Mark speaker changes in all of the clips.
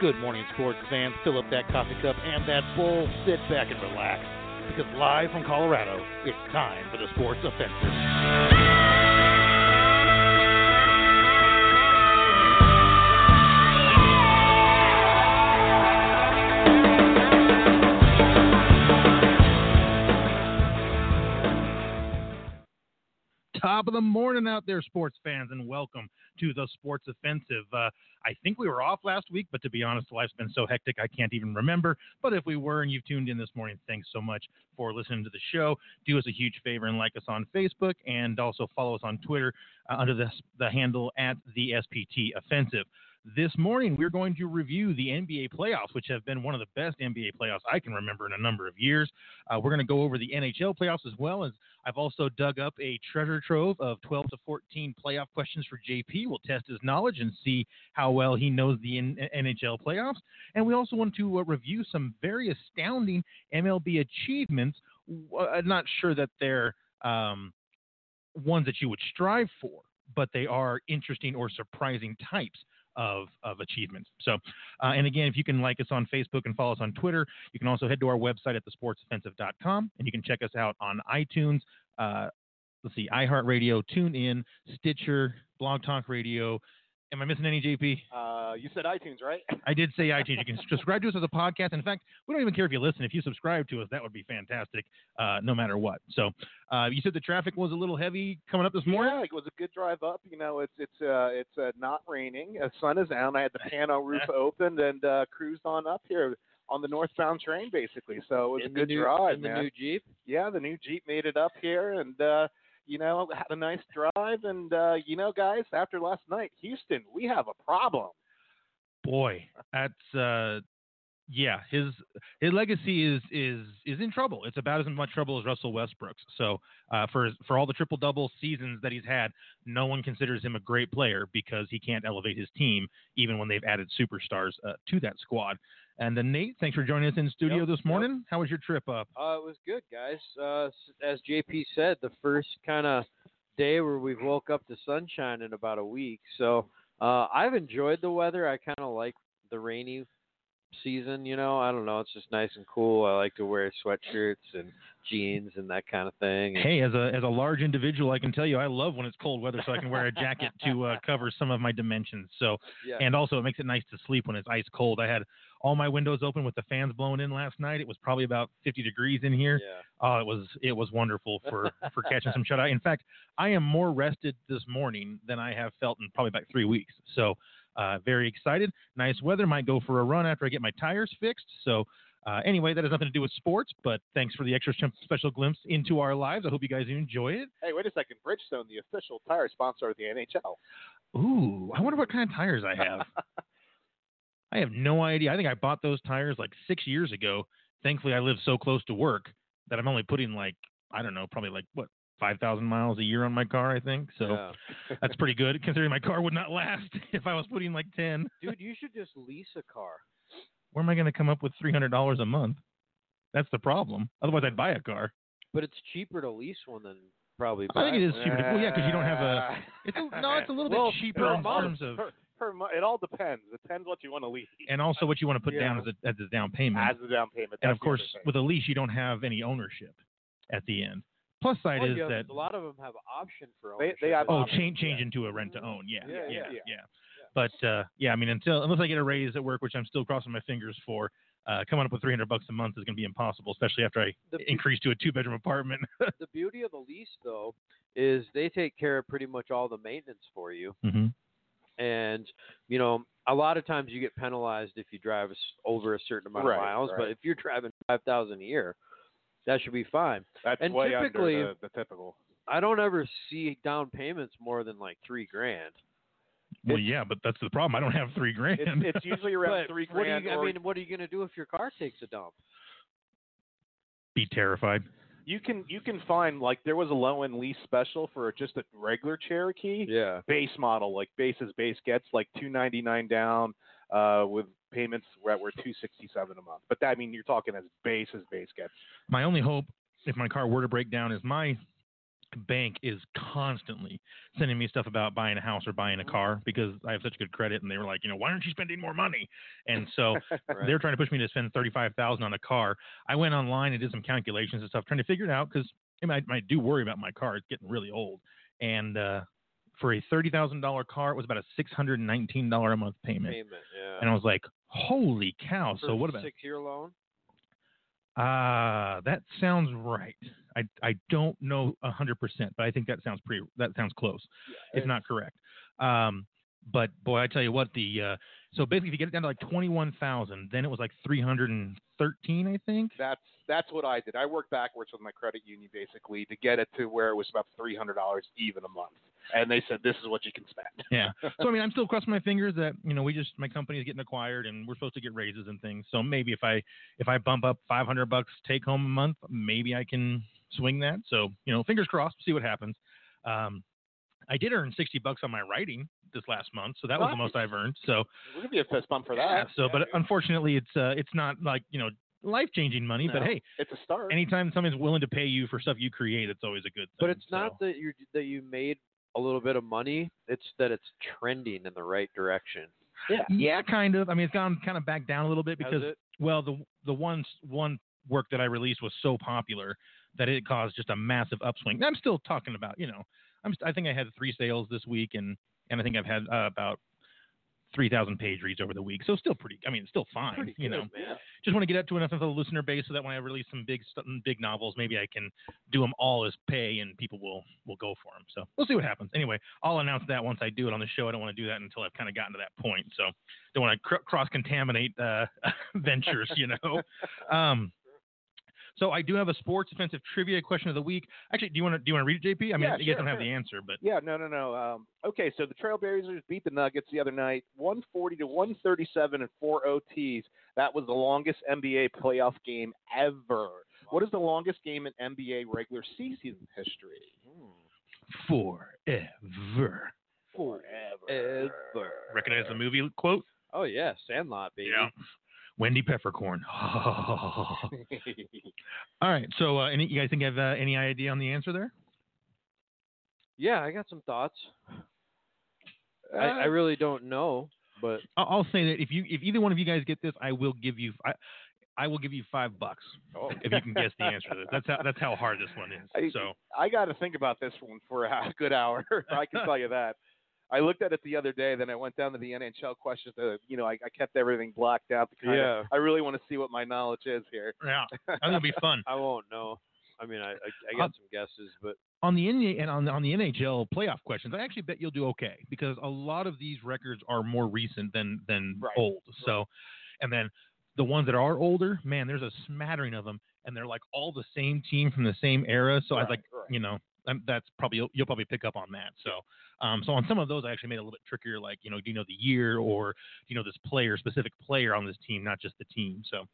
Speaker 1: Good morning, sports fans. Fill up that coffee cup and that bowl. Sit back and relax. Because live from Colorado, it's time for the Sports Offensive.
Speaker 2: top of the morning out there, sports fans, and welcome to the Sports Offensive. Uh, I think we were off last week, but to be honest, life's been so hectic I can't even remember. But if we were and you've tuned in this morning, thanks so much for listening to the show. Do us a huge favor and like us on Facebook, and also follow us on Twitter uh, under the, the handle at the SPT Offensive. This morning, we're going to review the NBA playoffs, which have been one of the best NBA playoffs I can remember in a number of years. Uh, we're going to go over the NHL playoffs as well as I've also dug up a treasure trove of 12 to 14 playoff questions for JP. We'll test his knowledge and see how well he knows the N- NHL playoffs. And we also want to uh, review some very astounding MLB achievements. Uh, I'm not sure that they're um, ones that you would strive for, but they are interesting or surprising types of, of achievements. So, uh, and again, if you can like us on Facebook and follow us on Twitter, you can also head to our website at thesportsoffensive.com and you can check us out on iTunes. Uh, let's see, iHeartRadio, TuneIn, Stitcher, Blog Talk Radio. Am I missing any, JP?
Speaker 3: Uh, you said iTunes, right?
Speaker 2: I did say iTunes. You can subscribe to us as a podcast. In fact, we don't even care if you listen. If you subscribe to us, that would be fantastic, uh, no matter what. So, uh, you said the traffic was a little heavy coming up this morning.
Speaker 3: Yeah, it was a good drive up. You know, it's it's uh, it's uh, not raining. The sun is out. I had the pano roof opened and uh, cruised on up here on the northbound train, basically. So it was
Speaker 4: in
Speaker 3: a
Speaker 4: the
Speaker 3: good
Speaker 4: new,
Speaker 3: drive,
Speaker 4: in
Speaker 3: man.
Speaker 4: the new Jeep.
Speaker 3: yeah, the new Jeep made it up here and uh you know, had a nice drive and uh you know guys, after last night, Houston, we have a problem.
Speaker 2: Boy, that's uh, yeah. His his legacy is is is in trouble. It's about as much trouble as Russell Westbrook's. So uh, for for all the triple double seasons that he's had, no one considers him a great player because he can't elevate his team, even when they've added superstars uh, to that squad. And then Nate, thanks for joining us in studio
Speaker 4: Yep,
Speaker 2: this
Speaker 4: yep.
Speaker 2: morning. How was your trip up?
Speaker 4: Uh, it was good, guys. Uh, s- as JP said, the first kind of day where we've woke up to sunshine in about a week. So uh, I've enjoyed the weather. I kind of like the rainy season. You know, I don't know. It's just nice and cool. I like to wear sweatshirts and jeans and that kind of thing.
Speaker 2: Hey, as a as a large individual, I can tell you I love when it's cold weather, so I can wear a jacket to uh, cover some of my dimensions. So,
Speaker 4: yeah.
Speaker 2: and also it makes it nice to sleep when it's ice cold. I had all my windows open with the fans blowing in last night. It was probably about 50 degrees in here.
Speaker 4: yeah.
Speaker 2: Oh, it was it was wonderful for for catching some shut eye. In fact, I am more rested this morning than I have felt in probably about three weeks. So uh, very excited. Nice weather. Might go for a run after I get my tires fixed. So. Uh, anyway, that has nothing to do with sports, but thanks for the extra sh- special glimpse into our lives. I hope you guys enjoy it.
Speaker 3: Hey, wait a second, Bridgestone, the official tire sponsor of the NHL.
Speaker 2: Ooh, I wonder what kind of tires I have. I have no idea. I think I bought those tires like six years ago. Thankfully, I live so close to work that I'm only putting like, I don't know, probably like what, 5,000 miles a year on my car, I think. So
Speaker 4: yeah.
Speaker 2: that's pretty good considering my car would not last if I was putting like 10.
Speaker 4: Dude, you should just lease a car.
Speaker 2: Where am I going to come up with $300 a month? That's the problem. Otherwise, I'd buy a car.
Speaker 4: But it's cheaper to lease one than probably.
Speaker 2: I think
Speaker 4: buy
Speaker 2: it is
Speaker 4: one.
Speaker 2: cheaper. to- Well, yeah, because you don't have a. It's a, no, it's a little
Speaker 4: Well,
Speaker 2: bit cheaper
Speaker 4: per
Speaker 2: in
Speaker 4: month,
Speaker 2: terms of,
Speaker 3: Per, per mo- it all depends. Depends what you want to lease
Speaker 2: and also what you want to put
Speaker 4: Yeah.
Speaker 2: down as a, as a down payment.
Speaker 3: as the down payment.
Speaker 2: and
Speaker 3: That's
Speaker 2: of
Speaker 3: the
Speaker 2: course,
Speaker 3: other thing.
Speaker 2: with a lease, you don't have any ownership at the end. Plus side
Speaker 4: Well,
Speaker 2: is
Speaker 4: yeah,
Speaker 2: that
Speaker 4: a lot of them have option for
Speaker 3: They-
Speaker 4: ownership.
Speaker 3: they have
Speaker 4: as well.
Speaker 2: oh,
Speaker 3: options,
Speaker 2: change
Speaker 3: yeah.
Speaker 2: change into a rent to own. Yeah,
Speaker 4: Yeah,
Speaker 2: yeah,
Speaker 4: yeah,
Speaker 2: yeah.
Speaker 3: yeah.
Speaker 2: But uh, yeah, I mean, until unless I get a raise at work, which I'm still crossing my fingers for, uh, coming up with 300 bucks a month is going to be impossible, especially after I
Speaker 4: The-
Speaker 2: increase to a two bedroom apartment.
Speaker 4: the beauty of the lease though is they take care of pretty much all the maintenance for you
Speaker 2: mm-hmm.
Speaker 4: and you know a lot of times you get penalized if you drive s- over a certain amount
Speaker 3: Right,
Speaker 4: of miles but
Speaker 3: right.
Speaker 4: if you're driving 5000 a year that should be fine.
Speaker 3: That's
Speaker 4: And
Speaker 3: way
Speaker 4: typically-
Speaker 3: under the, the typical.
Speaker 4: I don't ever see down payments more than like three grand.
Speaker 2: Well,
Speaker 4: It's-
Speaker 2: yeah, but that's the problem. I don't have three grand.
Speaker 3: It's, it's usually around
Speaker 4: But
Speaker 3: three
Speaker 4: what are
Speaker 3: grand.
Speaker 4: you, I
Speaker 3: or-
Speaker 4: mean, what are you going to do if your car takes a dump?
Speaker 2: Be terrified.
Speaker 3: you can you can find like there was a low end lease special for just a regular Cherokee
Speaker 4: Yeah.
Speaker 3: base model, like base is base gets like two ninety nine down, uh, with payments that were two sixty seven a month. But that, I mean, you're talking as base as base gets.
Speaker 2: My only hope, if my car were to break down, is my bank is constantly sending me stuff about buying a house or buying a car because I have such good credit, and they were like, you know, why aren't you spending more money? And so
Speaker 4: Right.
Speaker 2: they're trying to push me to spend thirty-five thousand on a car. I went online and did some calculations and stuff, trying to figure it out because I, mean, I, I do worry about my car; it's getting really old. And uh, for a thirty thousand dollar car, it was about a six hundred and nineteen dollar a month payment,
Speaker 4: Payment. Yeah.
Speaker 2: and I was like, holy cow!
Speaker 4: For
Speaker 2: so what about
Speaker 4: six year loan?
Speaker 2: Ah, that sounds right. I, I don't know a hundred percent, but I think that sounds pretty. That sounds close. it's not correct. Um, but boy, I tell you what, the uh, so basically, if you get it down to like twenty one thousand, then it was like three hundred and thirteen, I think.
Speaker 3: That's that's what I did. I worked backwards with my credit union basically to get it to where it was about three hundred dollars even a month, and they said this is what you can spend.
Speaker 2: Yeah. So I mean, I'm still crossing my fingers that you know we just my company's getting acquired and we're supposed to get raises and things. So maybe if I if I bump up 500 bucks take home a month, maybe I can swing that. So you know, fingers crossed. See what happens. Um, I did earn 60 bucks on my writing this last month, so that was the most I've earned. So
Speaker 3: We'll give you a fist bump for
Speaker 2: yeah,
Speaker 3: that.
Speaker 2: so but unfortunately, it's uh, it's not like you know life changing money, but
Speaker 3: No.
Speaker 2: hey,
Speaker 3: it's a start.
Speaker 2: anytime someone's willing to pay you for stuff you create, it's always a good thing.
Speaker 4: But it's not
Speaker 2: So-
Speaker 4: that you that you made a little bit of money. It's that it's trending in the right direction.
Speaker 2: yeah, kind of. I mean, it's gone kind of back down a little bit
Speaker 4: Has
Speaker 2: because
Speaker 4: it?
Speaker 2: Well, the the one one work that I released was so popular that it caused just a massive upswing. And I'm still talking about, you know, I'm st- I think I had three sales this week, and and I think I've had uh, about three thousand page reads over the week. So still pretty. I mean, still fine.
Speaker 4: Pretty
Speaker 2: you
Speaker 4: good,
Speaker 2: know,
Speaker 4: man.
Speaker 2: just want to get up to enough of a listener base so that when I release some big stu- big novels, maybe I can do them all as pay, and people will will go for them. So we'll see what happens. Anyway, I'll announce that once I do it on the show. I don't want to do that until I've kind of gotten to that point. So don't want to cr- cross contaminate uh, ventures, you know. Um, so I do have a sports offensive trivia question of the week. Actually, do you want to do you want to read it, JP? I mean,
Speaker 3: Yeah,
Speaker 2: you
Speaker 3: sure,
Speaker 2: guys don't have
Speaker 3: sure.
Speaker 2: the answer, but
Speaker 3: Yeah, no, no, no. Um, okay, so the Trailblazers beat the Nuggets the other night, 140 to 137 in four OTs. That was the longest NBA playoff game ever. What is the longest game in NBA regular season history? Hmm.
Speaker 2: forever.
Speaker 3: Forever.
Speaker 2: Recognize the movie quote?
Speaker 4: Oh yeah, Sandlot baby.
Speaker 2: Wendy Peppercorn. All right. So, uh, any, you guys think I have uh, any idea on the answer there?
Speaker 4: Yeah, I got some thoughts. I, I
Speaker 3: Uh,
Speaker 4: really don't know, but
Speaker 2: I'll, I'll say that if you, if either one of you guys get this, I will give you, I, I will give you five bucks if you can guess the answer to this. That's how, that's how hard this one
Speaker 3: I-
Speaker 2: is. So,
Speaker 3: I got to think about this one for a good hour. I can tell you that. I looked at it the other day, then I went down to the NHL questions. To, you know, I, I kept everything blocked out. To kinda,
Speaker 4: Yeah.
Speaker 3: I really want to see what my knowledge is here.
Speaker 2: yeah, that's gonna be fun.
Speaker 4: I won't know. I mean, I I, I
Speaker 2: Uh,
Speaker 4: got some guesses, but
Speaker 2: on the NBA and on the, on the NHL playoff questions, I actually bet you'll do okay because a lot of these records are more recent than than
Speaker 3: Right,
Speaker 2: old. So, and then the ones that are older, man, there's a smattering of them, and they're like all the same team from the same era. So I was like, you know, um, that's probably you'll, you'll probably pick up on that. So, um, so on some of those, I actually made it a little bit trickier. Like, you know, do you know the year or do you know this player, specific player on this team, not just the team? So,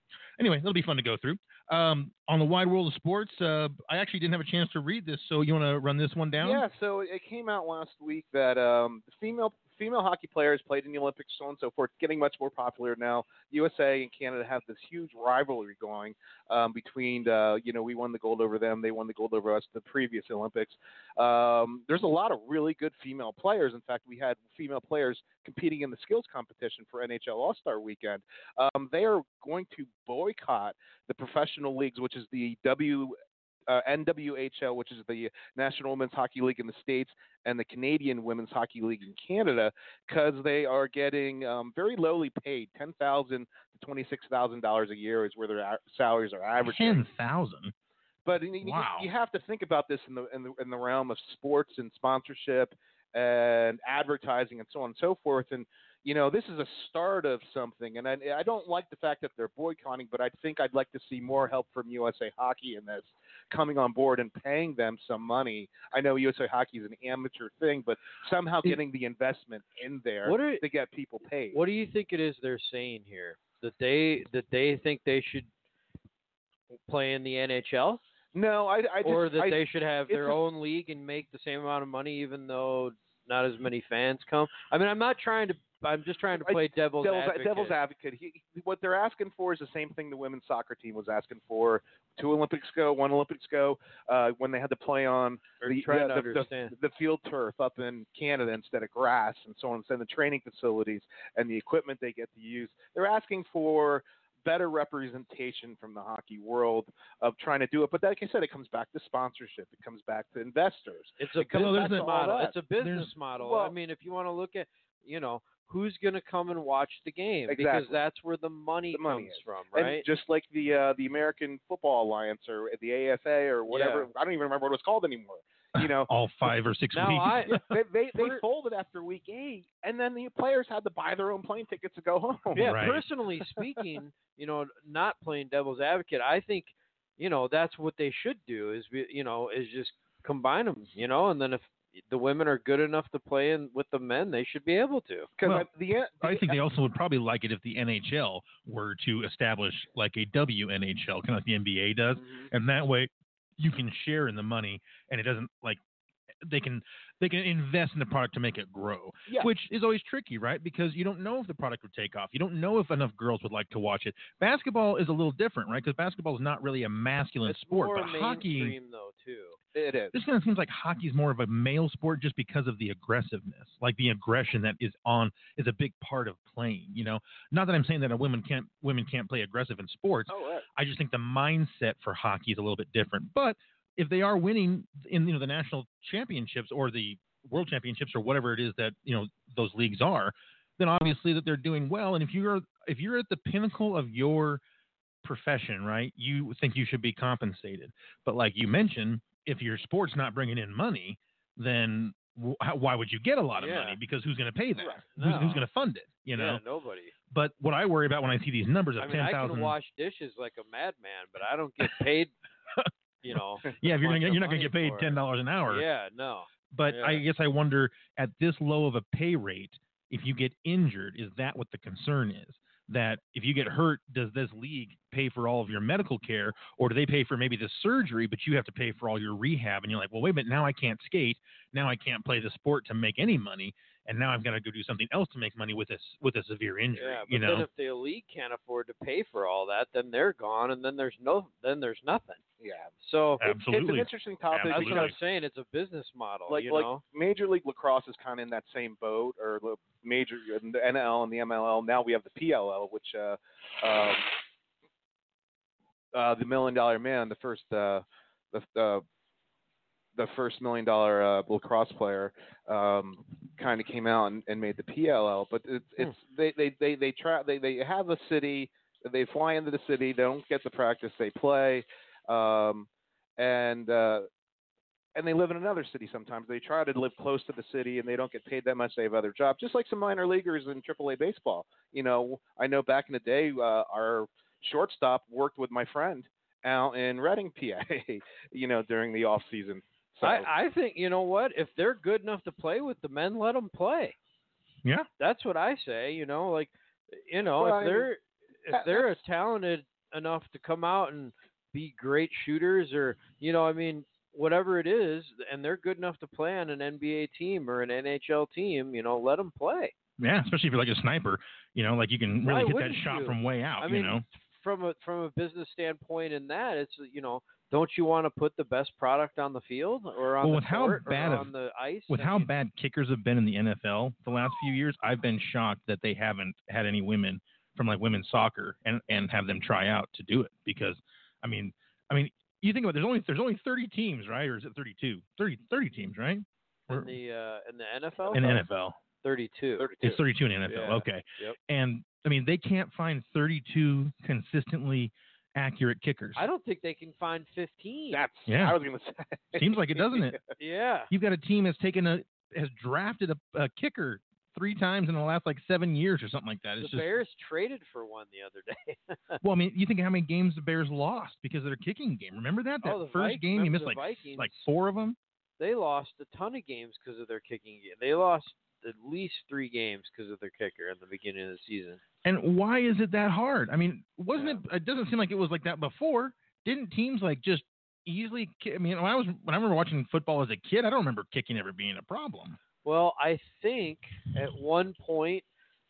Speaker 2: anyway, it'll be fun to go through. Um, on the wide world of sports, uh, I actually didn't have a chance to read this, so you want to run this one down?
Speaker 3: Yeah, so it came out last week that um, female female hockey players played in the Olympics, so on and so forth. It's getting much more popular now. USA and Canada have this huge rivalry going um, between, uh, you know, we won the gold over them, they won the gold over us the previous Olympics. Um, there's a lot of really good female players. In fact, we had female players competing in the skills competition for NHL All Star Weekend. Um, they are going to boycott the professional leagues, which is the W. Uh, NWHL, which is the National Women's Hockey League in the States and the Canadian Women's Hockey League in Canada because they are getting um, very lowly paid. Ten thousand to twenty-six thousand dollars a year is where their a- salaries are averaging.
Speaker 2: ten thousand.
Speaker 3: But you, you-
Speaker 2: Wow.
Speaker 3: you have to think about this in the, in the in the realm of sports and sponsorship and advertising and so on and so forth. And you know, this is a start of something. And I, I don't like the fact that they're boycotting, but I think I'd like to see more help from USA Hockey in this coming on board and paying them some money. I know USA Hockey is an amateur thing, but somehow getting the investment in there
Speaker 4: What are-
Speaker 3: to get people paid.
Speaker 4: What do you think it is they're saying here? That they that they think they should play in the NHL,
Speaker 3: no, I, I just,
Speaker 4: or that
Speaker 3: I,
Speaker 4: they should have their
Speaker 3: it's a-
Speaker 4: own league and make the same amount of money, even though not as many fans come. I mean, I'm not trying to. I'm just trying to
Speaker 3: I-
Speaker 4: play devil's,
Speaker 3: devil's
Speaker 4: advocate.
Speaker 3: devil's advocate. He, he- what they're asking for is the same thing the women's soccer team was asking for two Olympics ago, one Olympics ago, uh, when they had to play on
Speaker 4: Or
Speaker 3: the,
Speaker 4: trying
Speaker 3: the,
Speaker 4: to
Speaker 3: the-
Speaker 4: understand.
Speaker 3: the field turf up in Canada instead of grass and so on, instead of the training facilities and the equipment they get to use. They're asking for better representation from the hockey world of trying to do it. But like I said, it comes back to sponsorship. It comes back to investors.
Speaker 4: It's a
Speaker 3: comes
Speaker 4: business
Speaker 3: back to all
Speaker 4: model.
Speaker 3: that.
Speaker 4: It's a business
Speaker 2: There's-
Speaker 4: model. I
Speaker 3: well-
Speaker 4: mean, if you want to look at, you know, who's going to come and watch the game because
Speaker 3: Exactly.
Speaker 4: that's where the money
Speaker 3: The money
Speaker 4: comes
Speaker 3: is.
Speaker 4: from,
Speaker 3: And
Speaker 4: right?
Speaker 3: just like the uh, the American Football Alliance or the AFA or whatever, I don't even remember what it was called anymore. You know,
Speaker 2: all five or six
Speaker 4: now
Speaker 2: weeks.
Speaker 4: I
Speaker 3: they they, they
Speaker 4: We're-
Speaker 3: folded after week eight, and then the players had to buy their own plane tickets to go home.
Speaker 4: yeah,
Speaker 2: Right.
Speaker 4: personally speaking, you know, not playing devil's advocate, I think, you know, that's what they should do is, be, you know, is just combine them, you know, and then if the women are good enough to play in with the men, they should be able to.
Speaker 3: because
Speaker 2: Well,
Speaker 3: the,
Speaker 2: I think they also would probably like it if the NHL were to establish like a WNHL, kind of like the NBA does,
Speaker 4: Mm-hmm.
Speaker 2: and that way you can share in the money, and it doesn't like they can they can invest in the product to make it grow,
Speaker 3: Yeah.
Speaker 2: which is always tricky, right? Because you don't know if the product would take off. You don't know if enough girls would like to watch it. Basketball is a little different, right? Because basketball is not really a masculine
Speaker 4: It's
Speaker 2: sport,
Speaker 4: more
Speaker 2: but hockey.
Speaker 4: mainstream though too.
Speaker 3: it is.
Speaker 2: This kind of seems like hockey's more of a male sport just because of the aggressiveness, like the aggression that is on is a big part of playing. You know, not that I'm saying that a women can't women can't play aggressive in sports.
Speaker 3: Oh, right.
Speaker 2: I just think the mindset for hockey is a little bit different. But if they are winning in you know the national championships or the world championships or whatever it is that you know those leagues are, then obviously that they're doing well. And if you're if you're at the pinnacle of your profession, right, you think you should be compensated. But like you mentioned, if your sport's not bringing in money, then wh- how- why would you get a lot of
Speaker 4: Yeah.
Speaker 2: money? Because who's going to pay that?
Speaker 3: Right.
Speaker 2: Who's, who's
Speaker 4: No.
Speaker 2: going to fund it? You know.
Speaker 4: yeah, nobody.
Speaker 2: But what I worry about when I see these numbers of
Speaker 4: I mean,
Speaker 2: ten
Speaker 4: I
Speaker 2: thousand
Speaker 4: can wash dishes like a madman, but I don't get paid. you know.
Speaker 2: Yeah, if you're
Speaker 4: bunch
Speaker 2: gonna,
Speaker 4: of
Speaker 2: you're not going
Speaker 4: money
Speaker 2: to get paid
Speaker 4: for it.
Speaker 2: ten dollars an hour.
Speaker 4: Yeah, no.
Speaker 2: But I
Speaker 4: yeah.
Speaker 2: guess I wonder at this low of a pay rate, if you get injured, is that what the concern is? That if you get hurt, does this league pay for all of your medical care, or do they pay for maybe the surgery, but you have to pay for all your rehab? And you're like, well, wait a minute, now I can't skate, now I can't play the sport to make any money, and now I've got to go do something else to make money with this with a severe injury.
Speaker 4: Yeah, but
Speaker 2: you know,
Speaker 4: then if the league can't afford to pay for all that, then they're gone, and then there's no, then there's nothing.
Speaker 3: Yeah,
Speaker 4: So
Speaker 3: it's an
Speaker 2: absolutely.
Speaker 3: interesting topic
Speaker 4: that's what I'm
Speaker 3: because
Speaker 2: Absolutely.
Speaker 4: saying. It's a business model,
Speaker 3: like
Speaker 4: you
Speaker 3: like
Speaker 4: know.
Speaker 3: Major League Lacrosse is kind of in that same boat, or the major and the NL and the MLL. Now we have the PLL, which uh, um, uh, the Million Dollar Man, the first uh, the uh, the first million dollar uh, lacrosse player, um, kind of came out and, and made the PLL. But it's it's
Speaker 4: Hmm.
Speaker 3: they they they they try they they have a city. They fly into the city. They don't get to practice. They play. Um, and uh, and they live in another city sometimes. They try to live close to the city and they don't get paid that much. They have other jobs, just like some minor leaguers in AAA baseball. You know, I know back in the day, uh, our shortstop worked with my friend out in Reading, PA. You know, during the off season. So
Speaker 4: I, I think you know what? If they're good enough to play with the men, let them play.
Speaker 2: Yeah.
Speaker 4: that's what I say. You know, like you know,
Speaker 3: Well, I
Speaker 4: if
Speaker 3: mean,
Speaker 4: they're if
Speaker 3: that-
Speaker 4: they're talented enough to come out and be great shooters, or you know, I mean, whatever it is, and they're good enough to play on an NBA team or an NHL team, you know, let them play.
Speaker 2: Yeah, especially if you're like a sniper, you know, like you can
Speaker 4: Why
Speaker 2: really hit that
Speaker 4: wouldn't
Speaker 2: shot
Speaker 4: you?
Speaker 2: from way out.
Speaker 4: I
Speaker 2: Oh, you
Speaker 4: mean,
Speaker 2: know.
Speaker 4: from a from a business standpoint, in that it's you know, don't you want to put the best product on the field or on
Speaker 2: Well,
Speaker 4: the
Speaker 2: with how
Speaker 4: court
Speaker 2: bad
Speaker 4: or
Speaker 2: of-
Speaker 4: on the ice?
Speaker 2: With
Speaker 4: I
Speaker 2: how
Speaker 4: mean,
Speaker 2: bad kickers have been in the NFL the last few years, I've been shocked that they haven't had any women from like women's soccer and and have them try out to do it because I mean, I mean, you think about it, there's only there's only 30 teams, right? Or is it 32? 30 30 teams, right? Or-
Speaker 4: in the uh, in the NFL
Speaker 2: in NFL.
Speaker 4: 32.
Speaker 3: 32.
Speaker 2: It's 32 in NFL.
Speaker 4: Yeah.
Speaker 2: Okay.
Speaker 4: Yep.
Speaker 2: And I mean, they can't find 32 consistently accurate kickers.
Speaker 4: I don't think they can find 15.
Speaker 3: that's
Speaker 2: Yeah.
Speaker 3: I was gonna say.
Speaker 2: Seems like it, doesn't it?
Speaker 4: yeah.
Speaker 2: You've got a team that's taken a has drafted a, a kicker three times in the last like seven years or something like that. It's
Speaker 4: the
Speaker 2: just
Speaker 4: Bears traded for one the other day.
Speaker 2: well, I mean, you think how many games the Bears lost because of their kicking game? Remember that that
Speaker 4: oh, the
Speaker 2: first
Speaker 4: Vikings,
Speaker 2: game you missed
Speaker 4: the
Speaker 2: like
Speaker 4: Vikings,
Speaker 2: like four of them.
Speaker 4: They lost a ton of games because of their kicking game. They lost at least three games because of their kicker at the beginning of the season.
Speaker 2: And why is it that hard? I mean, wasn't it? It doesn't seem like it was like that before. Didn't teams like just easily? ki- I mean, when I was when I remember watching football as a kid, I don't remember kicking ever being a problem.
Speaker 4: Well, I think at one point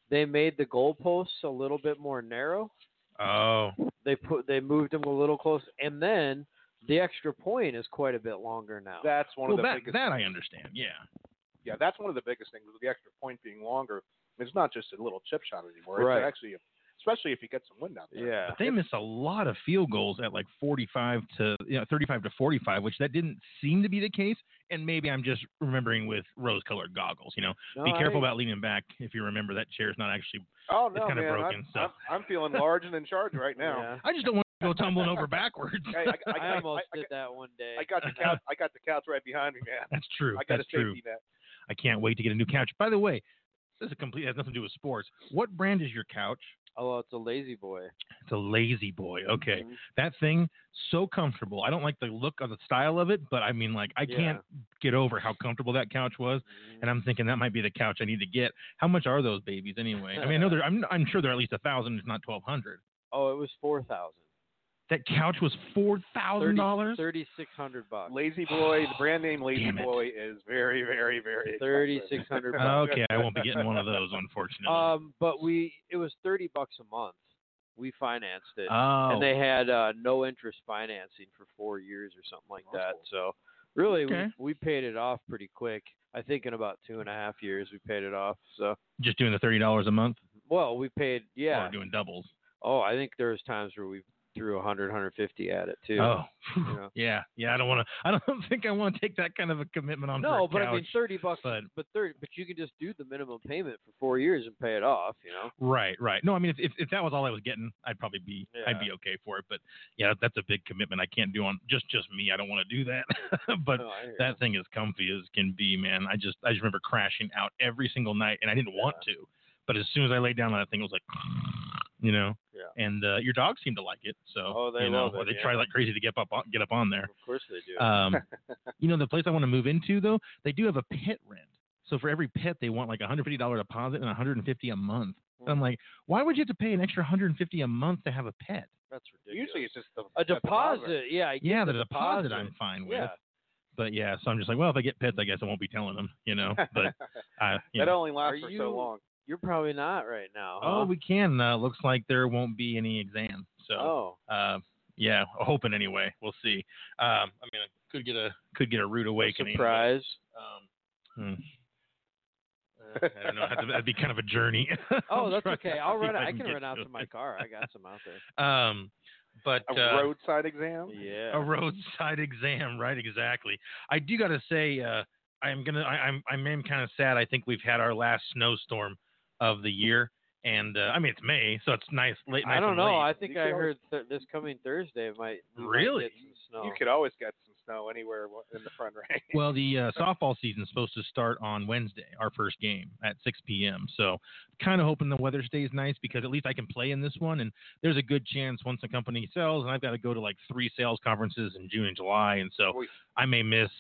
Speaker 4: they made the goalposts a little bit more narrow.
Speaker 2: Oh,
Speaker 4: They put they moved them a little close, and then the extra point is quite a bit longer now.
Speaker 3: That's one
Speaker 2: well,
Speaker 3: of the
Speaker 2: that
Speaker 3: biggest.
Speaker 2: that I understand. Yeah,
Speaker 3: yeah, that's one of the biggest things. with The extra point being longer. It's not just a little chip shot anymore.
Speaker 4: Right.
Speaker 3: It's actually, especially if you get some wind out there.
Speaker 4: yeah.
Speaker 2: but they miss a lot of field goals at like forty-five to you know, thirty-five to forty-five, which that didn't seem to be the case. And maybe I'm just remembering with rose-colored goggles. You know,
Speaker 4: No,
Speaker 2: be careful
Speaker 4: Oh, I-
Speaker 2: about leaning back if you remember that chair's not actually.
Speaker 3: Oh
Speaker 2: It's
Speaker 3: no,
Speaker 2: kinda
Speaker 3: man,
Speaker 2: broken,
Speaker 3: I'm,
Speaker 2: so.
Speaker 3: I'm, I'm feeling large and in charge right now.
Speaker 4: Yeah.
Speaker 2: I just don't want to go tumbling over backwards.
Speaker 3: I, I, I,
Speaker 4: I,
Speaker 3: I-
Speaker 4: almost
Speaker 3: I-
Speaker 4: did that one day.
Speaker 3: I got the couch. I got the couch right behind me, man.
Speaker 2: That's true.
Speaker 3: I got
Speaker 2: That's
Speaker 3: a
Speaker 2: true.
Speaker 3: safety net.
Speaker 2: I can't wait to get a new couch. By the way, this is a complete has nothing to do with sports. What brand is your couch?
Speaker 4: oh, well, it's a lazy boy.
Speaker 2: It's a Lazy Boy. Okay,
Speaker 4: Mhm.
Speaker 2: that thing so comfortable. I don't like the look of the style of it, but I mean, like I
Speaker 4: Yeah.
Speaker 2: can't get over how comfortable that couch was.
Speaker 4: Mm.
Speaker 2: And I'm thinking that might be the couch I need to get. How much are those babies anyway? I mean, I know they're. I'm I'm sure they're at least a thousand, if not twelve hundred.
Speaker 4: Oh, it was four thousand.
Speaker 2: That couch was four thousand dollars.
Speaker 4: Thirty six hundred bucks.
Speaker 3: Lazy boy. The brand name Lazy
Speaker 2: Damn it.
Speaker 3: Boy is very, very, very. expensive.
Speaker 4: Thirty six hundred bucks.
Speaker 2: Okay, I won't be getting one of those, unfortunately.
Speaker 4: Um, but we it was thirty bucks a month. We financed it,
Speaker 2: oh,
Speaker 4: and they had uh, no interest financing for four years or something like that. So really,
Speaker 2: Okay.
Speaker 4: we, we paid it off pretty quick. I think in about two and a half years we paid it off. So
Speaker 2: just doing the thirty dollars a month.
Speaker 4: well, we paid yeah.
Speaker 2: or doing doubles.
Speaker 4: Oh, I think there was times where we threw 100, 150 at it too.
Speaker 2: Oh, phew.
Speaker 4: You know?
Speaker 2: yeah, yeah. I don't want to. I don't think I want to take that kind of a commitment on.
Speaker 4: No,
Speaker 2: for
Speaker 4: but
Speaker 2: a
Speaker 4: I mean
Speaker 2: couch,
Speaker 4: thirty bucks.
Speaker 2: but-
Speaker 4: But thirty, but you can just do the minimum payment for four years and pay it off. You know.
Speaker 2: right, right. No, I mean, if, if if that was all I was getting, I'd probably be I'd
Speaker 4: Yeah.
Speaker 2: be okay for it. But yeah, that's a big commitment. I can't do on just just me. I don't want to do that. but
Speaker 4: No, I hear
Speaker 2: that thing is comfy as can be, man. I just I just remember crashing out every single night, and I didn't want to. But as soon as I laid down on that thing, it was like, you know.
Speaker 4: Yeah.
Speaker 2: And uh, your dogs seem to like it, so
Speaker 4: Oh, they
Speaker 2: you know,
Speaker 4: love it,
Speaker 2: they
Speaker 4: yeah.
Speaker 2: try like crazy to get up on, get up on there.
Speaker 4: you. Of course they do.
Speaker 2: Um, you know, the place I want to move into though, they do have a pet rent. So for every pet, they want like a hundred fifty dollar deposit and a hundred and fifty a month. And
Speaker 4: Mm.
Speaker 2: I'm like, why would you have to pay an extra hundred and fifty a month to have a pet?
Speaker 4: That's ridiculous.
Speaker 3: Usually it's just the,
Speaker 4: a
Speaker 3: the
Speaker 4: deposit. Yeah. I get
Speaker 2: Yeah, the,
Speaker 4: the,
Speaker 2: deposit, I'm fine with.
Speaker 4: Yeah.
Speaker 2: But yeah, so I'm just like, well, if I get pets, I guess I won't be telling them, you know. But I, you
Speaker 3: That
Speaker 2: know.
Speaker 3: only lasts
Speaker 4: Are
Speaker 3: for
Speaker 4: you-
Speaker 3: so long.
Speaker 4: You're probably not right now.
Speaker 2: oh,
Speaker 4: huh?
Speaker 2: we can. Uh, looks like there won't be any exam. So
Speaker 4: Oh.
Speaker 2: uh, yeah, hoping anyway. We'll see. Um, I mean, I could get a could get a rude awakening. but,
Speaker 4: Surprise.
Speaker 2: um, hmm. Uh, I don't know. That'd, that'd be kind of a journey.
Speaker 4: Oh,
Speaker 2: I'll
Speaker 4: that's
Speaker 2: try
Speaker 4: okay.
Speaker 2: to
Speaker 4: I'll
Speaker 2: see
Speaker 4: run.
Speaker 2: if
Speaker 4: I can
Speaker 2: get
Speaker 4: run out to
Speaker 2: it.
Speaker 4: my car. I got some out there.
Speaker 2: Um, but
Speaker 3: A
Speaker 2: uh,
Speaker 3: roadside exam.
Speaker 4: Yeah.
Speaker 2: a roadside exam, right? Exactly. I do got to say, uh, I'm gonna. I, I'm. I'm kind of sad. I think we've had our last snowstorm of the year, and uh, I mean it's May, so it's nice. Late. Nice
Speaker 4: I don't
Speaker 2: and
Speaker 4: know.
Speaker 2: late.
Speaker 4: I think
Speaker 3: You
Speaker 4: I
Speaker 3: can always-
Speaker 4: heard th- this coming Thursday might we might
Speaker 2: Really?
Speaker 4: get some snow.
Speaker 3: You could always get some snow anywhere wa- in the front range.
Speaker 2: Well, the uh, softball season's supposed to start on Wednesday, our first game at 6 p.m. So, kind of hoping the weather stays nice because at least I can play in this one. And there's a good chance once the company sells, and I've got to go to like three sales conferences in June and July, and so
Speaker 3: Oy.
Speaker 2: I may miss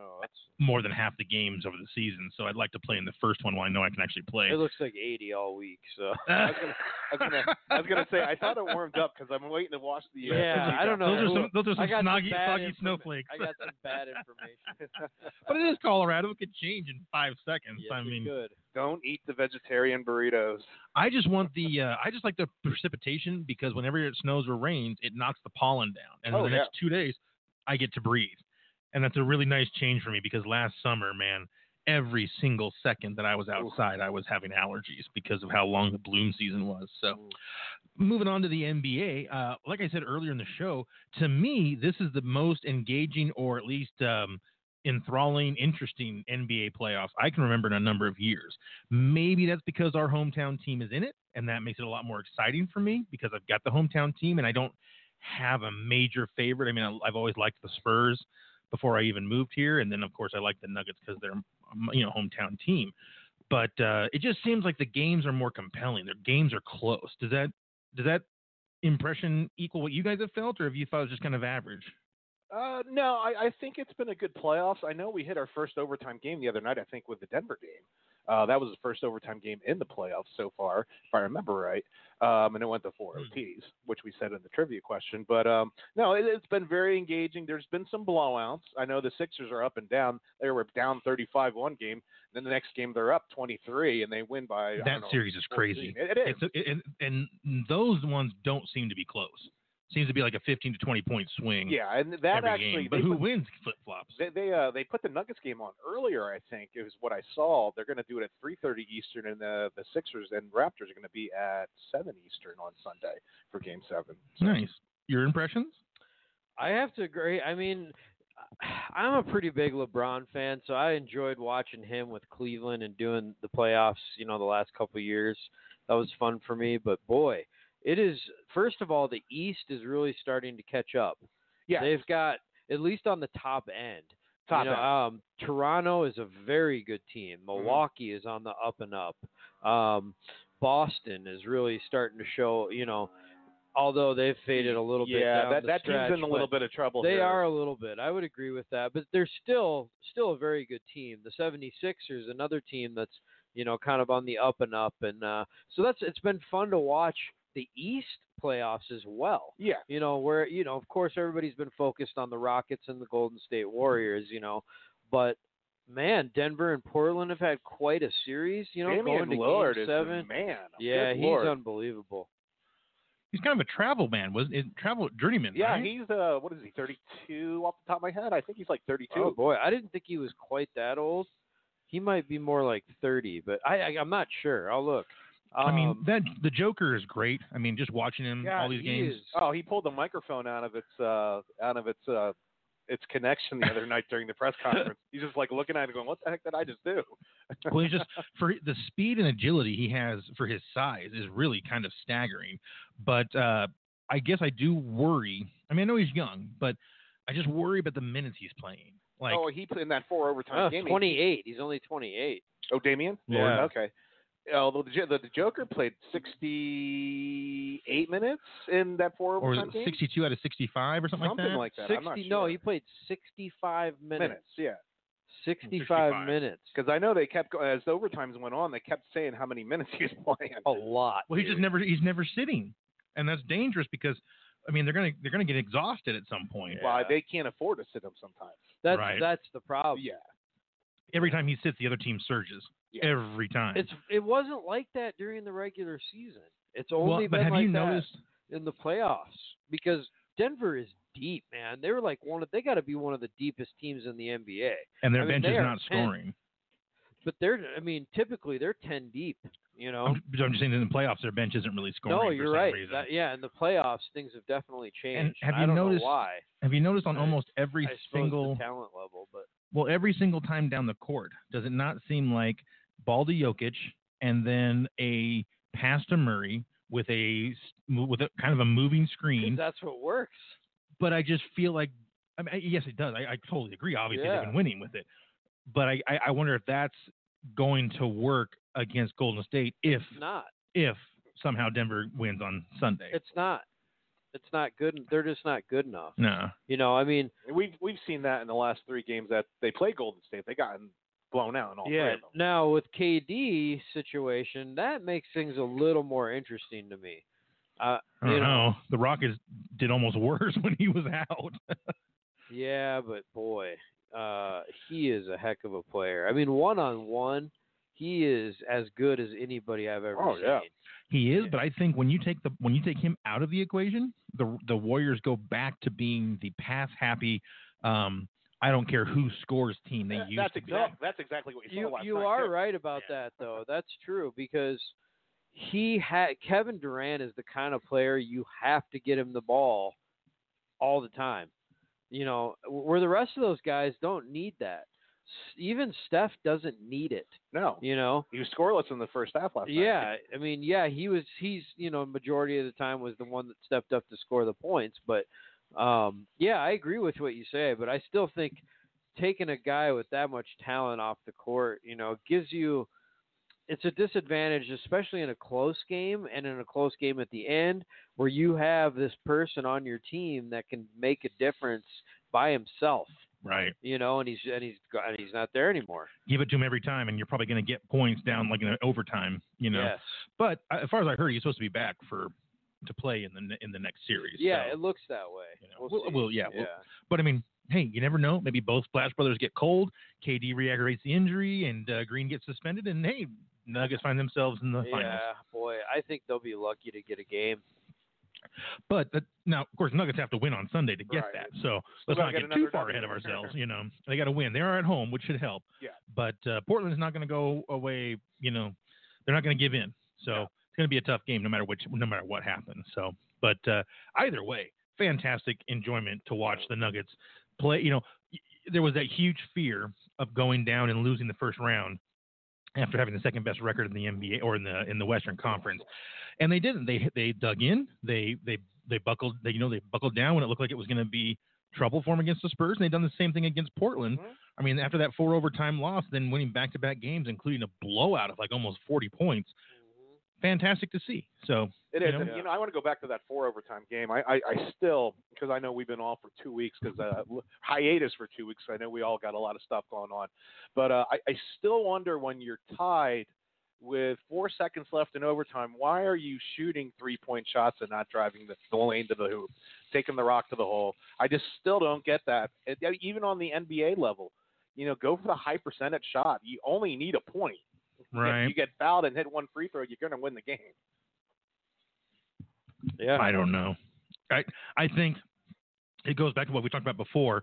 Speaker 4: Oh, that's-
Speaker 2: more than half the games over the season. So I'd like to play in the first one while I know I can actually play.
Speaker 4: it looks like 80 all week. So.
Speaker 3: was gonna- I was gonna, I was gonna say I thought it warmed up because I'm waiting to watch the. Uh,
Speaker 4: Yeah, I don't know.
Speaker 2: Those are some, those are
Speaker 4: I
Speaker 2: some
Speaker 4: got
Speaker 2: snoggy,
Speaker 4: some bad
Speaker 2: foggy
Speaker 4: informa-
Speaker 2: snowflakes.
Speaker 4: I got some bad information.
Speaker 2: but it is Colorado. It could change in five seconds.
Speaker 4: Yes,
Speaker 2: I
Speaker 4: it
Speaker 2: mean,
Speaker 4: could.
Speaker 3: Don't eat the vegetarian burritos.
Speaker 2: I just want the uh, I just like the precipitation because whenever it snows or rains, it knocks the pollen down, and
Speaker 3: Oh,
Speaker 2: in the next two days, I get to breathe, and that's a really nice change for me because last summer, man, every single second that I was outside, I was having allergies because of how long the bloom season was. So, moving on to the NBA, uh, like I said earlier in the show, to me, this is the most engaging or at least um, enthralling, interesting NBA playoffs I can remember in a number of years. Maybe that's because our hometown team is in it, and that makes it a lot more exciting for me because I've got the hometown team and I don't have a major favorite. I mean, I, I've always liked the Spurs, before I even moved here. And then, of course, I like the Nuggets because they're um, you know hometown team. But uh, it just seems like the games are more compelling. Their games are close. Does that does that impression equal what you guys have felt, or have you thought it was just kind of average?
Speaker 3: Uh, no, I, I think it's been a good playoffs. I know we hit our first overtime game the other night. I think with the Denver game, uh, that was the first overtime game in the playoffs so far, if I remember right. Um, and it went to four
Speaker 2: Hmm.
Speaker 3: OTs, which we said in the trivia question. But um, no, it, it's been very engaging. There's been some blowouts. I know the Sixers are up and down. They were down 35 one game, then the next game they're up 23 and they win by I don't
Speaker 2: that
Speaker 3: know,
Speaker 2: series is
Speaker 3: 14.
Speaker 2: crazy.
Speaker 3: It, it is.
Speaker 2: It's and, and those ones don't seem to be close. Seems to be like a 15 to 20 point swing.
Speaker 3: yeah, and that
Speaker 2: every
Speaker 3: actually
Speaker 2: game. But
Speaker 3: they
Speaker 2: who
Speaker 3: put-
Speaker 2: wins flip flops?
Speaker 3: They they uh they put the Nuggets game on earlier, I think, is what I saw. They're going to do it at 3:30 Eastern, and the the Sixers and Raptors are going to be at seven Eastern on Sunday for Game Seven. So-
Speaker 2: Nice. Your impressions?
Speaker 4: I have to agree. I mean, I'm a pretty big LeBron fan, so I enjoyed watching him with Cleveland and doing the playoffs, you know, the last couple of years. That was fun for me, but boy, it is first of all, the East is really starting to catch up.
Speaker 3: Yeah,
Speaker 4: They've got at least on the top end.
Speaker 3: top
Speaker 4: you know,
Speaker 3: end. Mm-hmm.
Speaker 4: um, Toronto is a very good team. Milwaukee is on the up and up. Um, Boston is really starting to show, you know, although they've faded a little bit.
Speaker 3: yeah,
Speaker 4: down
Speaker 3: that
Speaker 4: the
Speaker 3: that
Speaker 4: stretch,
Speaker 3: team's in a little
Speaker 4: but
Speaker 3: bit of trouble.
Speaker 4: They
Speaker 3: here.
Speaker 4: are a little bit. I would agree with that, but they're still still a very good team. The 76ers, another team that's, you know, kind of on the up and up and uh, so that's it's been fun to watch the East playoffs as well
Speaker 3: Yeah,
Speaker 4: you know, where you know, of course, everybody's been focused on the Rockets and the Golden State Warriors, you know, but man, Denver and Portland have had quite a series, you know,
Speaker 3: Damian
Speaker 4: going to
Speaker 3: Lillard
Speaker 4: game
Speaker 3: is the
Speaker 4: seven.
Speaker 3: man.
Speaker 4: yeah,
Speaker 3: Good
Speaker 4: he's
Speaker 3: Lord.
Speaker 4: unbelievable.
Speaker 2: He's kind of a travel man, wasn't it? Travel journeyman.
Speaker 3: yeah,
Speaker 2: right?
Speaker 3: he's uh what is he? 32 off the top of my head. I think he's like 32.
Speaker 4: Oh boy, I didn't think he was quite that old. He might be more like thirty, but I, I I'm not sure. I'll look.
Speaker 2: I mean,
Speaker 4: Um,
Speaker 2: that the Joker is great. I mean, just watching him
Speaker 4: God,
Speaker 2: Mm-hmm. all these
Speaker 4: he
Speaker 2: games.
Speaker 4: is-
Speaker 3: Oh, he pulled the microphone out of its uh, out of its uh, its connection the other night during the press conference. He's just like looking at it, going, "What the heck did I just do?"
Speaker 2: well, he's just for the speed and agility he has for his size is really kind of staggering. But uh, I guess I do worry. I mean, I know he's young, but I just worry about the minutes he's playing. Like,
Speaker 3: oh, he put in that four overtime
Speaker 4: oh,
Speaker 3: game. he-
Speaker 4: 28. He's only 28.
Speaker 3: Oh, Damien.
Speaker 4: Lord. Yeah.
Speaker 3: Okay. Although the, Jo- the the Joker played 68 minutes in that four
Speaker 2: or was
Speaker 3: overtime
Speaker 2: it
Speaker 3: game,
Speaker 2: 62 out of 65 or something,
Speaker 3: something
Speaker 2: like
Speaker 3: like that. I'm not
Speaker 4: 60. No,
Speaker 3: sure.
Speaker 4: he played 65
Speaker 3: minutes.
Speaker 4: minutes.
Speaker 3: Yeah,
Speaker 4: 65
Speaker 2: 65.
Speaker 4: minutes.
Speaker 3: because I know they kept go- as the overtimes went on, they kept saying how many minutes he was playing.
Speaker 4: A
Speaker 2: Oh,
Speaker 4: lot.
Speaker 2: that. Well, he
Speaker 4: dude.
Speaker 2: just never he's never sitting, and that's dangerous because I mean they're gonna they're gonna get exhausted at some point.
Speaker 3: Why
Speaker 4: yeah.
Speaker 3: they can't afford to sit him sometimes.
Speaker 4: That's
Speaker 2: Right.
Speaker 4: that's the
Speaker 2: Oh,
Speaker 4: problem.
Speaker 3: yeah.
Speaker 2: Every time he sits, the other team surges.
Speaker 3: Yeah.
Speaker 2: Every time.
Speaker 4: It's it wasn't like that during the regular season. It's
Speaker 2: Well,
Speaker 4: only
Speaker 2: but
Speaker 4: been
Speaker 2: have
Speaker 4: like
Speaker 2: you
Speaker 4: that
Speaker 2: noticed?
Speaker 4: in the playoffs because Denver is deep, man. They were like one of they got to be one of the deepest teams in the NBA.
Speaker 2: And their
Speaker 4: I mean,
Speaker 2: bench is
Speaker 4: they are
Speaker 2: not
Speaker 4: ten-
Speaker 2: scoring.
Speaker 4: But they're I mean typically they're 10 deep, you know.
Speaker 2: I'm, I'm just saying in the playoffs, their bench isn't really scoring.
Speaker 4: no,
Speaker 2: for
Speaker 4: you're
Speaker 2: some
Speaker 4: right.
Speaker 2: Reason.
Speaker 4: That- yeah, in the playoffs things have definitely changed.
Speaker 2: have
Speaker 4: I
Speaker 2: you
Speaker 4: don't
Speaker 2: noticed
Speaker 4: know why.
Speaker 2: Have you noticed on
Speaker 4: I-
Speaker 2: almost every
Speaker 4: I suppose
Speaker 2: single
Speaker 4: the talent level, but
Speaker 2: well, every single time down the court, does it not seem like ball to Jokic and then a pass to Murray with a s- with a kind of a moving
Speaker 4: 'cause
Speaker 2: screen?
Speaker 4: that's what works.
Speaker 2: But I just feel like, I mean, I- yes, it does. I, I totally agree. Obviously,
Speaker 4: Yeah.
Speaker 2: they've been winning with it, but I, I I wonder if that's going to work against Golden State if
Speaker 4: It's not.
Speaker 2: if somehow Denver wins on Sunday.
Speaker 4: It's not. It's not good. They're just not good enough.
Speaker 2: no,
Speaker 4: You know, I mean,
Speaker 3: We've we've seen that in the last three games that they play Golden State. They gotten blown out
Speaker 2: Oh,
Speaker 3: in all three
Speaker 4: yeah.
Speaker 3: of them.
Speaker 4: Now with KD situation, that makes things a little more interesting to me. Uh,
Speaker 2: I don't
Speaker 4: you
Speaker 2: know. The Rockets did almost worse when he was out.
Speaker 4: yeah, but boy, uh, he is a heck of a player. I mean, one on one, he is as good as anybody I've ever
Speaker 3: Oh,
Speaker 4: seen.
Speaker 3: yeah.
Speaker 2: He is, but I think when you take the when you take him out of the equation, the the Warriors go back to being the pass happy. Um, I don't care who scores team they
Speaker 3: That-
Speaker 2: used
Speaker 3: that's
Speaker 2: to be.
Speaker 3: exact. That's exactly what you,
Speaker 4: You
Speaker 3: saw last
Speaker 4: you
Speaker 3: night,
Speaker 4: are
Speaker 3: too.
Speaker 4: right about that though. That's true because he had Kevin Durant is the kind of player you have to get him the ball all the time. You know, where the rest of those guys don't need that. S- Even Steph doesn't need it.
Speaker 3: No,
Speaker 4: You know.
Speaker 3: he was scoreless in the first half last night.
Speaker 4: Yeah, I mean, yeah, he was. He's you know majority of the time was the one that stepped up to score the points, but Um, yeah, I agree with what you say, but I still think taking a guy with that much talent off the court, you know, gives you it's a disadvantage, especially in a close game and in a close game at the end, where you have this person on your team that can make a difference by himself.
Speaker 2: Right.
Speaker 4: You know, and he's and he's go- and he's not there anymore.
Speaker 2: Give it to him every time, and you're probably going to get points down like in overtime. You know.
Speaker 4: Yes.
Speaker 2: But uh, as far as I heard, he's supposed to be back for to play in the ne- in the next series.
Speaker 4: Yeah,
Speaker 2: so,
Speaker 4: it looks that way.
Speaker 2: you know,
Speaker 4: We'll,
Speaker 2: we'll-
Speaker 4: see.
Speaker 2: we'll- yeah, we'll-
Speaker 4: yeah.
Speaker 2: but I mean, hey, you never know. Maybe both Splash brothers get cold. KD re-aggravates the injury, and uh, Green gets suspended, and hey, Nuggets find themselves in the finals.
Speaker 4: Yeah, boy, I think they'll be lucky to get a game.
Speaker 2: But uh, now, of course, Nuggets have to win on Sunday to get
Speaker 3: Right.
Speaker 2: that. So let's not
Speaker 3: gotta get
Speaker 2: get too
Speaker 3: another
Speaker 2: far
Speaker 3: W.
Speaker 2: ahead of ourselves. You know, they got to win. They are at home, which should help.
Speaker 3: Yeah.
Speaker 2: But uh, Portland's not going to go away. You know, they're not going to give in. So it's going to be a tough game, no matter which, no matter what happens. So, but uh, either way, fantastic enjoyment to watch the Nuggets play. You know, y- y- there was that huge fear of going down and losing the first round after having the second best record in the NBA or in the in the Western Conference, and they didn't. They they dug in. They they they buckled. They you know they buckled down when it looked like it was going to be trouble for them against the Spurs, and they done the same thing against Portland.
Speaker 3: Mhm.
Speaker 2: I mean, after that four overtime loss, then winning back to back games, including a blowout of like almost forty points,
Speaker 3: Mm-hmm.
Speaker 2: fantastic to see. So
Speaker 3: It
Speaker 2: You
Speaker 3: is.
Speaker 2: know?
Speaker 3: And, you know, I want to go back to that four overtime game. I, I, I still, because I know we've been off for two weeks, because uh, l- hiatus for two weeks. I know we all got a lot of stuff going on, but uh, I, I still wonder when you're tied with four seconds left in overtime, why are you shooting three point shots and not driving the, the lane to the hoop, taking the rock to the hole? I just still don't get that. It- uh, even on the NBA level, you know, go for the high percentage shot. You only need a point. If
Speaker 2: right,
Speaker 3: you get fouled and hit one free throw, you're going to win the game.
Speaker 4: Yeah.
Speaker 2: I don't know. I I think it goes back to what we talked about before,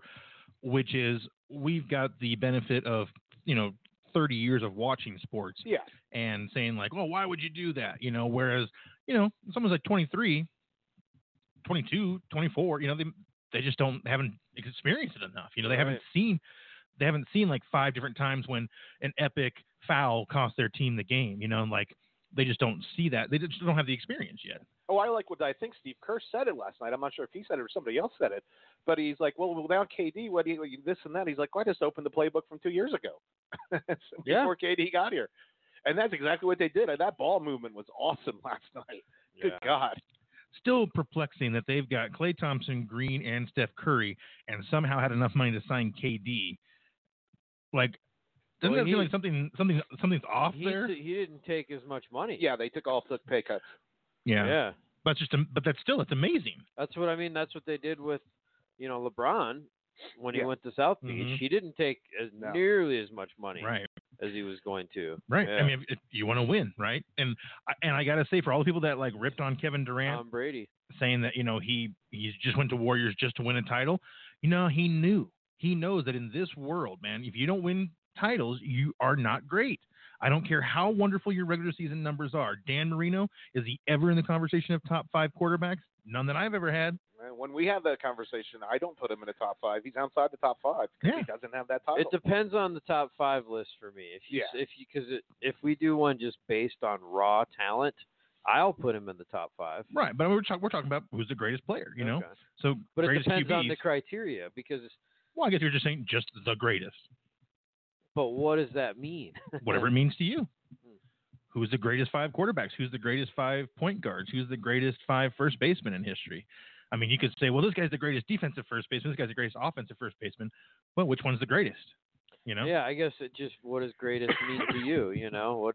Speaker 2: which is we've got the benefit of you know thirty years of watching sports
Speaker 3: Yeah.
Speaker 2: and saying like, well, why would you do that? You know, whereas you know someone's like 23, 22, 24, you know they they just don't haven't experienced it enough. You know, they haven't
Speaker 4: Right.
Speaker 2: seen they haven't seen like five different times when an epic foul cost their team the game. You know, and like they just don't see that. They just don't have the experience yet.
Speaker 3: Oh, I like what I think Steve Kerr said it last night. I'm not sure if he said it or somebody else said it, but he's like, well, well now KD, what do you, this and that. He's like, well, I just opened the playbook from two years ago, So
Speaker 4: Yeah.
Speaker 3: before KD got here, and that's exactly what they did. And that ball movement was awesome last night. Good God!
Speaker 2: Still perplexing that they've got Clay Thompson, Green, and Steph Curry, and somehow had enough money to sign KD. Like, doesn't that
Speaker 4: Well,
Speaker 2: feel
Speaker 4: he-
Speaker 2: like something something something's off
Speaker 4: He,
Speaker 2: there?
Speaker 4: he didn't take as much money.
Speaker 3: Yeah, they took all took pay cuts.
Speaker 2: Yeah.
Speaker 4: Yeah.
Speaker 2: But it's just, am- but that's still, it's amazing.
Speaker 4: That's what I mean. That's what they did with, you know, LeBron when he
Speaker 3: Yeah.
Speaker 4: went to South Beach.
Speaker 2: Mhm.
Speaker 4: He didn't take as
Speaker 3: No.
Speaker 4: nearly as much money
Speaker 2: Right.
Speaker 4: as he was going to.
Speaker 2: Right.
Speaker 4: Yeah.
Speaker 2: I mean, if, if you want to win, right? And, I- and I got to say, for all the people that like ripped on Kevin Durant,
Speaker 4: Tom Brady.
Speaker 2: saying that, you know, he, he just went to Warriors just to win a title, you know, he knew, he knows that in this world, man, if you don't win titles, you are not great. I don't care how wonderful your regular season numbers are. Dan Marino, is he ever in the conversation of top five quarterbacks? None that I've ever had.
Speaker 3: And when we have that conversation, I don't put him in the top five. He's outside the top five because
Speaker 2: Yeah.
Speaker 3: he doesn't have that title.
Speaker 4: It depends on the top five list for me. If you,
Speaker 3: Oh. Yeah.
Speaker 4: if you, because if we do one just based on raw talent, I'll put him in the top five.
Speaker 2: Right. But we're, talk- we're talking about who's the greatest player, you know?
Speaker 4: Okay.
Speaker 2: So,
Speaker 4: but it
Speaker 2: greatest
Speaker 4: depends on
Speaker 2: QBs.
Speaker 4: the criteria because.
Speaker 2: Well, I guess you're just saying just the greatest,
Speaker 4: But what does that mean?
Speaker 2: whatever it means to you.
Speaker 4: Hmm.
Speaker 2: Who's the greatest five quarterbacks? Who's the greatest five point guards? Who's the greatest five first baseman in history? I mean, you could say, well, this guy's the greatest defensive first baseman. This guy's the greatest offensive first baseman. Well, which one's the greatest? You know?
Speaker 4: Yeah, I guess it just what does greatest mean to you? You know, what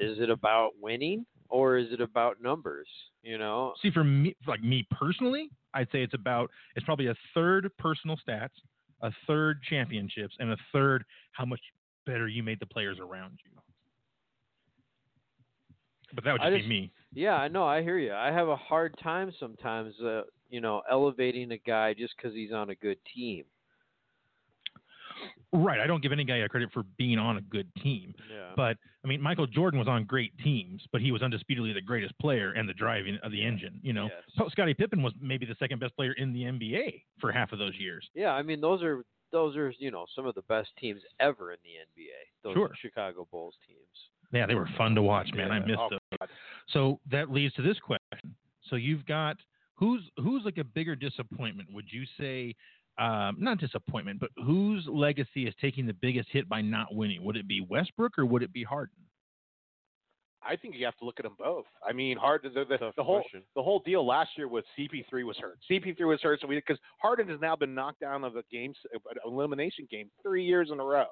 Speaker 4: is it about winning or is it about numbers? You know,
Speaker 2: See, for me, for like me personally, I'd say it's about it's probably a third personal stats, a third championships, and a third how much better you made the players around you. But that would
Speaker 4: I
Speaker 2: just be
Speaker 4: just-
Speaker 2: me.
Speaker 4: yeah, I know, I hear you. I have a hard time sometimes, uh, you know, elevating a guy just because he's on a good team.
Speaker 2: Right. I don't give any guy a credit for being on a good team.
Speaker 4: Yeah,
Speaker 2: But I mean, Michael Jordan was on great teams, but he was undisputedly the greatest player and the driving of the engine. You know,
Speaker 4: Yes.
Speaker 2: So Scottie Pippen was maybe the second best player in the NBA for half of those years.
Speaker 4: yeah, I mean, those are those are you know some of the best teams ever in the NBA. Those
Speaker 2: Sure.
Speaker 4: Chicago Bulls teams.
Speaker 2: Yeah, they were fun to watch, man. I
Speaker 4: Yeah.
Speaker 2: missed
Speaker 3: Oh,
Speaker 2: those. So that leads to this question. So you've got who's who's like a bigger disappointment? Would you say um, not disappointment, but whose legacy is taking the biggest hit by not winning? Would it be Westbrook or would it be Harden?
Speaker 3: I think you have to look at them both. I mean, hard the, the,
Speaker 4: Tough
Speaker 3: the whole
Speaker 4: question.
Speaker 3: the whole deal last year was CP3 was hurt. CP3 was hurt, so we because Harden has now been knocked down of a game an elimination game three years in a row,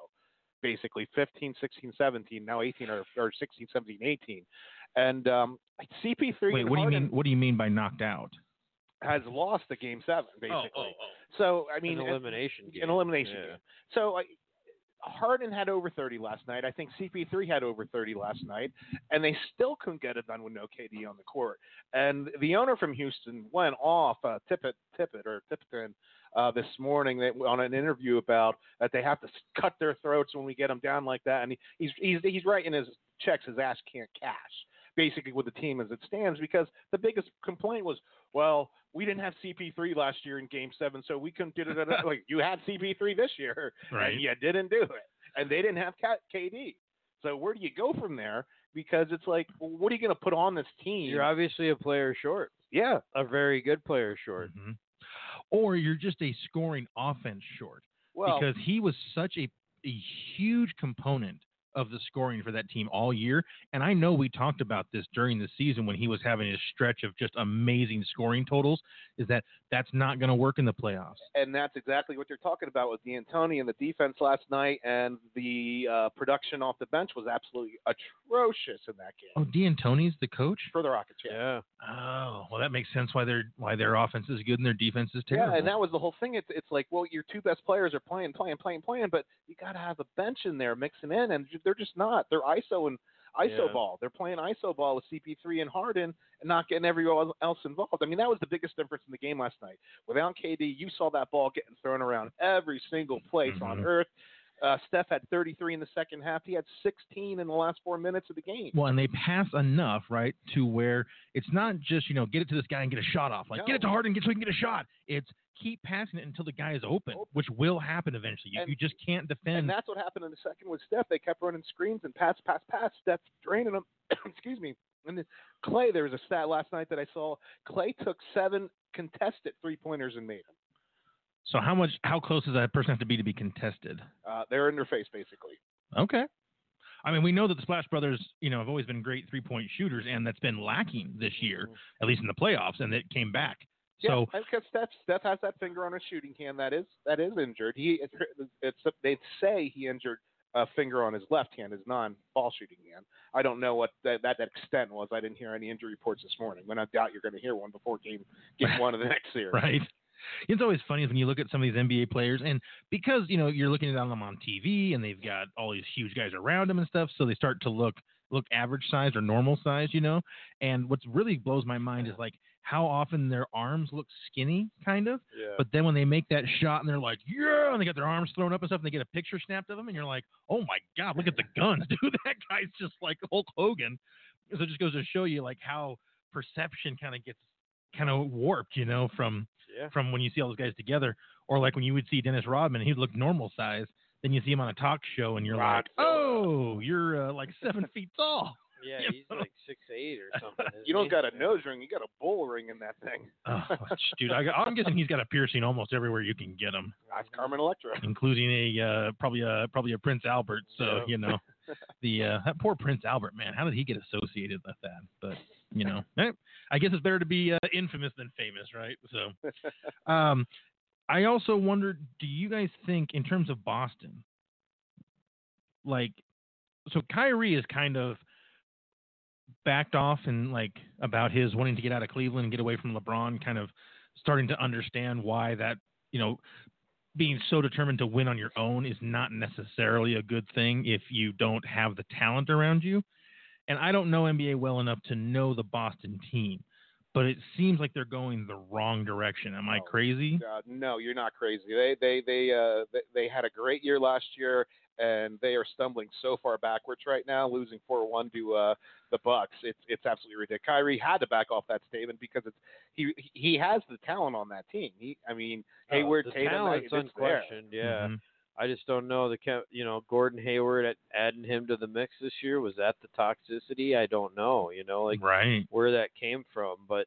Speaker 3: basically 15, 16, 17, now 18 or, or 16, 17, 18, and um, CP3
Speaker 2: Wait,
Speaker 3: and
Speaker 2: what do you
Speaker 3: Harden
Speaker 2: mean? What do you mean by knocked out?
Speaker 3: has lost the game seven
Speaker 2: Oh,
Speaker 3: basically. So oh, I mean,
Speaker 4: an elimination game.
Speaker 3: an elimination
Speaker 4: Yeah.
Speaker 3: game. So like, Harden had over 30 last night. I think CP3 had over 30 last night, and they still couldn't get it done with no KD on the court. And the owner from Houston went off uh, Tippett, Tippett or Tipton uh, this morning that, on an interview about that they have to s- cut their throats when we get them down like that. And he, he's he's he's writing his checks his ass can't cash. Basically, with the team as it stands, because the biggest complaint was, well, we didn't have CP3 last year in Game Seven, so we couldn't. do it. like you had CP3 this year,
Speaker 2: Right.
Speaker 3: and you didn't do it, and they didn't have Ka- KD. So where do you go from there? Because it's like, well, what are you going to put on this team?
Speaker 4: You're obviously a player short,
Speaker 3: yeah,
Speaker 4: a very good player short.
Speaker 2: Mhm. Or you're just a scoring offense short
Speaker 3: well,
Speaker 2: because he was such a, a huge component of the scoring for that team all year. And I know we talked about this during the season when he was having his stretch of just amazing scoring totals. Is that that's not going to work in the playoffs?
Speaker 3: and that's exactly what you're talking about with D'Antoni and the defense last night, and the uh, production off the bench was absolutely atrocious in that game
Speaker 2: Oh, D'Antoni's the coach.
Speaker 3: for the Rockets. Yeah.
Speaker 4: Yeah.
Speaker 2: Oh, well, that makes sense why their why their offense is good and their defense is terrible.
Speaker 3: Yeah, and that was the whole thing. It's it's like, well, your two best players are playing, playing, playing, playing, but you got to have a bench in there mixing in, and ju- they're just not. They're ISO and ISO
Speaker 4: Yeah.
Speaker 3: ball. They're playing ISO ball with CP3 and Harden, and not getting everyone else involved. I mean, that was the biggest difference in the game last night. Without KD, you saw that ball getting thrown around every single place on
Speaker 2: Mhm.
Speaker 3: earth. Uh, Steph had 33 in the second half. He had 16 in the last four minutes of the game.
Speaker 2: Well, and they pass enough, right, to where it's not just, you know, get it to this guy and get a shot off. Like,
Speaker 3: No.
Speaker 2: get it to Harden get, so he can get a shot. It's keep passing it until the guy is open,
Speaker 3: Open.
Speaker 2: which will happen eventually. You,
Speaker 3: And-
Speaker 2: you just can't
Speaker 3: And
Speaker 2: defend.
Speaker 3: that's what happened in the second with Steph. They kept running screens and pass, pass, pass. Steph draining them. Excuse me. And then Clay, there was a stat last night that I saw. Clay took seven contested three pointers and made them.
Speaker 2: so how much, how close does that person have to be to be contested?
Speaker 3: Uh, they're in their face, basically.
Speaker 2: Okay. I mean, we know that the Splash Brothers, you know, have always been great three point shooters, and that's been lacking this year, at least in the playoffs, and it came back.
Speaker 3: Mm-hmm. Yeah,
Speaker 2: So,
Speaker 3: because Steph, Steph has that finger on his shooting hand that is that is injured. He it's, it's they say he injured a finger on his left hand, his non-ball shooting hand. I don't know what that, that extent was. I didn't hear any injury reports this morning. When I doubt you're going to hear one before game game one of the next series.
Speaker 2: right? It's always funny is when you look at some of these NBA players, and because you know you're looking at them on TV, and they've got all these huge guys around them and stuff, so they start to look look average sized or normal sized, you know. And what's really blows my mind is like how often their arms look skinny, kind of,
Speaker 4: Yeah.
Speaker 2: but then when they make that shot and they're like, yeah, and they got their arms thrown up and stuff, and they get a picture snapped of them, and you're like, oh my god, look at the guns, dude. That guy's just like Hulk Hogan. So it just goes to show you like how perception kind of gets kind of warped, you know, from
Speaker 4: Yeah.
Speaker 2: from when you see all those guys together, or like when you would see Dennis Rodman, he'd look normal size. Then you see him on a talk show, and you're like, "Oh, you're uh, like seven feet tall."
Speaker 4: Yeah,
Speaker 2: You
Speaker 4: he's like six eight or something.
Speaker 3: You don't got a nose ring. You got a bull ring in that thing.
Speaker 2: Oh, dude, I, I'm guessing he's got a piercing almost everywhere you can get him.
Speaker 3: That's Carmen Electra.
Speaker 2: including a uh, probably a probably a Prince Albert. So
Speaker 4: Yeah.
Speaker 2: you know, the uh, that poor Prince Albert man. How did he get associated with that? But you know, eh, I guess it's better to be uh, infamous than famous, right? So, um, I also wondered, do you guys think in terms of Boston, like, so Kyrie is kind of backed off and like about his wanting to get out of Cleveland and get away from LeBron, kind of starting to understand why that you know being so determined to win on your own is not necessarily a good thing if you don't have the talent around you. And I don't know NBA well enough to know the Boston team, but it seems like they're going the wrong direction. Am I
Speaker 3: Oh,
Speaker 2: crazy?
Speaker 3: Uh, no, you're not crazy. They they they uh they, they had a great year last year, and they are stumbling so far backwards right now, losing four one to uh the Bucks. It's it's absolutely ridiculous. Kyrie had to back off that statement because it's he he has the talent on that team. He I mean Hayward,
Speaker 4: the
Speaker 3: Tatum,
Speaker 4: talent's
Speaker 3: it's there. Mm-hmm.
Speaker 4: unquestioned. Yeah.
Speaker 2: Mhm.
Speaker 4: I just don't know the chem- you know Gordon Hayward at, adding him to the mix this year was that the toxicity? I don't know. You know, like
Speaker 2: right.
Speaker 4: where that came from, but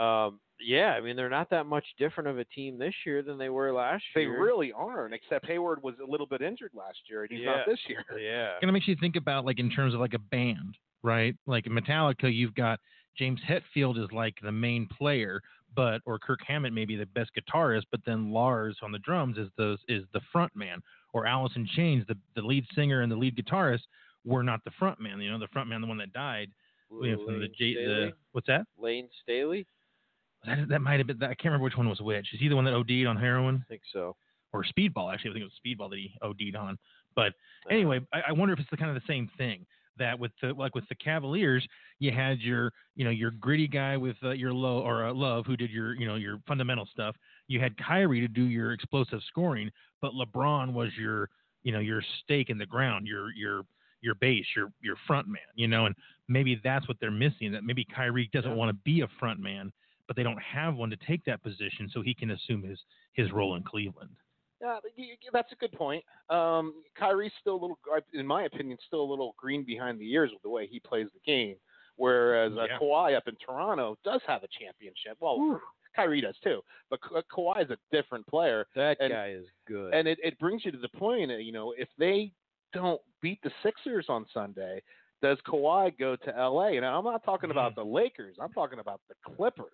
Speaker 4: um, yeah, I mean they're not that much different of a team this year than they were last
Speaker 3: They
Speaker 4: year.
Speaker 3: really aren't, except Hayward was a little bit injured last year, and he's not
Speaker 4: Yeah.
Speaker 3: this year.
Speaker 4: yeah.
Speaker 2: kind of makes you think about like in terms of like a band, right? Like in Metallica, you've got James Hetfield is like the main player, but or Kirk Hammett may be the best guitarist, but then Lars on the drums is the is the front man, or Alice in Chains, the, the lead singer and the lead guitarist were not the front man. You know, the front man, the one that died, you know, from the,
Speaker 4: Lane
Speaker 2: J, the
Speaker 4: Staley?
Speaker 2: what's that?
Speaker 4: Lane Staley?
Speaker 2: that? That might have been. That, I can't remember which one was which. Is he the one that OD'd on heroin?
Speaker 4: I think so.
Speaker 2: or speedball actually. I think it was speedball that he OD'd on. But anyway, I, I wonder if it's the kind of the same thing that with the like with the Cavaliers, you had your you know your gritty guy with uh, your low or uh, love who did your you know your fundamental stuff. You had Kyrie to do your explosive scoring, but LeBron was your you know your stake in the ground, your your your base, your your front man. You know, and maybe that's what they're missing. That maybe Kyrie doesn't want to be a front man. But they don't have one to take that position, so he can assume his his role in Cleveland.
Speaker 3: Yeah, but you- you- that's a good point. Um, Kyrie's still a little, in my opinion, still a little green behind the ears with the way he plays the game. Whereas uh,
Speaker 2: Yeah.
Speaker 3: Kawhi up in Toronto does have a championship. Well, Kyrie does too, but Ka- Kawhi is a different player,
Speaker 4: That
Speaker 3: And-
Speaker 4: guy is good.
Speaker 3: and it, it brings you to the point. That, you know, if they don't beat the Sixers on Sunday, does Kawhi go to L.A.? And I'm not talking about the Lakers. I'm talking about the Clippers.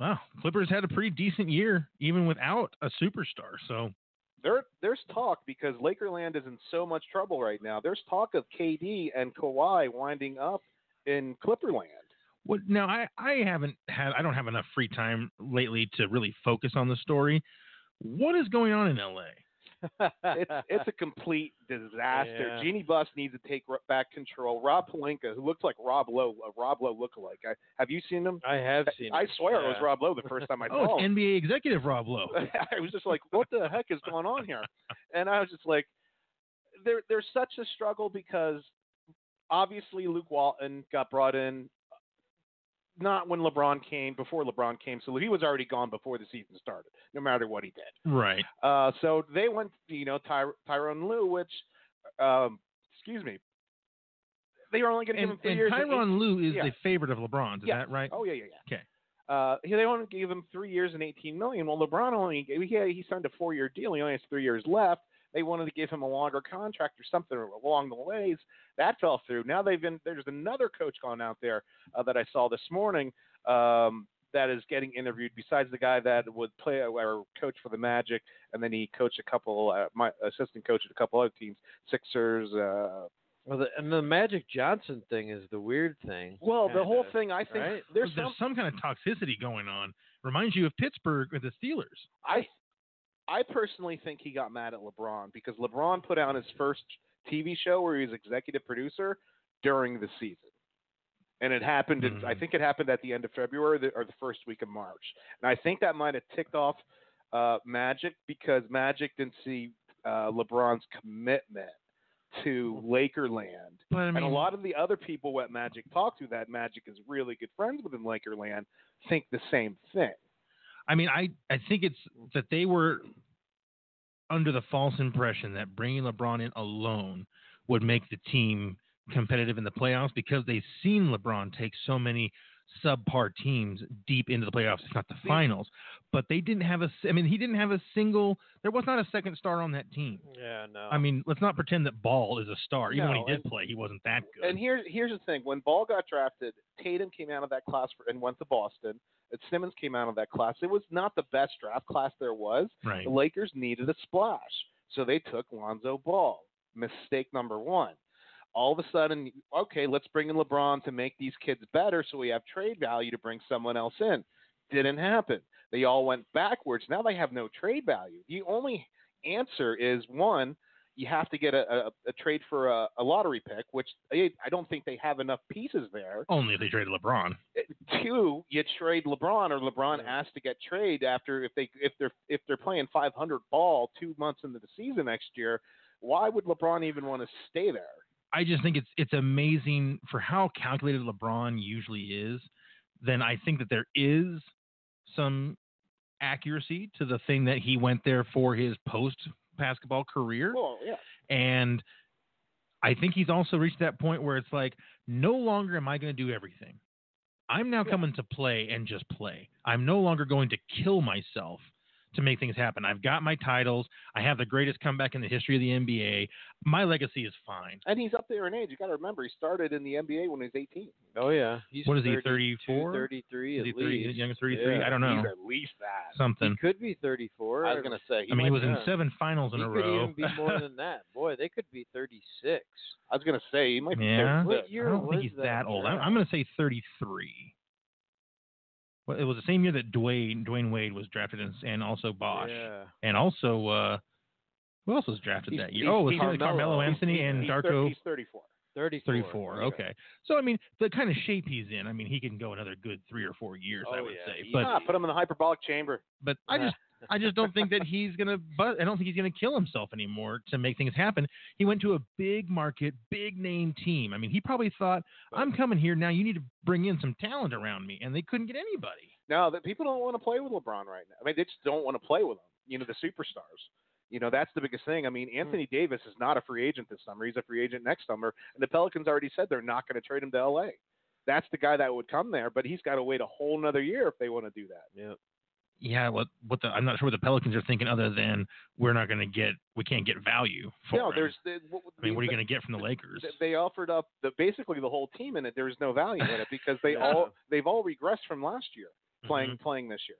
Speaker 2: Wow, Clippers had a pretty decent year even without a superstar. So
Speaker 3: there there's talk because Lakerland is in so much trouble right now. There's talk of KD and Kawhi winding up in Clipperland.
Speaker 2: what? Now I I haven't had I don't have enough free time lately to really focus on the story. What is going on in LA?
Speaker 3: It's it's a complete disaster.
Speaker 4: Yeah.
Speaker 3: Jeannie Buss needs to take r- back control. Rob Palenka, who looks like Rob Lowe, a Rob Lowe lookalike. I, have you seen him?
Speaker 4: I have seen.
Speaker 3: I
Speaker 4: it,
Speaker 3: swear it was
Speaker 4: yeah.
Speaker 3: Rob Lowe the first time I
Speaker 2: Oh,
Speaker 3: saw
Speaker 2: it's
Speaker 3: him.
Speaker 2: NBA executive Rob Lowe.
Speaker 3: I was just like, what the heck is going on here? And I was just like, there, there's such a struggle because obviously Luke Walton got brought in not when LeBron came, before LeBron came. So he was already gone before the season started, no matter what he did.
Speaker 2: Right.
Speaker 3: Uh, so they went, you know, Ty- Tyrone Lue, which, um, excuse me, they were only going to give
Speaker 2: And,
Speaker 3: him three
Speaker 2: and
Speaker 3: years. and
Speaker 2: Tyronn Lue is
Speaker 3: yeah.
Speaker 2: the favorite of LeBron's. Is
Speaker 3: Yeah.
Speaker 2: that right?
Speaker 3: Oh yeah, yeah, yeah.
Speaker 2: Okay.
Speaker 3: Uh, he- they only gave him three years and eighteen million. Well, LeBron only he, he signed a four-year deal. He only has three years left. They wanted to give him a longer contract or something along the ways. That fell through. Now they've been there's another coach gone out there uh, that I saw this morning um, that is getting interviewed. Besides the guy that would play uh, or coach for the Magic, and then he coached a couple, uh, my assistant coach at a couple other teams, Sixers, uh,
Speaker 4: Well, the, and the Magic Johnson thing is the weird thing.
Speaker 3: Well, the
Speaker 4: kinda,
Speaker 3: whole thing, I think
Speaker 4: right?
Speaker 3: there's
Speaker 2: There's some
Speaker 3: some.
Speaker 2: kind of toxicity going on. Reminds you of Pittsburgh with the Steelers.
Speaker 3: I, I personally think he got mad at LeBron because LeBron put on his first TV show where he was executive producer during the season, and it happened. In, I
Speaker 2: Mhm.
Speaker 3: think it happened at the end of February the- or the first week of March, and I think that might have ticked off uh, Magic because Magic didn't see uh, LeBron's commitment to Lakerland
Speaker 2: But I mean,
Speaker 3: and a lot of the other people what Magic talked to that Magic is really good friends with in Lakerland think the same thing.
Speaker 2: I mean, I, I think it's that they were under the false impression that bringing LeBron in alone would make the team competitive in the playoffs because they've seen LeBron take so many subpar teams deep into the playoffs, if not the finals. But they didn't have a, s- I mean, he didn't have a single, there was not a second star on that team.
Speaker 4: Yeah, no.
Speaker 2: I mean, let's not pretend that Ball is a star. Even when
Speaker 3: No,
Speaker 2: he did
Speaker 3: and-
Speaker 2: play, he wasn't that good.
Speaker 3: And here's here's the thing: when Ball got drafted, Tatum came out of that class for, and went to Boston. And Simmons came out of that class. It was not the best draft class there was.
Speaker 2: right.
Speaker 3: The Lakers needed a splash, so they took Lonzo Ball. Mistake number one. All of a sudden, okay, let's bring in LeBron to make these kids better, so we have trade value to bring someone else in. Didn't happen. They all went backwards. Now they have no trade value. The only answer is one, you have to get a, a, a trade for a, a lottery pick, which I I don't think they have enough pieces there.
Speaker 2: Only if they traded LeBron.
Speaker 3: Two, you trade LeBron, or LeBron
Speaker 4: Yeah.
Speaker 3: asked to get trade after if they if they're if they're playing 500 ball two months into the season next year. Why would LeBron even want to stay there?
Speaker 2: I just think it's it's amazing for how calculated LeBron usually is. Then I think that there is some accuracy to the thing that he went there for his post basketball career,
Speaker 3: Well, yeah,
Speaker 2: and I think he's also reached that point where it's like, no longer am I going to do everything. I'm now coming to play and just play. I'm no longer going to kill myself to make things happen. I've got my titles. I have the greatest comeback in the history of the NBA. My legacy is fine.
Speaker 3: And he's up there in age. You got to remember, he started in the NBA when he was 18.
Speaker 4: Oh yeah. He's
Speaker 2: What is he,
Speaker 4: 32,
Speaker 2: 34?
Speaker 4: 33
Speaker 2: Is
Speaker 4: at
Speaker 2: he 30,
Speaker 4: least.
Speaker 2: young as 33?
Speaker 4: Yeah.
Speaker 2: I don't know.
Speaker 3: He's at least that.
Speaker 2: Something.
Speaker 4: He could be 34.
Speaker 3: I was gonna say.
Speaker 2: I mean, he
Speaker 3: might-
Speaker 2: was in
Speaker 4: yeah.
Speaker 2: seven finals in
Speaker 4: he
Speaker 2: a
Speaker 4: could
Speaker 2: row.
Speaker 4: even be more than that. Boy, they could be 36.
Speaker 3: I was gonna say he might be.
Speaker 2: Yeah.
Speaker 3: 36.
Speaker 4: What year
Speaker 2: I don't
Speaker 4: was
Speaker 2: think he's
Speaker 4: that?
Speaker 2: that old. I'm,
Speaker 4: draft?
Speaker 2: I'm going to say 33. Well, it was the same year that Dwayne Dwayne Wade was drafted, and, and also Bosch,
Speaker 4: Yeah.
Speaker 2: and also uh, who else was drafted
Speaker 3: He's-
Speaker 2: that year?
Speaker 3: he's-
Speaker 2: oh, it was
Speaker 3: he's
Speaker 2: Carmelo,
Speaker 4: Carmelo.
Speaker 2: Anthony
Speaker 3: He's-
Speaker 2: and
Speaker 3: he's thir-
Speaker 2: Darko.
Speaker 3: He's 34.
Speaker 4: 34.
Speaker 2: 34. Okay. So, I mean, the kind of shape he's in, I mean, he can go another good three or four years, I
Speaker 4: Oh,
Speaker 2: would
Speaker 4: yeah,
Speaker 2: say.
Speaker 4: he's
Speaker 2: But,
Speaker 3: ah, put him in the hyperbolic chamber.
Speaker 2: but I just, I just don't think that he's gonna. But I don't think he's gonna kill himself anymore to make things happen. He went to a big market, big name team. I mean, he probably thought, "I'm coming here now. You need to bring in some talent around me," and they couldn't get anybody.
Speaker 3: No, that people don't want to play with LeBron right now. I mean, they just don't want to play with him. You know, the superstars. You know, that's the biggest thing. I mean,
Speaker 2: Hmm.
Speaker 3: Anthony Davis is not a free agent this summer. He's a free agent next summer, and the Pelicans already said they're not going to trade him to LA. That's the guy that would come there, but he's got to wait a whole another year if they want to do that.
Speaker 4: Yeah.
Speaker 2: Yeah, what what the? I'm not sure what the Pelicans are thinking, other than we're not gonna get, we can't get value for
Speaker 3: no,
Speaker 2: him.
Speaker 3: there's. The, what,
Speaker 2: I mean, what are you
Speaker 3: the-
Speaker 2: gonna get from the Lakers?
Speaker 3: th- They offered up the basically the whole team in it. There was no value in it because they
Speaker 4: Yeah.
Speaker 3: all they've all regressed from last year playing
Speaker 2: Mm-hmm.
Speaker 3: playing this year,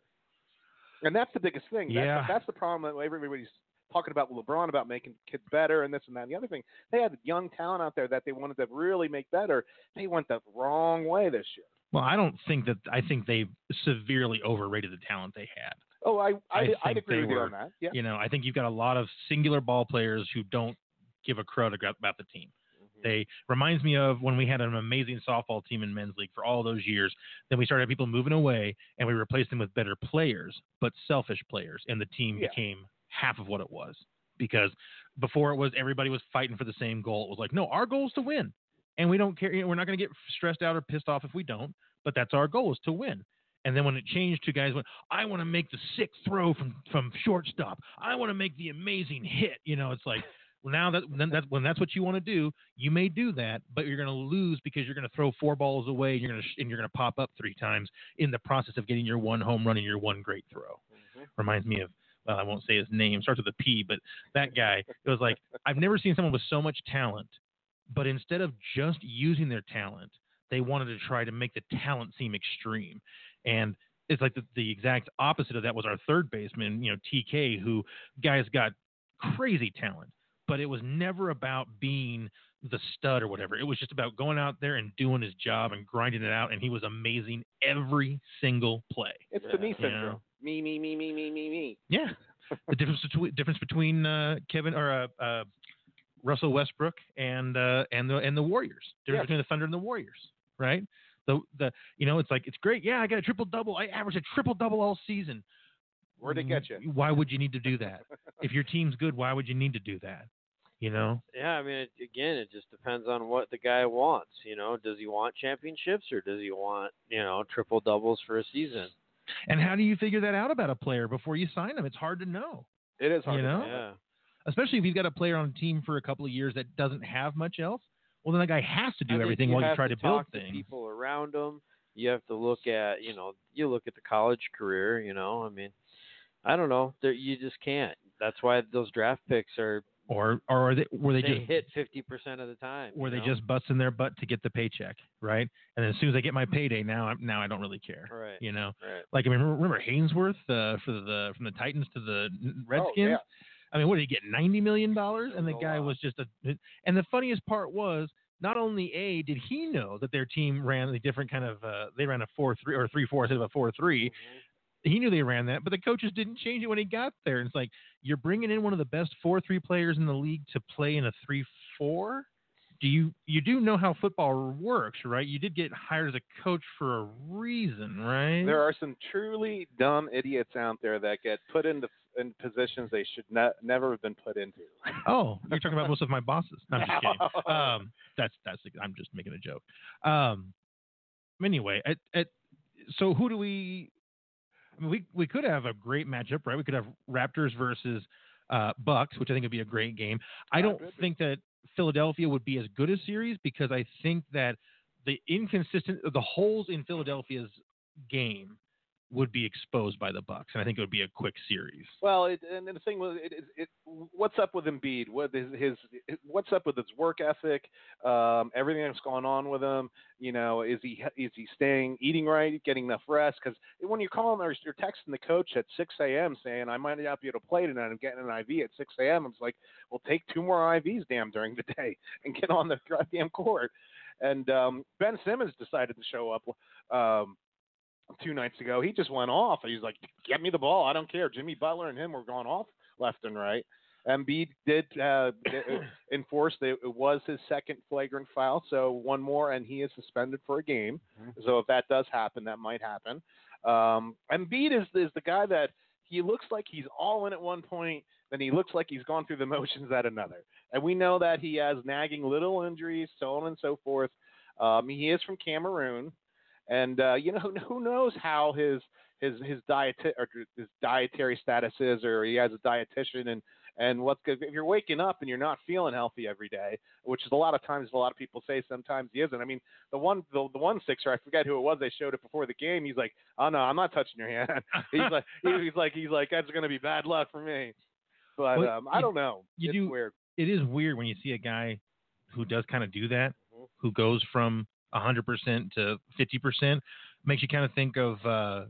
Speaker 3: and that's the biggest thing. That's,
Speaker 2: Yeah.
Speaker 3: that's the problem that everybody's talking about with LeBron about making kids better and this and that. And the other thing, they had young talent out there that they wanted to really make better. They went the wrong way this year.
Speaker 2: Well, I don't think that. I think they severely overrated the talent they had.
Speaker 3: Oh, I
Speaker 2: I
Speaker 3: I,
Speaker 2: think
Speaker 3: would agree
Speaker 2: they
Speaker 3: with
Speaker 2: were-
Speaker 3: you on that. Yeah.
Speaker 2: You know, I think you've got a lot of singular ball players who don't give a crud ag- about the team.
Speaker 3: Mm-hmm.
Speaker 2: They reminds me of when we had an amazing softball team in men's league for all those years. Then we started people moving away, and we replaced them with better players, but selfish players, and the team
Speaker 3: Yeah.
Speaker 2: became half of what it was. Because before it was everybody was fighting for the same goal. It was like, no, our goal is to win, and we don't care. you know, We're not going to get stressed out or pissed off if we don't. But that's our goal is to win. And then when it changed, two guys went, I want to make the sick throw from from shortstop. I want to make the amazing hit. You know, it's like well, now that then that's when that's what you want to do, you may do that, but you're going to lose because you're going to throw four balls away and you're going to sh- and you're going to pop up three times in the process of getting your one home run and your one great throw. Reminds me of well, I won't say his name, starts with a P, but that guy. It was like I've never seen someone with so much talent, but instead of just using their talent, they wanted to try to make the talent seem extreme. And it's like the, the exact opposite of that was our third baseman, you know, TK, who guys got crazy talent, but it was never about being the stud or whatever. It was just about going out there and doing his job and grinding it out. And he was amazing every single play.
Speaker 3: It's
Speaker 4: Yeah.
Speaker 3: the me
Speaker 2: Yeah.
Speaker 3: syndrome. Me me me me me me me.
Speaker 2: Yeah. The difference between difference between uh, Kevin or uh, uh, Russell Westbrook and uh, and the and the Warriors. Difference
Speaker 3: Yes.
Speaker 2: between the Thunder and the Warriors, right? The the you know it's like it's great. Yeah, I got a triple double. I averaged a triple double all season.
Speaker 3: Where'd it get you?
Speaker 2: Why would you need to do that? if your team's good, why would you need to do that? You know,
Speaker 4: Yeah, I mean, it, again, it just depends on what the guy wants. You know, does he want championships or does he want, you know, triple doubles for a season?
Speaker 2: and how do you figure that out about a player before you sign him? It's hard to know,
Speaker 3: It is hard.
Speaker 2: You
Speaker 3: to
Speaker 2: know?
Speaker 3: tell.
Speaker 4: Yeah.
Speaker 2: especially if you've got a player on a team for a couple of years that doesn't have much else. Well, then that guy has to
Speaker 4: I
Speaker 2: do
Speaker 4: think
Speaker 2: everything
Speaker 4: you
Speaker 2: while you
Speaker 4: have
Speaker 2: try to, build
Speaker 4: talk
Speaker 2: things.
Speaker 4: people around them. You have to look at, you know, you look at the college career. You know, I mean, I don't know. There, you just can't. That's why those draft picks are
Speaker 2: or or are they, were they,
Speaker 4: they,
Speaker 2: just
Speaker 4: hit fifty percent of the time.
Speaker 2: were
Speaker 4: you
Speaker 2: they
Speaker 4: know?
Speaker 2: just busting their butt to get the paycheck, right? And then as soon as I get my payday, now I'm now I don't really care,
Speaker 4: right?
Speaker 2: you know.
Speaker 4: Right.
Speaker 2: Like I mean, remember Hainsworth uh, for the from the Titans to the n-
Speaker 3: Oh,
Speaker 2: Redskins.
Speaker 3: yeah.
Speaker 2: I mean, what did he get? Ninety million dollars, and the
Speaker 4: That was a
Speaker 2: guy
Speaker 4: lot.
Speaker 2: was just a. And the funniest part was not only a did he know that their team ran a different kind of uh, they ran a four three or three four instead of a four
Speaker 4: Mm-hmm.
Speaker 2: three. He knew they ran that, but the coaches didn't change it when he got there. And it's like you're bringing in one of the best four three players in the league to play in a three four. Do you you do know how football works, right? You did get hired as a coach for a reason, right?
Speaker 3: There are some truly dumb idiots out there that get put into in positions they should ne- never have been put into.
Speaker 2: Oh, you're talking about most of my bosses. No, I'm just kidding. Um, that's that's. I'm just making a joke. Um, anyway, at, at, so who do we? I mean, we we could have a great matchup, right? We could have Raptors versus uh, Bucks, which I think would be a great game. I
Speaker 3: Yeah,
Speaker 2: don't
Speaker 3: it would be.
Speaker 2: think that Philadelphia would be as good a series because I think that the inconsistent the holes in Philadelphia's game would be exposed by the Bucks, and I think it would be a quick series.
Speaker 3: Well, it, and the thing was, it, it, it, what's up with Embiid? What is his? What's up with his work ethic? Um, everything that's going on with him. You know, is he is he staying eating right, getting enough rest? Because when you're calling or you're texting the coach at 6 a.m. saying I might not be able to play tonight, I'm getting an IV at 6 a.m. I'm like, well, take two more IVs, damn, during the day, and get on the goddamn court. And um, Ben Simmons decided to show up. Um, two nights ago. He just went off. He's like, "Get me the ball. I don't care." Jimmy Butler and him were going off left and right. Embiid did uh, enforce that it was his second flagrant foul, so one more, and he is suspended for a game. So if that does happen, that might happen. Um, Embiid is is the guy that he looks like he's all in at one point, then he looks like he's gone through the motions at another. And we know that he has nagging little injuries, so on and so forth. Um, he is from Cameroon, and uh, you know who, who knows how his his his diet or his dietary status is, or he has a dietitian and and what's good. If you're waking up and you're not feeling healthy every day, which is a lot of times a lot of people say sometimes he isn't. I mean, the one the, the one sixer, I forget who it was. They showed it before the game. He's like, oh no, I'm not touching your hand. he's like he's like he's like that's gonna be bad luck for me. But
Speaker 2: Well,
Speaker 3: um,
Speaker 2: you-
Speaker 3: I don't know.
Speaker 2: you
Speaker 3: it's
Speaker 2: do-
Speaker 3: weird.
Speaker 2: It is weird when you see a guy who does kind of do that, who goes from 100% to 50%. Makes you kind of think of uh,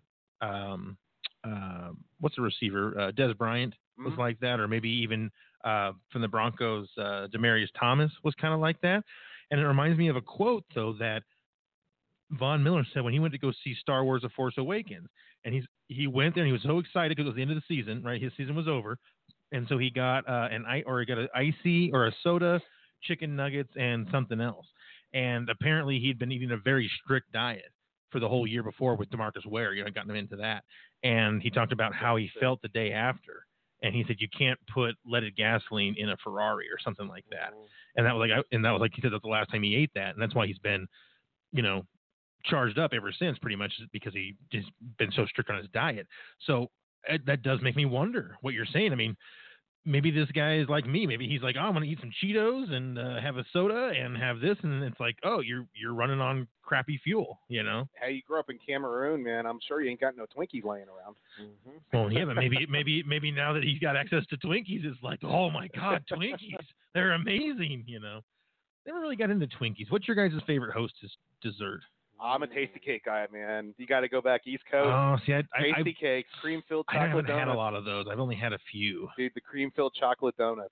Speaker 2: um, uh, what's the receiver? Uh, Des Bryant was
Speaker 3: Mhm.
Speaker 2: like that, or maybe even uh, from the Broncos, uh, Demarius Thomas was kind of like that. And it reminds me of a quote, though, that Von Miller said when he went to go see Star Wars: The Force Awakens, and he's he went there and he was so excited because it was the end of the season, right? His season was over, and so he got uh, an i or he got an icy or a soda, chicken nuggets, and something else. And apparently, he'd been eating a very strict diet for the whole year before with Demarcus Ware. You know, gotten him into that, and he talked about how he felt the day after. And he said, "You can't put leaded gasoline in a Ferrari or something like that."
Speaker 3: Mm-hmm.
Speaker 2: and that was like and that was like he said that's the last time he ate that and that's why he's been you know charged up ever since pretty much is because he just been so strict on his diet so it, that does make me wonder what you're saying i mean maybe this guy is like me maybe he's like oh, i'm going to eat some cheetos and uh, have a soda and have this and it's like oh you're you're running on crappy fuel you know
Speaker 3: Hey, you grew up in Cameroon, man. I'm sure you ain't got no Twinkies laying around.
Speaker 2: well yeah but maybe maybe maybe now that he's got access to twinkies it's like oh my god twinkies they're amazing you know never really got into twinkies what's your guys' favorite hostess dessert
Speaker 3: I'm a tasty cake guy, man. You got to go back East Coast.
Speaker 2: Mm. Oh, see, I, I,
Speaker 3: tasty cakes, cream filled
Speaker 2: I, I
Speaker 3: chocolate
Speaker 2: haven't had a
Speaker 3: donuts.
Speaker 2: lot of those. I've only had a few.
Speaker 3: Dude, the cream filled chocolate donuts.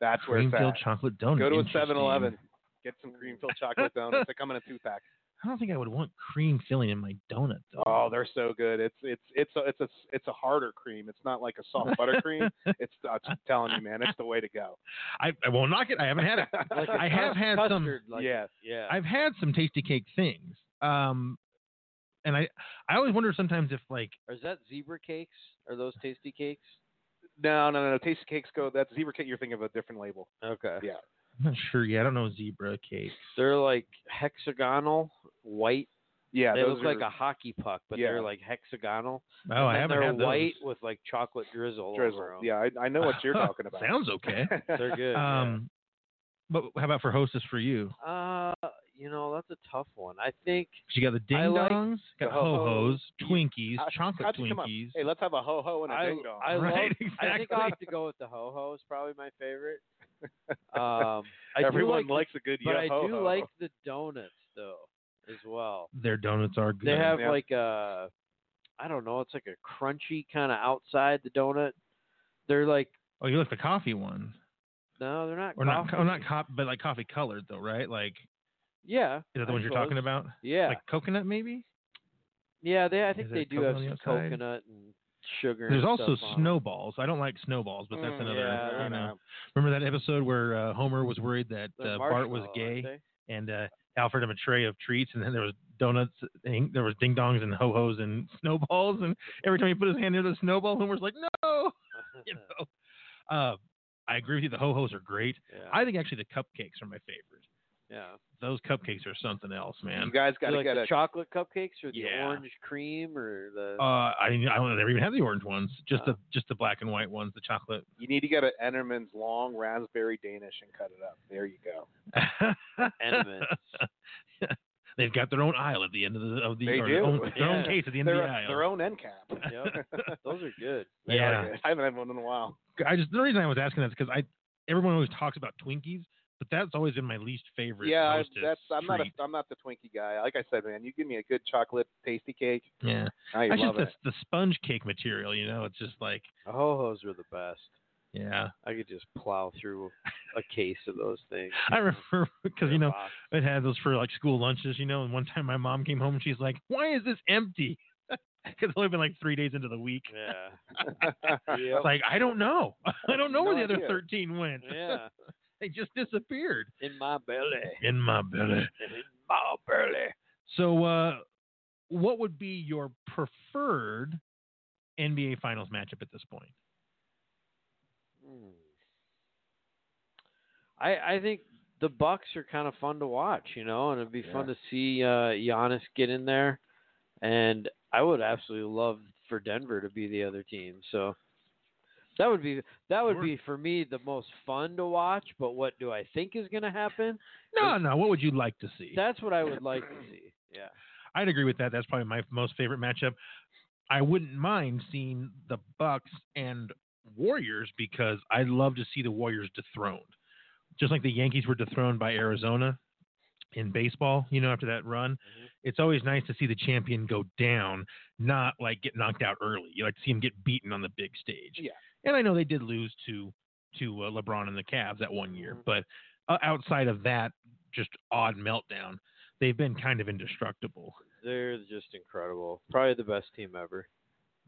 Speaker 3: That's where it's
Speaker 2: Creamfield
Speaker 3: at.
Speaker 2: chocolate donuts.
Speaker 3: Go to a
Speaker 2: interesting.
Speaker 3: 7-Eleven. Get some cream filled chocolate donuts. They come in a two pack.
Speaker 2: I don't think I would want cream filling in my donut though.
Speaker 3: Oh, they're so good. It's it's it's a it's a it's a harder cream. It's not like a soft buttercream. It's I'm just telling you, man. It's the way to go.
Speaker 2: I, I won't knock it. I haven't had it.
Speaker 4: Like a
Speaker 2: I have
Speaker 4: cus-
Speaker 2: had some-
Speaker 4: custard, Like,
Speaker 3: Yes.
Speaker 4: yeah.
Speaker 2: I've had some tasty cake things. Um, and I I always wonder sometimes if like
Speaker 4: Or Is that zebra cakes? Are those tasty cakes?
Speaker 3: No, no, no, no. Tasty cakes go. That's zebra cake. You're thinking of a different label.
Speaker 4: Okay.
Speaker 3: Yeah.
Speaker 2: I'm not sure yet. I don't know zebra cakes.
Speaker 4: They're like hexagonal, white.
Speaker 3: Yeah,
Speaker 4: they
Speaker 3: those
Speaker 4: look
Speaker 3: are,
Speaker 4: like a hockey puck, but
Speaker 3: Yeah.
Speaker 4: they're like hexagonal.
Speaker 2: Oh,
Speaker 4: and
Speaker 2: I
Speaker 4: then
Speaker 2: haven't
Speaker 4: they're
Speaker 2: had those.
Speaker 4: white with like chocolate drizzle. Over
Speaker 3: drizzle.
Speaker 4: 'em.
Speaker 3: Yeah, I, I know what you're talking about.
Speaker 2: Sounds okay.
Speaker 4: They're good. yeah.
Speaker 2: Um, but how about for hostess for you?
Speaker 4: Uh, you know that's a tough one. I think
Speaker 2: 'Cause you got the ding
Speaker 4: I like
Speaker 2: dongs,
Speaker 3: the
Speaker 2: got ho hos,
Speaker 3: ho-hos.
Speaker 2: Twinkies,
Speaker 3: How-
Speaker 2: chocolate
Speaker 3: how'd you come up-
Speaker 2: Twinkies.
Speaker 3: Hey, let's have a ho ho and a
Speaker 4: I,
Speaker 3: ding dong.
Speaker 4: I love.
Speaker 2: Right,
Speaker 4: I think
Speaker 2: exactly.
Speaker 4: I'll have to go with the ho ho. Is probably my favorite. Um, I
Speaker 3: Everyone
Speaker 4: do like,
Speaker 3: likes a good
Speaker 4: but
Speaker 3: yo
Speaker 4: I
Speaker 3: ho
Speaker 4: do like the donuts though, as well.
Speaker 2: Their donuts are good.
Speaker 4: They have
Speaker 3: Yeah.
Speaker 4: like a, I don't know, it's like a crunchy kind of outside the donut. They're like
Speaker 2: Oh, you like the coffee ones,
Speaker 4: no, they're not.
Speaker 2: or not?
Speaker 4: coffee.
Speaker 2: Oh, not coffee, but like coffee colored though, right? Like
Speaker 4: Yeah.
Speaker 2: is that the ones you're talking about?
Speaker 4: Yeah.
Speaker 2: Like coconut maybe?
Speaker 4: yeah. They. I
Speaker 2: is
Speaker 4: think
Speaker 2: there
Speaker 4: they do have
Speaker 2: coconut
Speaker 4: some
Speaker 2: on the outside?
Speaker 4: coconut and sugar.
Speaker 2: There's
Speaker 4: and
Speaker 2: also
Speaker 4: stuff on 'em.
Speaker 2: snowballs. I don't like snowballs, but that's
Speaker 3: Mm,
Speaker 2: another.
Speaker 4: yeah, I
Speaker 2: you know.
Speaker 3: know.
Speaker 2: Remember that episode where uh, Homer was worried that
Speaker 4: They're
Speaker 2: uh, Bart was
Speaker 4: marshmallow, aren't
Speaker 2: gay
Speaker 4: they?
Speaker 2: and uh, Alfred him a tray of treats, and then there was donuts, and there was ding dongs and ho hos and snowballs, and every time he put his hand into the snowball, Homer's like, no, you know. Uh, I agree with you. The ho hos are great.
Speaker 4: yeah.
Speaker 2: I think actually the cupcakes are my favorite.
Speaker 4: yeah.
Speaker 2: Those cupcakes are something else, man.
Speaker 3: You guys got to
Speaker 4: like
Speaker 3: get
Speaker 4: the
Speaker 3: a
Speaker 4: chocolate cupcakes or the
Speaker 2: Yeah.
Speaker 4: orange cream or the.
Speaker 2: Uh, I mean, I don't ever even have the orange ones. Just
Speaker 4: Uh.
Speaker 2: the just the black and white ones, the chocolate.
Speaker 3: You need to get an Enterman's long raspberry Danish and cut it up. There you go.
Speaker 4: Enemans.
Speaker 2: They've got their own aisle at the end of the of the
Speaker 3: They
Speaker 2: or
Speaker 3: do,
Speaker 2: Their, own, their own
Speaker 4: yeah.
Speaker 2: case at the end
Speaker 3: Their,
Speaker 2: of the aisle.
Speaker 3: their own end cap.
Speaker 4: Yep. Those are good.
Speaker 3: They are
Speaker 2: Yeah.
Speaker 3: good. I haven't had one in a while.
Speaker 2: I just the reason I was asking that is because I everyone always talks about Twinkies, but that's always been my least favorite.
Speaker 3: Yeah, I-
Speaker 2: hostess
Speaker 3: that's I'm not a,
Speaker 2: treat.
Speaker 3: I'm not the Twinkie guy. Like I said, man, you give me a good chocolate tasty cake,
Speaker 2: Yeah,
Speaker 3: I
Speaker 2: that's
Speaker 3: love
Speaker 2: just
Speaker 3: it.
Speaker 2: the, the sponge cake material. You know, it's just like
Speaker 4: The ho hos are the best.
Speaker 2: yeah.
Speaker 4: I could just plow through a case of those things.
Speaker 2: I
Speaker 3: Mm.
Speaker 2: remember because you know
Speaker 4: Box.
Speaker 2: I'd had those for like school lunches. You know, and one time my mom came home and she's like, "Why is this empty?" Because it's only been like three days into the week.
Speaker 4: Yeah.
Speaker 2: It's
Speaker 4: Yep.
Speaker 2: Like I don't know. I don't know where
Speaker 3: No
Speaker 2: the
Speaker 3: idea.
Speaker 2: other thirteen went.
Speaker 4: yeah.
Speaker 2: they just disappeared
Speaker 4: In my belly.
Speaker 2: in my belly.
Speaker 4: In my belly.
Speaker 2: So, uh, what would be your preferred NBA Finals matchup at this point?
Speaker 4: Hmm. I I think the Bucks are kind of fun to watch, you know, and it'd be fun
Speaker 3: Yeah.
Speaker 4: to see uh, Giannis get in there, and I would absolutely love for Denver to be the other team. So that would be that would
Speaker 2: Sure.
Speaker 4: be for me the most fun to watch. But what do I think is going to happen?
Speaker 2: No, no. What would you like to see?
Speaker 4: That's what I would like to see. Yeah.
Speaker 2: I'd agree with that. That's probably my most favorite matchup. I wouldn't mind seeing the Bucks and Warriors because I'd love to see the Warriors dethroned, just like the Yankees were dethroned by Arizona in baseball. You know, after that run, it's always nice to see the champion go down, not like get knocked out early. You like to see him get beaten on the big stage.
Speaker 3: Yeah.
Speaker 2: And I know they did lose to to uh, LeBron and the Cavs that one year, but uh, outside of that, just odd meltdown. They've been kind of indestructible.
Speaker 4: They're just incredible. Probably the best team ever.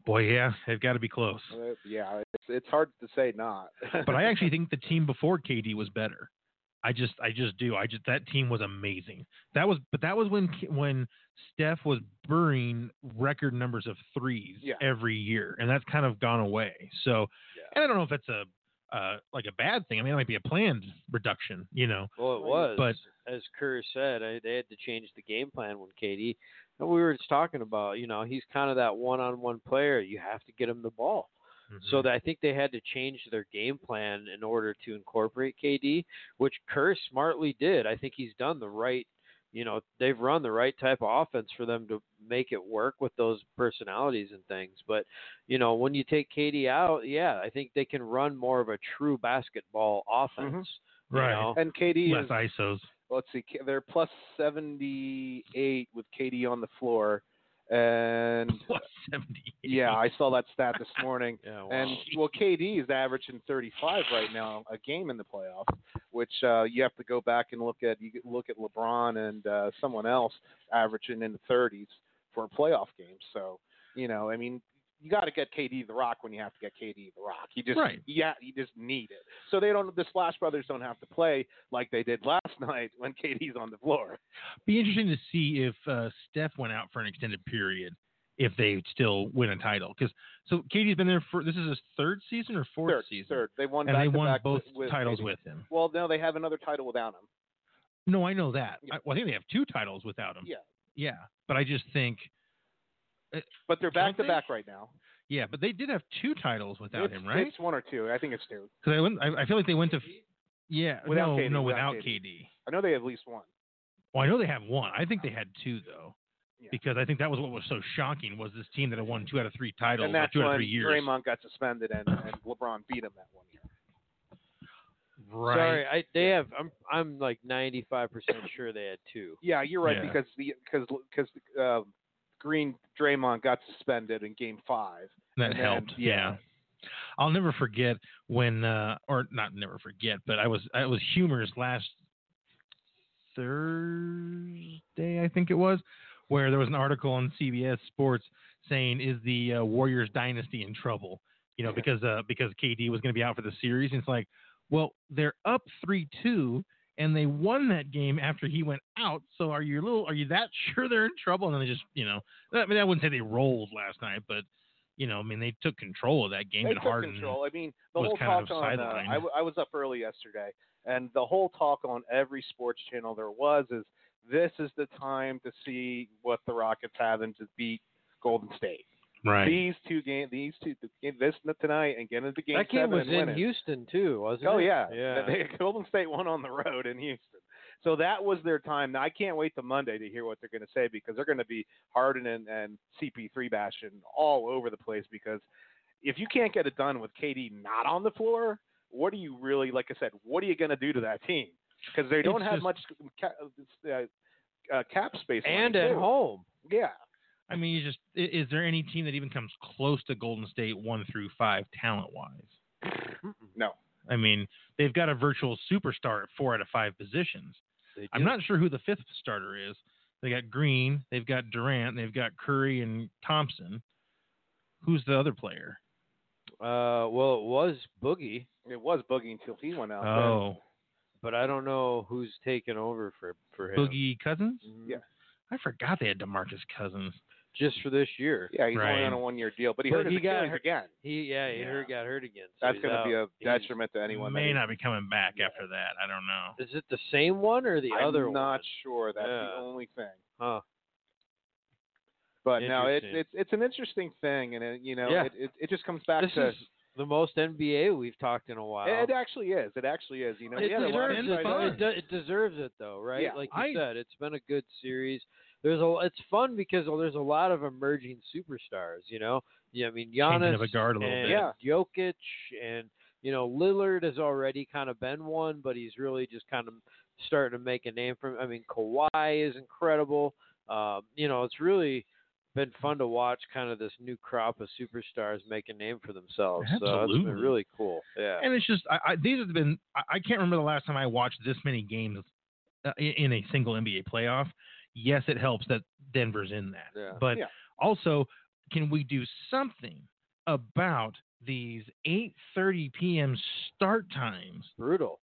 Speaker 2: Boy, yeah, they've got to be close.
Speaker 3: Uh, yeah, it's, it's hard to say not.
Speaker 2: But I actually think the team before KD was better. I just, I just do. I just that team was amazing. That was, but that was when K- when Steph was burying record numbers of threes
Speaker 3: Yeah.
Speaker 2: every year, and that's kind of gone away. So,
Speaker 4: Yeah.
Speaker 2: and I don't know if that's a uh, like a bad thing. I mean, it might be a planned reduction, you know.
Speaker 4: Well, it was.
Speaker 2: But-
Speaker 4: as Kerr said, I, they had to change the game plan when KD. And we were just talking about, you know, he's kind of that one-on-one player. You have to get him the ball.
Speaker 2: Mhm.
Speaker 4: So that, I think they had to change their game plan in order to incorporate KD, which Kerr smartly did. I think he's done the right. You know, they've run the right type of offense for them to make it work with those personalities and things. But, you know, when you take KD out, yeah, I think they can run more of a true basketball offense. you
Speaker 2: Right.
Speaker 4: know?
Speaker 3: and KD
Speaker 2: less
Speaker 3: is
Speaker 2: ISOs.
Speaker 3: let's see, K- they're plus seventy eight with KD on the floor, and
Speaker 2: Plus seventy.
Speaker 3: yeah, I saw that stat this morning.
Speaker 4: Yeah, wow.
Speaker 3: And well, KD is averaging 35 right now a game in the playoffs, which uh, you have to go back and look at. You could look at LeBron and uh, someone else averaging in the 30s for a playoff game. So you know, I mean, you got to get KD the rock when you have to get KD the rock. You just
Speaker 2: Right.
Speaker 3: yeah, you just need it. So they don't. The Splash Brothers don't have to play like they did last night when KD's on the floor.
Speaker 2: be interesting to see if uh, Steph went out for an extended period, if they still win a title. Because so Katie's been there for this is his third season or fourth
Speaker 3: Third,
Speaker 2: season,
Speaker 3: third. They won
Speaker 2: and
Speaker 3: back
Speaker 2: they
Speaker 3: to
Speaker 2: won
Speaker 3: back
Speaker 2: both
Speaker 3: with
Speaker 2: titles
Speaker 3: KD.
Speaker 2: with him.
Speaker 3: Well, no, they have another title without him.
Speaker 2: No, I know that.
Speaker 3: Yeah.
Speaker 2: I, well, I think they have two titles without him.
Speaker 3: Yeah,
Speaker 2: Yeah, but I just think
Speaker 3: but they're
Speaker 2: Don't
Speaker 3: back
Speaker 2: they?
Speaker 3: to back right now.
Speaker 2: yeah, but they did have two titles without
Speaker 3: it's,
Speaker 2: him, right?
Speaker 3: It's one or two. I think it's two.
Speaker 2: Because I, went- I I feel like they went to f- yeah no
Speaker 3: Without KD,
Speaker 2: no
Speaker 3: without
Speaker 2: without
Speaker 3: KD.
Speaker 2: KD.
Speaker 3: I know they have at least one.
Speaker 2: Well, I know they have one. I think they had two though,
Speaker 3: Yeah.
Speaker 2: because I think that was what was so shocking was this team that had won two out of three titles
Speaker 3: and
Speaker 2: or
Speaker 3: that's
Speaker 2: two out
Speaker 3: when
Speaker 2: of three years.
Speaker 3: Draymond got suspended and, and LeBron beat him that one year.
Speaker 2: Right.
Speaker 4: Sorry, I they have. I'm I'm like 95 percent sure they had two.
Speaker 3: Yeah, you're right
Speaker 2: Yeah.
Speaker 3: because the because because uh, Green Draymond got suspended in Game Five.
Speaker 2: That
Speaker 3: And then-
Speaker 2: helped. yeah.
Speaker 3: yeah.
Speaker 2: I'll never forget when, uh, or not never forget, but I was I was humorous last Thursday, I think it was, where there was an article on CBS Sports saying, "Is the uh, Warriors dynasty in trouble?" You know, because uh, because KD was going to be out for the series, and it's like, well, they're up three two. And they won that game after he went out. So are you a little? Are you that sure they're in trouble? And then they just, you know, I mean, I wouldn't say they rolled last night, but you know, I mean, they took control of that game
Speaker 3: They
Speaker 2: and
Speaker 3: took
Speaker 2: Harden.
Speaker 3: control. I mean, the
Speaker 2: was
Speaker 3: whole
Speaker 2: kind of
Speaker 3: talk on. Uh,
Speaker 2: sidelined.
Speaker 3: I, w- I was up early yesterday, and the whole talk on every sports channel there was is this is the time to see what the Rockets have and to beat Golden State.
Speaker 2: Right.
Speaker 3: These two games, these two, this tonight, and get into Game
Speaker 4: that game
Speaker 3: Seven
Speaker 4: was
Speaker 3: and
Speaker 4: in
Speaker 3: win it.
Speaker 4: Houston too, wasn't it?
Speaker 3: Oh yeah,
Speaker 4: yeah.
Speaker 3: They, Golden State won on the road in Houston, So that was their time. Now I can't wait to Monday to hear what they're going to say because they're going to be Harden and, and CP3 bashing all over the place because if you can't get it done with KD not on the floor, what are you really like? I said, what are you going to do to that team? Because they don't
Speaker 2: It's
Speaker 3: have
Speaker 2: just-
Speaker 3: much ca- uh, uh, cap space.
Speaker 4: and
Speaker 3: money,
Speaker 4: at
Speaker 3: too.
Speaker 4: home.
Speaker 3: yeah.
Speaker 2: I mean, you just i- is there any team that even comes close to Golden State one through five talent wise?
Speaker 3: No.
Speaker 2: I mean, they've got a virtual superstar at four out of five positions.
Speaker 4: They
Speaker 2: I'm
Speaker 4: do.
Speaker 2: not sure who the fifth starter is. They got Green, they've got Durant, they've got Curry and Thompson. Who's the other player?
Speaker 4: Uh, well, it was Boogie,
Speaker 3: It was Boogie until he went out.
Speaker 2: Oh,
Speaker 4: but I don't know who's taken over for for him.
Speaker 2: Boogie Cousins.
Speaker 4: Mhm.
Speaker 3: Yeah.
Speaker 2: I forgot they had Demarcus Cousins.
Speaker 4: Just for this year.
Speaker 3: Yeah, he's
Speaker 2: Right.
Speaker 3: only on a one-year deal, but he
Speaker 4: But
Speaker 3: hurt his
Speaker 4: he got
Speaker 3: Achilles
Speaker 4: hurt-
Speaker 3: again.
Speaker 4: He yeah, he
Speaker 2: Yeah.
Speaker 4: hurt- got hurt again. so
Speaker 3: That's
Speaker 4: he's
Speaker 3: going to be a
Speaker 4: out. He's-
Speaker 3: detriment to anyone. that
Speaker 2: May
Speaker 3: he-
Speaker 2: not be coming back
Speaker 3: Yeah.
Speaker 2: after that. I don't know.
Speaker 4: Is it the same one or the
Speaker 3: I'm
Speaker 4: other one?
Speaker 3: not sure. That's
Speaker 4: Yeah.
Speaker 3: the only thing.
Speaker 4: Huh.
Speaker 3: But no, it's
Speaker 4: Interesting.
Speaker 3: it's it's an interesting thing, and it, you know,
Speaker 4: Yeah.
Speaker 3: it, it it just comes back
Speaker 4: This
Speaker 3: to
Speaker 4: is the most NBA we've talked in a while.
Speaker 3: it, it actually is. It actually is. You know,
Speaker 4: It
Speaker 3: yeah, the
Speaker 4: deserves
Speaker 3: Lions
Speaker 2: been
Speaker 4: it,
Speaker 3: tried
Speaker 4: though.
Speaker 2: fun.
Speaker 3: hard.
Speaker 4: It, de- it deserves it though, right?
Speaker 3: Yeah.
Speaker 4: like you
Speaker 2: I-
Speaker 4: said, it's been a good series. There's a it's fun because there's a lot of emerging superstars. You know, yeah, I mean Giannis
Speaker 2: Changing of a guard a little
Speaker 4: and
Speaker 2: bit.
Speaker 3: Yeah.
Speaker 4: Jokic and you know Lillard has already kind of been one, but he's really just kind of starting to make a name for him. I mean Kawhi is incredible. Um, you know, it's really been fun to watch kind of this new crop of superstars make a name for themselves. So it's been
Speaker 2: Absolutely.
Speaker 4: really cool. Yeah.
Speaker 2: And it's just I, I, these have been I, I can't remember the last time I watched this many games uh, in, in a single NBA playoff. Yes, it helps that Denver's in that,
Speaker 4: Yeah.
Speaker 2: but
Speaker 3: Yeah.
Speaker 2: also can we do something about these 8:30 p.m. start times,
Speaker 4: Brutal.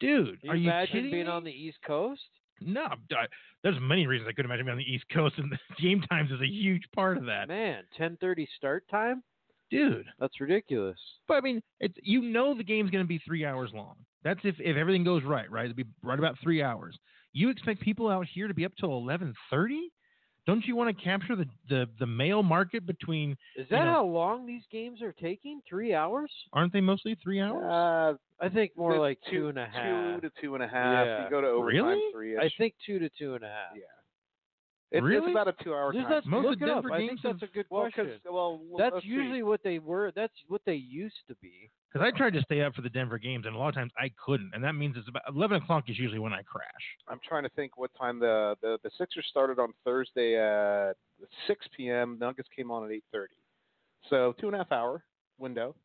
Speaker 2: dude?
Speaker 4: Can you
Speaker 2: are you
Speaker 4: imagine
Speaker 2: kidding
Speaker 4: being
Speaker 2: me?
Speaker 4: on the East Coast?
Speaker 2: No, I- there's many reasons I could imagine being on the East Coast, and the game times is a huge part of that,
Speaker 4: Man, ten thirty start time?
Speaker 2: dude.
Speaker 4: That's ridiculous.
Speaker 2: But I mean, it's you know the game's going to be three hours long. That's if, if everything goes right, right? It'll be right about three hours. You expect people out here to be up till eleven thirty? Don't you want to capture the, the the male market between?
Speaker 4: Is
Speaker 2: You
Speaker 4: that
Speaker 2: know-
Speaker 4: how long these games are taking? Three hours?
Speaker 2: Aren't they mostly three hours?
Speaker 3: Uh,
Speaker 4: I think more
Speaker 3: the
Speaker 4: like
Speaker 3: two
Speaker 4: two and a
Speaker 3: Two
Speaker 4: half.
Speaker 3: to two and a half.
Speaker 4: Yeah.
Speaker 3: You go to overtime
Speaker 2: Really?
Speaker 3: three.
Speaker 4: I think two to two and a half.
Speaker 3: Yeah. It's,
Speaker 2: Really?
Speaker 3: it's about a two-hour
Speaker 4: Just
Speaker 3: time.
Speaker 4: let's
Speaker 2: Most of
Speaker 4: look it up.
Speaker 2: Denver
Speaker 4: I
Speaker 2: games
Speaker 4: think that's a good
Speaker 3: well,
Speaker 4: question.
Speaker 3: well,
Speaker 4: That's
Speaker 3: let's see.
Speaker 4: usually what they were. That's what they used to be.
Speaker 2: Because I tried to stay up for the Denver games, and a lot of times I couldn't, and that means it's about eleven o'clock is usually when I crash.
Speaker 3: I'm trying to think what time the the, the Sixers started on Thursday at 6 p.m. Nuggets came on at 8:30, so two and a half hour window.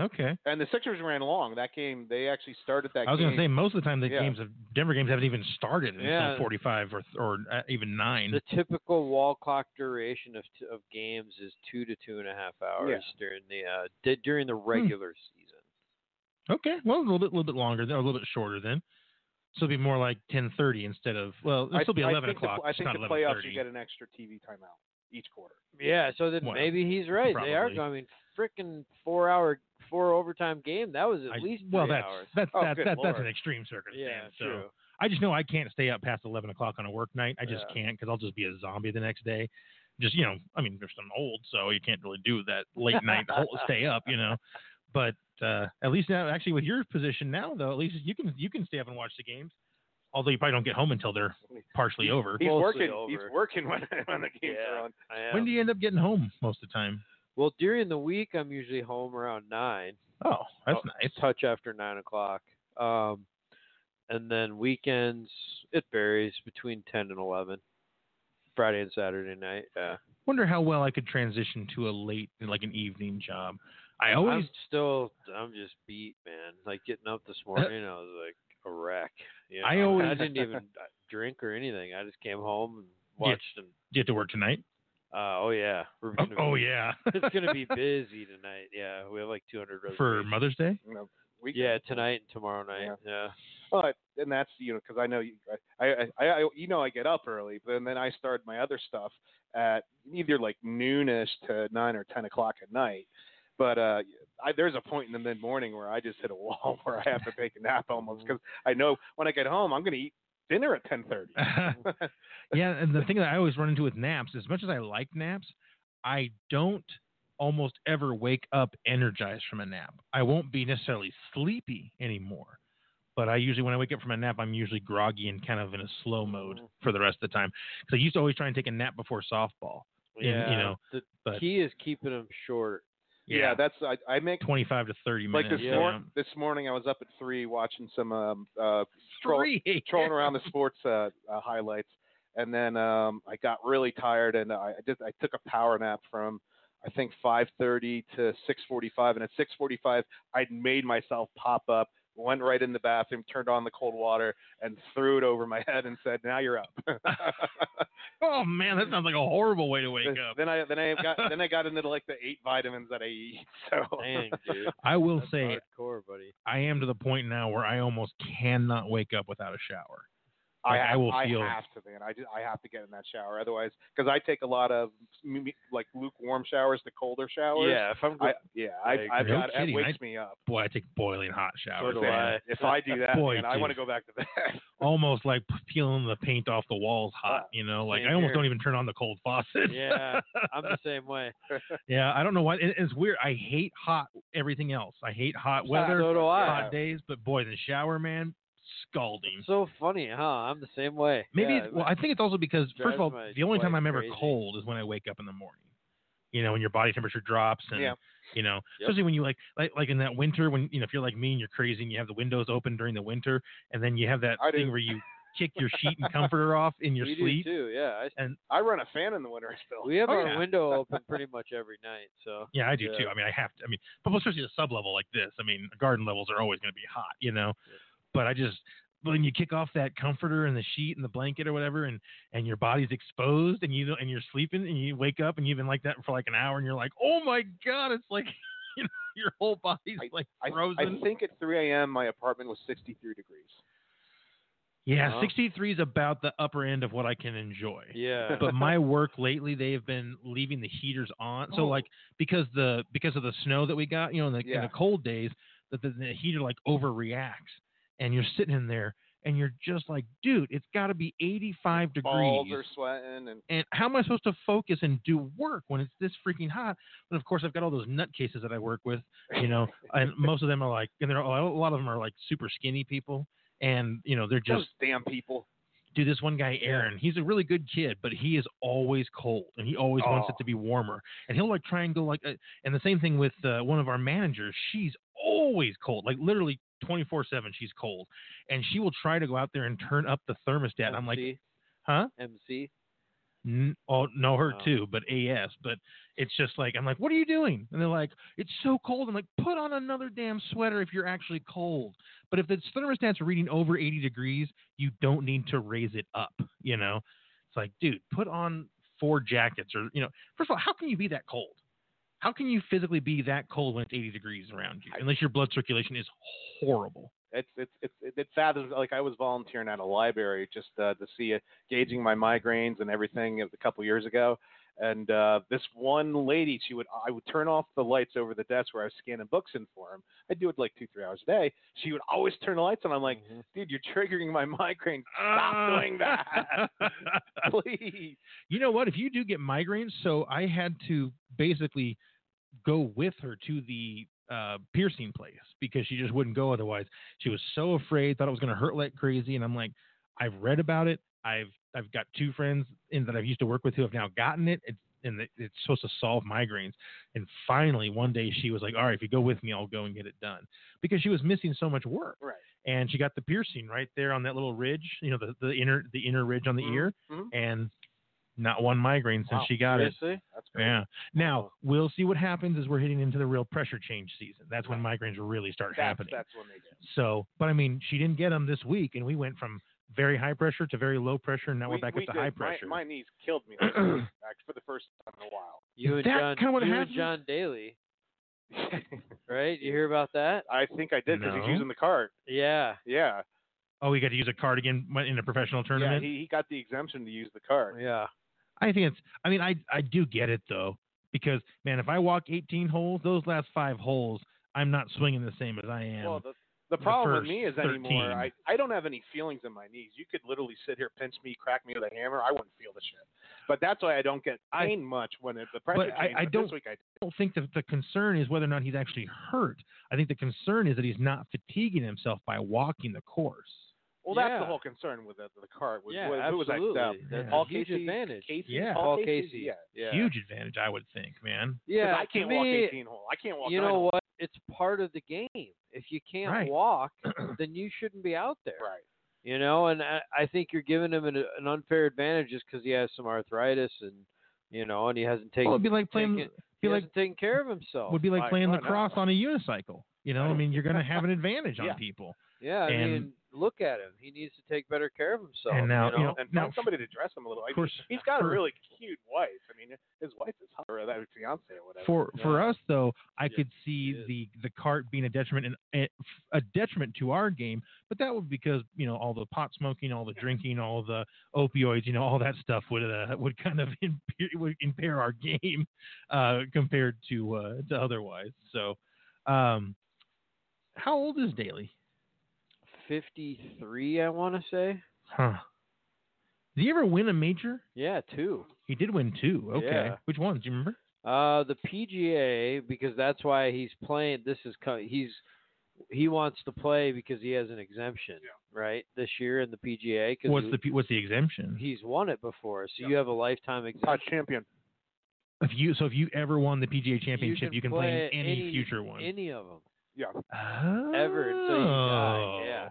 Speaker 2: Okay,
Speaker 3: And the Sixers ran long that game. They actually started that.
Speaker 2: I was
Speaker 3: game.
Speaker 2: going to say most of the time the
Speaker 3: Yeah.
Speaker 2: games of Denver games haven't even started
Speaker 4: Yeah.
Speaker 2: until forty five or or uh, even nine.
Speaker 4: The typical wall clock duration of t- of games is two to two and a half hours during the uh, di- during the
Speaker 2: Hmm.
Speaker 4: regular season.
Speaker 2: Okay, well, a little bit, little bit longer, then, or a little bit shorter then. So it'll be more like ten thirty instead of well, it'll
Speaker 3: I-
Speaker 2: still be
Speaker 3: I
Speaker 2: eleven
Speaker 3: think the-
Speaker 2: o'clock.
Speaker 3: I
Speaker 2: just
Speaker 3: think
Speaker 2: not
Speaker 3: the
Speaker 2: eleven
Speaker 3: playoffs you
Speaker 2: thirty.
Speaker 3: get an extra TV timeout each quarter.
Speaker 4: Yeah, so then
Speaker 2: Well,
Speaker 4: maybe he's right. They are.
Speaker 2: probably.
Speaker 4: I mean, freaking four hour, four overtime game. That was at
Speaker 2: I-
Speaker 4: least three
Speaker 2: well, that's
Speaker 4: hours.
Speaker 2: that's
Speaker 3: Oh,
Speaker 2: that's
Speaker 3: good
Speaker 2: that, that's an
Speaker 3: lord.
Speaker 2: extreme circumstance.
Speaker 4: yeah,
Speaker 2: so
Speaker 4: true.
Speaker 2: I just know I can't stay up past eleven o'clock on a work night. I just
Speaker 4: Yeah.
Speaker 2: can't because I'll just be a zombie the next day. Just you know, I mean, there's some old, so you can't really do that late night whole- stay up, you know. But uh, at least now, actually, with your position now, though, at least you can you can stay up and watch the games. Although you probably don't get home until they're partially over.
Speaker 3: He's
Speaker 4: Mostly
Speaker 3: working. He's
Speaker 4: over.
Speaker 3: working when, when the games
Speaker 4: Yeah.
Speaker 3: are on.
Speaker 4: I am.
Speaker 2: When do you end up getting home most of the time?
Speaker 4: well, during the week, I'm usually home around nine,
Speaker 2: Oh, that's
Speaker 4: Oh,
Speaker 2: nice.
Speaker 4: touch after nine o'clock. Um, and then weekends, it varies between ten and eleven. Friday and Saturday night. Yeah,
Speaker 2: wonder how well I could transition to a late, like an evening job. I always,
Speaker 4: I'm still. I'm just beat, man. Like getting up this morning, I was like a wreck. You
Speaker 2: Uh, I
Speaker 4: know? I
Speaker 2: always-
Speaker 4: didn't even uh, drink or anything. I just came home and watched and
Speaker 2: get to work tonight.
Speaker 4: Uh, oh yeah. We're
Speaker 2: Oh,
Speaker 4: gonna
Speaker 2: oh,
Speaker 4: be-
Speaker 2: yeah,
Speaker 4: it's gonna be busy tonight. Yeah, we have like 200
Speaker 2: for
Speaker 4: reservations.
Speaker 2: Mother's Day.
Speaker 3: You know, weekend.
Speaker 4: Yeah, tonight and tomorrow night. Yeah.
Speaker 3: But and that's you know because I know you I, I I I- you know I get up early, but then I start my other stuff at either like noonish to nine or ten o'clock at night. But uh, I, there's a point in the mid morning where I just hit a wall where I have to take a nap almost because I know when I get home I'm gonna eat dinner at ten thirty.
Speaker 2: yeah, and the thing that I always run into with naps, as much as I like naps, I don't almost ever wake up energized from a nap. I won't be necessarily sleepy anymore, But I usually, when I wake up from a nap, I'm usually groggy and kind of in a slow mode for the rest of the time. Because I used to always try and take a nap before softball. And, you
Speaker 4: Yeah,
Speaker 2: know,
Speaker 4: the
Speaker 2: but-
Speaker 4: key is keeping them short.
Speaker 3: yeah, that's I, I make
Speaker 2: 25 to 30
Speaker 3: like
Speaker 2: minutes.
Speaker 3: this,
Speaker 4: yeah.
Speaker 3: mor- this morning I was up at three watching some um, uh, troll-
Speaker 2: Three.
Speaker 3: trolling around the sports uh, uh, highlights, and then um, I got really tired, and I I just I took a power nap from I think 5:30 to 6:45, and at 6:45 I'd made myself pop up, went right in the bathroom, turned on the cold water, and threw it over my head and said, "Now you're up."
Speaker 2: Oh man, that sounds like a horrible way to wake up.
Speaker 3: then I then I got then I got into like the eight vitamins that I eat. So
Speaker 4: Dang, dude.
Speaker 2: I will
Speaker 4: That's
Speaker 2: say
Speaker 4: hardcore, buddy.
Speaker 2: I am to the point now where I almost cannot wake up without a shower.
Speaker 3: I,
Speaker 2: Like, I
Speaker 3: have,
Speaker 2: will feel-
Speaker 3: have to, man. I, just, I have to get in that shower, otherwise, because I take a lot of m- m- like lukewarm showers, the colder showers.
Speaker 4: Yeah, if I'm
Speaker 3: I,
Speaker 4: good,
Speaker 3: yeah,
Speaker 4: I
Speaker 3: I,
Speaker 4: agree.
Speaker 3: I've
Speaker 2: No
Speaker 3: got
Speaker 2: kidding,
Speaker 3: it wakes
Speaker 2: I-
Speaker 3: me up.
Speaker 2: Boy, I take boiling hot showers.
Speaker 4: do
Speaker 2: man.
Speaker 4: I.
Speaker 3: If I do that,
Speaker 2: Boy,
Speaker 3: man, I want to
Speaker 2: dude.
Speaker 3: go back to bed.
Speaker 2: Almost like peeling the paint off the walls hot, you know? Like
Speaker 4: Ah, same
Speaker 2: I almost
Speaker 4: here.
Speaker 2: don't even turn on the cold faucet.
Speaker 4: yeah, I'm the same way.
Speaker 2: Yeah, I don't know why. It, it's weird. I hate hot everything else. I hate hot weather,
Speaker 4: Ah, so do I.
Speaker 2: hot days, but boy, the shower, man, scalding.
Speaker 4: It's so funny, huh? I'm the same way.
Speaker 2: Maybe
Speaker 4: yeah,
Speaker 2: it's, well, I think it's also because first
Speaker 4: drives
Speaker 2: of all,
Speaker 4: my
Speaker 2: the only time
Speaker 4: wife
Speaker 2: I'm ever
Speaker 4: crazy.
Speaker 2: cold is when I wake up in the morning. You know, when your body temperature drops, and
Speaker 3: Yeah.
Speaker 2: you know, especially when you like, like, like in that winter when you know, if you're like me and you're crazy and you have the windows open during the winter, and then you have that
Speaker 3: I do.
Speaker 2: thing where you kick your sheet and comforter off in your
Speaker 4: we
Speaker 2: sleep.
Speaker 4: do too. Yeah, I,
Speaker 3: I run a fan in the winter still.
Speaker 4: we have
Speaker 2: Oh,
Speaker 4: our
Speaker 2: yeah.
Speaker 4: window open pretty much every night. So
Speaker 2: Yeah, I do
Speaker 4: Yeah.
Speaker 2: too. I mean, I have to. I mean, but especially the sub level like this. I mean, garden levels are always going to be hot, you know. But I just when you kick off that comforter and the sheet and the blanket or whatever, and and your body's exposed, and you don't- and you're sleeping, and you wake up, and you've been like that for like an hour, and you're like, oh my god, it's like you know, your whole body's like
Speaker 3: I, I
Speaker 2: frozen.
Speaker 3: think at 3 a.m. my apartment was 63 degrees.
Speaker 2: yeah,
Speaker 3: Uh-huh.
Speaker 4: Wow.
Speaker 2: 63 is about the upper end of what I can enjoy.
Speaker 4: yeah,
Speaker 2: but my work lately they have been leaving the heaters on so
Speaker 3: Oh.
Speaker 2: like because the because of the snow that we got you know in the, in
Speaker 3: Yeah.
Speaker 2: the cold days that the, the heater like overreacts and you're sitting in there and you're just like dude it's got to be 85
Speaker 3: Balls
Speaker 2: degrees
Speaker 3: are sweating, and
Speaker 2: and how am i supposed to focus and do work when it's this freaking hot but of course i've got all those nutcases that i work with you know and most of them are like and they're all- a lot of them are like super skinny people and you know they're just
Speaker 3: those damn people.
Speaker 2: do this one guy Aaron. He's a really good kid, but he is always cold and he always wants it
Speaker 3: Aw.
Speaker 2: to be warmer. And he'll like try and go like, uh, and the same thing with uh, one of our managers. She's always cold, like literally twenty four seven. She's cold, and she will try to go out there and turn up the thermostat. And I'm like,
Speaker 4: MC,
Speaker 2: huh?
Speaker 4: MC.
Speaker 2: N- oh no, her
Speaker 4: Oh.
Speaker 2: too, but AS. But it's just like I'm like, what are you doing? And they're like, it's so cold. I'm like, put on another damn sweater if you're actually cold. But if the thermostat's reading over 80 degrees, you don't need to raise it up. You know, it's like, dude, put on four jackets or you know. First of all, how can you be that cold? How can you physically be that cold when it's 80 degrees around you? Unless your blood circulation is horrible.
Speaker 3: it's it's it's it's sad. There's, Like I was volunteering at a library just uh, to see it, gauging my migraines and everything a couple years ago. And uh, this one lady, she would I would turn off the lights over the desk where I was scanning books in for him. I do it like two three hours a day. She would always turn the lights on. I'm like,
Speaker 2: Mm-hmm.
Speaker 4: Mhm.
Speaker 3: dude, you're triggering my migraine. Stop
Speaker 2: Ah.
Speaker 3: doing that, please.
Speaker 2: You know what? If you do get migraines, so I had to basically go with her to the uh, piercing place because she just wouldn't go otherwise. She was so afraid, thought it was going to hurt like crazy, and I'm like, I've read about it. I've I've got two friends in that I've used to work with who have now gotten it. It's and it- it's supposed to solve migraines. And finally, one day she was like, "All right, if you go with me, I'll go and get it done," because she was missing so much work.
Speaker 3: Right.
Speaker 2: And she got the piercing right there on that little ridge, you know, the, the inner the inner ridge on the
Speaker 3: Mhm,
Speaker 2: ear,
Speaker 3: mhm.
Speaker 2: and not one migraine since
Speaker 3: Wow,
Speaker 2: she got it.
Speaker 4: Seriously?
Speaker 3: That's great.
Speaker 2: Yeah. Now we'll see what happens as we're hitting into the real pressure change season. That's when migraines really start
Speaker 3: That's,
Speaker 2: happening.
Speaker 3: that's when they do.
Speaker 2: So, but I mean, she didn't get them this week, and we went from very high pressure to very low pressure, and now
Speaker 3: we,
Speaker 2: are back
Speaker 3: we
Speaker 2: up to
Speaker 3: did.
Speaker 2: high
Speaker 3: My-
Speaker 2: pressure.
Speaker 3: My, knees killed me last week, act- for the first time in a while.
Speaker 4: You
Speaker 2: Is
Speaker 4: and
Speaker 2: that
Speaker 4: John,
Speaker 2: kinda what
Speaker 4: you
Speaker 2: happened?
Speaker 4: and John Daly, right? You hear about that?
Speaker 3: I think I did because
Speaker 2: No.
Speaker 3: he's using the cart.
Speaker 4: Yeah.
Speaker 3: Yeah.
Speaker 2: oh, we got to use a cardigan in a professional tournament.
Speaker 3: Yeah, he, he got the exemption to use the card.
Speaker 4: Yeah.
Speaker 2: I think it's. I mean, I I do get it though, because man, if I walk 18 holes, those last five holes, I'm not swinging the same as I am.
Speaker 3: Well, the, The problem
Speaker 2: first
Speaker 3: with me is
Speaker 2: 13.
Speaker 3: anymore, I, I don't have any feelings in my knees. You could literally sit here, pinch me, crack me with a hammer. I wouldn't feel the shit. But that's why I don't get
Speaker 2: I-
Speaker 3: pain much when it, the pressure
Speaker 2: But I-
Speaker 3: changes.
Speaker 2: I
Speaker 3: But
Speaker 2: don't-
Speaker 3: This week I did.
Speaker 2: I don't think that the concern is whether or not he's actually hurt. I think the concern is that he's not fatiguing himself by walking the course.
Speaker 3: Well, that's the
Speaker 4: Yeah.
Speaker 3: whole concern with the, the cart. Was,
Speaker 4: yeah,
Speaker 3: was, uh, who was I
Speaker 4: absolutely.
Speaker 3: stubbed?
Speaker 4: That's
Speaker 2: Yeah.
Speaker 4: a
Speaker 3: Paul
Speaker 4: huge
Speaker 3: Casey-
Speaker 4: advantage.
Speaker 3: Casey?
Speaker 2: Yeah.
Speaker 3: Paul
Speaker 4: Paul
Speaker 3: Casey,
Speaker 4: Casey.
Speaker 3: Yeah.
Speaker 4: Yeah.
Speaker 2: Huge advantage, I would think, man.
Speaker 4: Yeah,
Speaker 3: 'Cause I
Speaker 4: to
Speaker 3: can't
Speaker 4: me,
Speaker 3: walk 18 hole. I can't walk.
Speaker 4: You
Speaker 3: nine
Speaker 4: know
Speaker 3: hole.
Speaker 4: what? It's part of the game. If you can't
Speaker 2: Right.
Speaker 4: walk, then you shouldn't be out there.
Speaker 3: Right.
Speaker 4: You know, and I, I think you're giving him an, an unfair advantage just because he has some arthritis and you know, and he hasn't taken
Speaker 2: Well, it'd be like playing,
Speaker 4: taken-
Speaker 2: be
Speaker 4: he
Speaker 2: like
Speaker 4: hasn't taken care of himself.
Speaker 2: would be like
Speaker 3: Like,
Speaker 2: playing
Speaker 3: why
Speaker 2: lacrosse
Speaker 3: not?
Speaker 2: on a unicycle. You know, I mean, you're going to have an advantage on
Speaker 3: Yeah.
Speaker 2: people.
Speaker 4: yeah, I
Speaker 2: and-
Speaker 4: mean, look at him. He needs to take better care of himself.
Speaker 2: And now,
Speaker 4: you know,
Speaker 2: you know,
Speaker 3: and
Speaker 2: now-
Speaker 3: find somebody to dress him a little. I
Speaker 2: Of
Speaker 3: mean,
Speaker 2: course,
Speaker 3: he's got
Speaker 2: for-
Speaker 3: a really cute wife. I mean, his wife is hot, or that fiance or whatever.
Speaker 2: For for us though, I
Speaker 4: Yeah,
Speaker 2: could see
Speaker 4: it is.
Speaker 2: the the cart being a detriment and and a detriment to our game, but that would be because you know all the pot smoking, all the drinking, all the opioids, you know, all that stuff would uh, would kind of impair, would impair our game uh, compared to uh, to otherwise. So, um, how old is Daly?
Speaker 4: 53, I want to say.
Speaker 2: Huh? Did he ever win a major?
Speaker 4: Yeah, two.
Speaker 2: He did win two. Okay,
Speaker 4: Yeah.
Speaker 2: which ones? Do you remember?
Speaker 4: Uh, the PGA because that's why he's playing. This is co- he's he wants to play because he has an exemption, right? This year in the PGA because
Speaker 2: What's the P- what's the exemption?
Speaker 4: he's won it before, so you have a lifetime exemption.
Speaker 3: champion.
Speaker 2: If you so if you ever won the PGA Championship,
Speaker 4: can
Speaker 2: you can, play
Speaker 4: play
Speaker 2: in any,
Speaker 4: any-
Speaker 2: future one
Speaker 4: Any of them
Speaker 3: Yeah.
Speaker 2: oh,
Speaker 4: ever until you die. Yeah,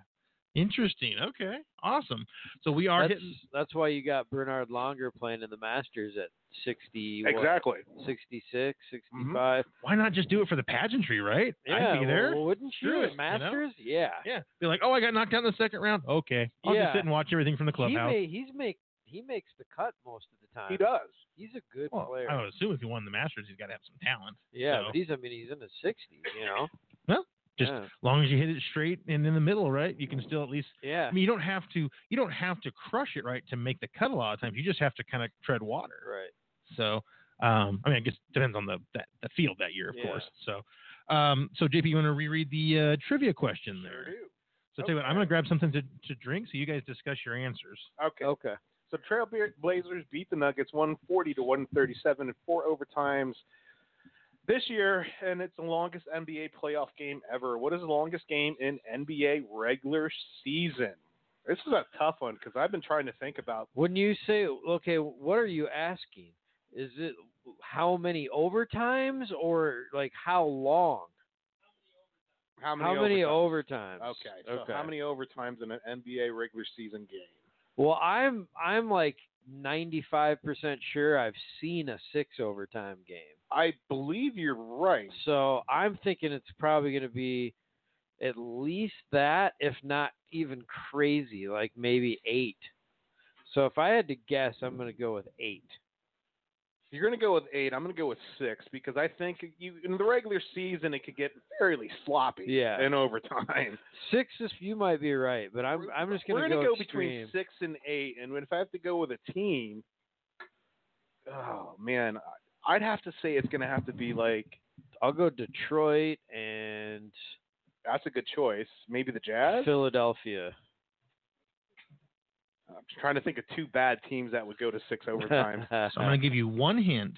Speaker 2: Interesting. Okay. Awesome. So we are
Speaker 4: that's
Speaker 2: hitting
Speaker 4: that's why you got Bernard Longer playing in the Masters at 60, what,
Speaker 3: Exactly.
Speaker 4: 66,
Speaker 3: Mm-hmm.
Speaker 4: 65.
Speaker 2: why not just do it for the pageantry, right? I'd
Speaker 4: Yeah,
Speaker 2: be there.
Speaker 4: well, wouldn't
Speaker 2: Screw
Speaker 4: you?
Speaker 2: it, you
Speaker 4: at
Speaker 2: know?
Speaker 4: Masters, yeah.
Speaker 2: yeah. Be like, oh I got knocked out in the second round. Okay. I'll
Speaker 4: Yeah.
Speaker 2: just sit and watch everything from the clubhouse.
Speaker 4: He may, he's make he makes the cut most of the time.
Speaker 3: He does.
Speaker 4: He's a good
Speaker 2: Well,
Speaker 4: player.
Speaker 2: I would assume if he won the Masters he's gotta have some talent.
Speaker 4: Yeah,
Speaker 2: So,
Speaker 4: but he's I mean he's in his sixties, you know.
Speaker 2: Well, just-
Speaker 4: yeah.
Speaker 2: as long as you hit it straight and in the middle, right? You can still at least
Speaker 4: yeah,
Speaker 2: I mean you don't have to you don't have to crush it right to make the cut a lot of times. You just have to kind of tread water.
Speaker 4: right.
Speaker 2: So, um, I mean, I guess it depends on the that, the field that year, of
Speaker 4: Yeah.
Speaker 2: course. So, um, so JP, you want to reread the uh, trivia question there? So, tell you what, I'm
Speaker 3: Okay.
Speaker 2: going to grab something to, to drink, so you guys discuss your answers.
Speaker 3: Okay.
Speaker 4: Okay.
Speaker 3: So Trailblazers beat the Nuggets 140 to 137 in four overtimes this year, and it's the longest NBA playoff game ever. What is the longest game in NBA regular season? This is a tough one because I've been trying to think about.
Speaker 4: Wouldn't you say okay? What are you asking? Is it how many overtimes or like how long?
Speaker 3: How many?
Speaker 4: how many
Speaker 3: overtimes?
Speaker 4: overtimes?
Speaker 3: Okay. So how many overtimes in an NBA regular season game?
Speaker 4: Well, I'm I'm like ninety five percent sure I've seen a six overtime game.
Speaker 3: I believe you're right.
Speaker 4: So I'm thinking it's probably going to be at least that, if not even crazy, like maybe eight. So if I had to guess, I'm going to go with eight.
Speaker 3: You're going to go with eight. I'm going to go with six because I think you in the regular season it could get fairly sloppy.
Speaker 4: Yeah.
Speaker 3: In overtime.
Speaker 4: Six is you might be right, but I'm I'm just going
Speaker 3: We're
Speaker 4: to
Speaker 3: gonna
Speaker 4: go,
Speaker 3: go,
Speaker 4: extreme.
Speaker 3: between six and eight, and if I have to go with a team, oh man, I'd have to say it's going to have to be like
Speaker 4: I'll go Detroit and
Speaker 3: that's a good choice. Maybe the Jazz.
Speaker 4: Philadelphia.
Speaker 3: I'm trying to think of two bad teams that would go to six overtime.
Speaker 2: So I'm going to give you one hint,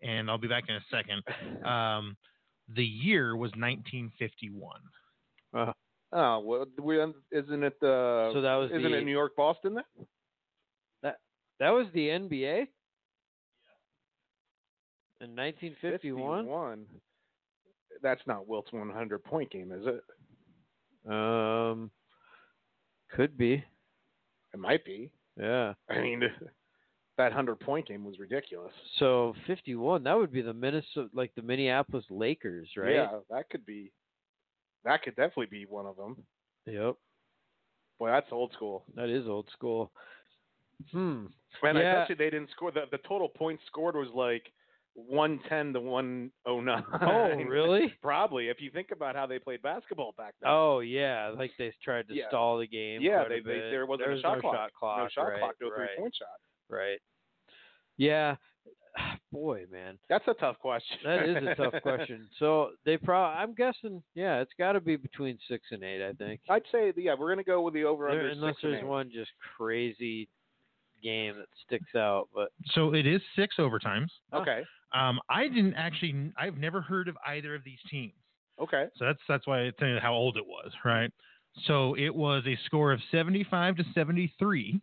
Speaker 2: and I'll be back in a second. Um, the year was 1951.
Speaker 3: oh well, we isn't it the
Speaker 4: so that was
Speaker 3: isn't
Speaker 4: the
Speaker 3: it New York Boston then?
Speaker 4: that was the NBA in 1951.
Speaker 3: 51. That's not Wilt's 100 point game, is it?
Speaker 4: Um, could be.
Speaker 3: It might be.
Speaker 4: Yeah.
Speaker 3: I mean, that 100 point game was ridiculous.
Speaker 4: So 51, that would be the Minnesota, like the Minneapolis Lakers, right?
Speaker 3: Yeah, that could be. That could definitely be one of them.
Speaker 4: Yep.
Speaker 3: Boy, that's old school.
Speaker 4: That is old school. Hmm.
Speaker 3: Man, I
Speaker 4: Yeah.
Speaker 3: bet you they didn't score. The, the total points scored was like 110 to 109.
Speaker 4: Oh, really?
Speaker 3: Probably, if you think about how they played basketball back then.
Speaker 4: Oh, yeah. Like they tried to
Speaker 3: Yeah.
Speaker 4: stall the game.
Speaker 3: yeah,
Speaker 4: quite
Speaker 3: they,
Speaker 4: a
Speaker 3: they,
Speaker 4: bit.
Speaker 3: there wasn't
Speaker 4: there
Speaker 3: a shot
Speaker 4: no
Speaker 3: clock.
Speaker 4: Shot clock.
Speaker 3: No shot
Speaker 4: right,
Speaker 3: clock, no
Speaker 4: right,
Speaker 3: three point shot.
Speaker 4: Right. Yeah. boy, man,
Speaker 3: That's a tough question.
Speaker 4: that is a tough question. So they probably, I'm guessing, yeah, it's got to be between six and eight, I think.
Speaker 3: I'd say, yeah, we're gonna go with the over under.
Speaker 4: There- unless there's one just crazy game that sticks out, but
Speaker 2: So it is six overtimes.
Speaker 3: Okay.
Speaker 2: Um, I didn't actually. I've never heard of either of these teams.
Speaker 3: Okay.
Speaker 2: So that's that's why it's uh, how old it was, right? So it was a score of 75 to 73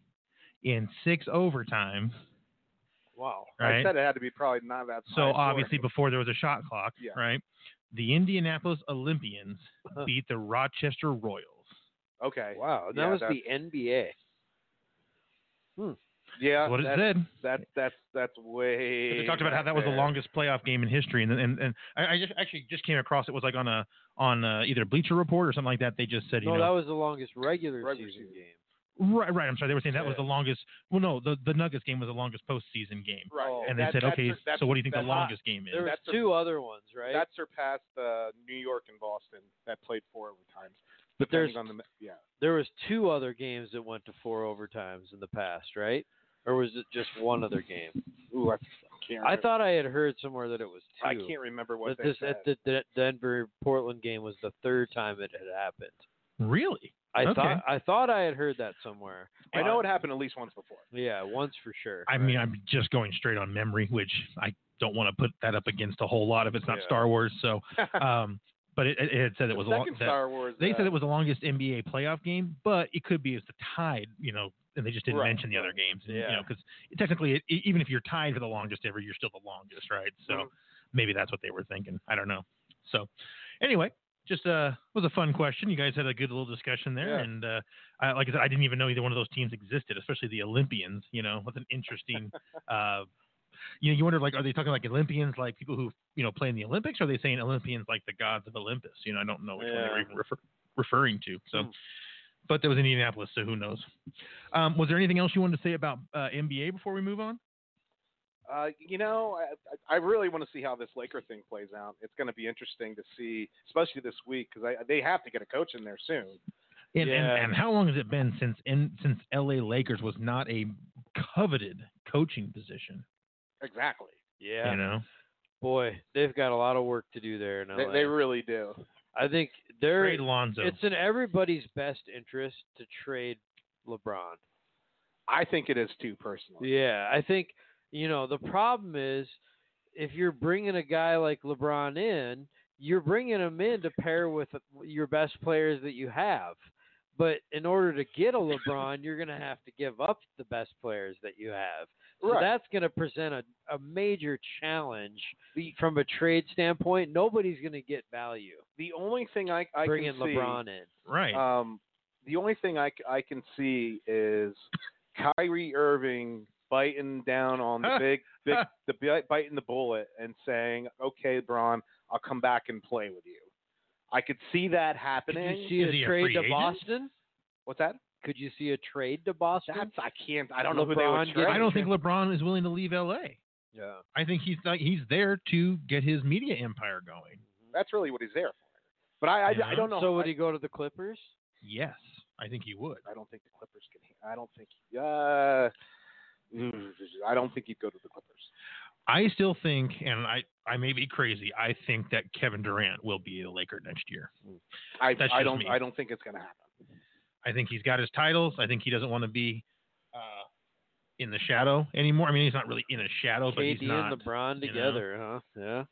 Speaker 2: in six overtimes,
Speaker 4: wow,
Speaker 2: right?
Speaker 3: I said it had to be probably not that.
Speaker 2: So
Speaker 3: high score.
Speaker 2: obviously before there was a shot clock,
Speaker 3: Yeah.
Speaker 2: right? The Indianapolis Olympians beat the Rochester Royals.
Speaker 3: Okay.
Speaker 4: wow, that
Speaker 3: Yeah,
Speaker 4: was
Speaker 3: that's-
Speaker 4: the NBA.
Speaker 3: Yeah.
Speaker 2: That's what it
Speaker 3: Uh, that's,
Speaker 2: said.
Speaker 3: That's that's that's way.
Speaker 2: They talked about how
Speaker 3: back
Speaker 2: that was the
Speaker 3: there.
Speaker 2: longest playoff game in history, and and, and I, I just actually just came across it was like on a on uh either Bleacher Report or something like that. They just said you
Speaker 4: No,
Speaker 2: know
Speaker 4: that was the longest regular,
Speaker 3: Regular
Speaker 4: season,
Speaker 3: season.
Speaker 4: game.
Speaker 2: Right, right. I'm sorry. They were saying that was
Speaker 4: Yeah.
Speaker 2: the longest. Well, no, the, the Nuggets game was the longest postseason game.
Speaker 3: Right.
Speaker 4: Oh,
Speaker 2: And they
Speaker 3: that-
Speaker 2: said,
Speaker 3: that
Speaker 2: okay,
Speaker 3: sur- that-
Speaker 2: so what do you think the
Speaker 3: that-
Speaker 2: longest game is?
Speaker 4: There was
Speaker 3: That's a-
Speaker 4: two other ones, right?
Speaker 3: That surpassed uh, New York and Boston that played four overtimes.
Speaker 4: But there's-
Speaker 3: depending on the yeah.
Speaker 4: there was two other games that went to four overtimes in the past, right? Or was it just one other game?
Speaker 3: Ooh, I can't.
Speaker 4: I
Speaker 3: remember.
Speaker 4: thought I had heard somewhere that it was two.
Speaker 3: I can't remember what
Speaker 4: That
Speaker 3: they
Speaker 4: this
Speaker 3: said.
Speaker 4: that the, the Denver Portland game was the third time it had happened.
Speaker 2: really?
Speaker 4: I
Speaker 2: Okay.
Speaker 4: thought I thought I had heard that somewhere.
Speaker 3: I know it happened at least once before.
Speaker 4: Yeah, once for sure.
Speaker 2: I mean, I'm just going straight on memory, which I don't want to put that up against a whole lot if it's not
Speaker 3: Yeah.
Speaker 2: Star Wars. So, um, but it, it had said it was
Speaker 3: the
Speaker 2: a long.
Speaker 3: second
Speaker 2: that-
Speaker 3: Star Wars.
Speaker 2: they
Speaker 3: uh,
Speaker 2: said it was the longest NBA playoff game, but it could be as the tied, you know, and they just didn't
Speaker 3: Right,
Speaker 2: mention the other
Speaker 3: right.
Speaker 2: games, and, you
Speaker 4: Yeah.
Speaker 2: know, because technically, it, e- even if you're tied for the longest ever, you're still the longest, right? So
Speaker 3: Mhm.
Speaker 2: maybe that's what they were thinking. I don't know. So anyway, just uh, was a fun question. You guys had a good little discussion there,
Speaker 3: Yeah.
Speaker 2: and uh, I, like I said, I didn't even know either one of those teams existed, especially the Olympians. You know, with an interesting. uh, you know, you wonder like, are they talking like Olympians, like people who you know play in the Olympics, or are they saying Olympians like the gods of Olympus? You know, I don't know which one they were
Speaker 4: Yeah.
Speaker 2: even refer- referring to. So,
Speaker 4: Hmm.
Speaker 2: but there was Indianapolis, so who knows? Um, was there anything else you wanted to say about uh, NBA before we move on?
Speaker 3: Uh, you know, I, I I really want to see how this Laker thing plays out. It's going to be interesting to see, especially this week, because they have to get a coach in there soon.
Speaker 2: And,
Speaker 4: Yeah.
Speaker 2: and, and how long has it been since in, since LA Lakers was not a coveted coaching position?
Speaker 3: Exactly.
Speaker 4: yeah,
Speaker 2: You know,
Speaker 4: boy, they've got a lot of work to do there. In
Speaker 3: They,
Speaker 4: LA.
Speaker 3: they really do.
Speaker 4: I think they're
Speaker 2: trade Lonzo.
Speaker 4: It's in everybody's best interest to trade LeBron.
Speaker 3: I think it is too personal.
Speaker 4: Yeah, I think you know the problem is if you're bringing a guy like LeBron in, you're bringing him in to pair with your best players that you have. But in order to get a LeBron, you're going to have to give up the best players that you have. So
Speaker 3: Right.
Speaker 4: that's going to present a, a major challenge from a trade standpoint. Nobody's going to get value
Speaker 3: The only thing I, I
Speaker 4: bringing
Speaker 3: can see,
Speaker 4: LeBron in.
Speaker 2: right.
Speaker 4: uh,
Speaker 3: Um, the only thing I, c- I can see is Kyrie Irving biting down on the big, big, the bi- biting the bullet and saying, "Okay, Bron, I'll come back and play with you." I could see that
Speaker 4: Could you
Speaker 3: happening.
Speaker 4: see
Speaker 2: Is he
Speaker 4: a
Speaker 2: a
Speaker 4: trade
Speaker 2: free
Speaker 4: to
Speaker 2: agent?
Speaker 4: Boston?
Speaker 3: What's that?
Speaker 4: Could you see a trade to Boston?
Speaker 3: That's I can't. I don't know who they
Speaker 4: LeBron
Speaker 3: would
Speaker 4: gets-
Speaker 3: trade.
Speaker 2: I don't think LeBron is willing to leave LA.
Speaker 4: yeah.
Speaker 2: I think he's like, he's there to get his media empire going.
Speaker 3: That's really what he's there for. But I, I, I
Speaker 2: Yeah.
Speaker 3: don't know.
Speaker 4: So would
Speaker 3: I,
Speaker 4: he go to the Clippers?
Speaker 2: Yes, I think he would.
Speaker 3: I don't think the Clippers can. I don't think. Uh, I don't think he'd go to the Clippers.
Speaker 2: I still think, and I, I may be crazy, I think that Kevin Durant will be a Laker next year.
Speaker 3: I,
Speaker 2: That's
Speaker 3: I
Speaker 2: just
Speaker 3: don't.
Speaker 2: me.
Speaker 3: I don't think it's going to happen.
Speaker 2: I think he's got his titles. I think he doesn't want to be uh, in the shadow anymore. I mean, he's not really in a shadow, but he's
Speaker 4: KD
Speaker 2: not.
Speaker 4: and LeBron
Speaker 2: you know.
Speaker 4: together, huh? Yeah.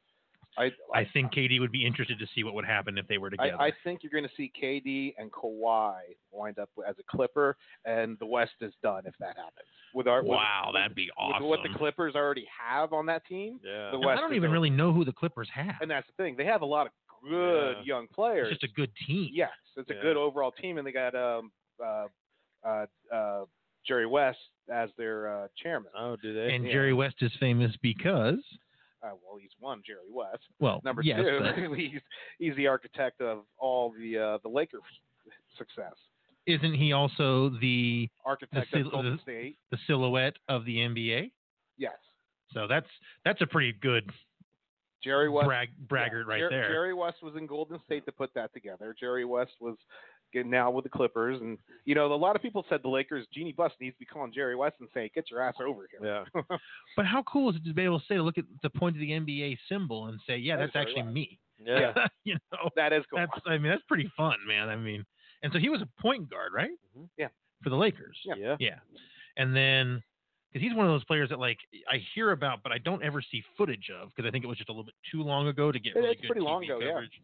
Speaker 3: I.
Speaker 2: I think KD would be interested to see what would happen if they were together.
Speaker 3: I, I think you're going to see KD and Kawhi wind up as a Clipper, and the West is done if that happens. With our with-
Speaker 2: wow, that'd be awesome.
Speaker 3: with what the Clippers already have on that team,
Speaker 4: Yeah.
Speaker 3: The
Speaker 2: And I
Speaker 3: West
Speaker 2: don't
Speaker 3: is
Speaker 2: even
Speaker 3: over.
Speaker 2: really know who the Clippers have.
Speaker 3: and that's the thing. They have a lot of good
Speaker 4: Yeah.
Speaker 3: young players.
Speaker 2: it's just a good team.
Speaker 3: yes, it's
Speaker 4: Yeah.
Speaker 3: a good overall team, and they got um uh uh, uh Jerry West as their uh, chairman.
Speaker 4: Oh, do they?
Speaker 2: And
Speaker 3: Yeah.
Speaker 2: Jerry West is famous because,
Speaker 3: Uh, well, he's one Jerry West.
Speaker 2: well,
Speaker 3: Number
Speaker 2: yes, but
Speaker 3: two, he's he's the architect of all the uh, the Lakers success.
Speaker 2: isn't he also the
Speaker 3: Architect
Speaker 2: The
Speaker 3: of
Speaker 2: sil-
Speaker 3: Golden
Speaker 2: the-
Speaker 3: State.
Speaker 2: the silhouette of the NBA?
Speaker 3: Yes.
Speaker 2: So that's that's a pretty good
Speaker 3: Jerry West
Speaker 2: brag, braggart
Speaker 3: yeah,
Speaker 2: right
Speaker 3: Jer-
Speaker 2: there.
Speaker 3: Jerry West was in Golden State to put that together. Jerry West was get- now with the Clippers. And, you know, a lot of people said the Lakers, Genie Bus needs to be calling Jerry West and saying, get your ass over here.
Speaker 4: Yeah.
Speaker 2: But how cool is it to be able to say, look at the point of the NBA symbol and say, yeah,
Speaker 3: That is
Speaker 2: that's
Speaker 3: very
Speaker 2: actually
Speaker 3: wild.
Speaker 2: me.
Speaker 4: Yeah.
Speaker 2: you know,
Speaker 3: That is cool.
Speaker 2: that's I mean that's pretty fun, man. I mean, and so he was a point guard, right?
Speaker 4: Mhm.
Speaker 3: Mm-hmm. Yeah.
Speaker 2: For the Lakers.
Speaker 3: Yeah.
Speaker 4: Yeah.
Speaker 2: Yeah. And then because he's one of those players that like I hear about, but I don't ever see footage of because I think it was just a little bit too long ago to get
Speaker 3: It-
Speaker 2: really
Speaker 3: it's
Speaker 2: good
Speaker 3: pretty
Speaker 2: TV
Speaker 3: long ago, yeah.
Speaker 2: coverage.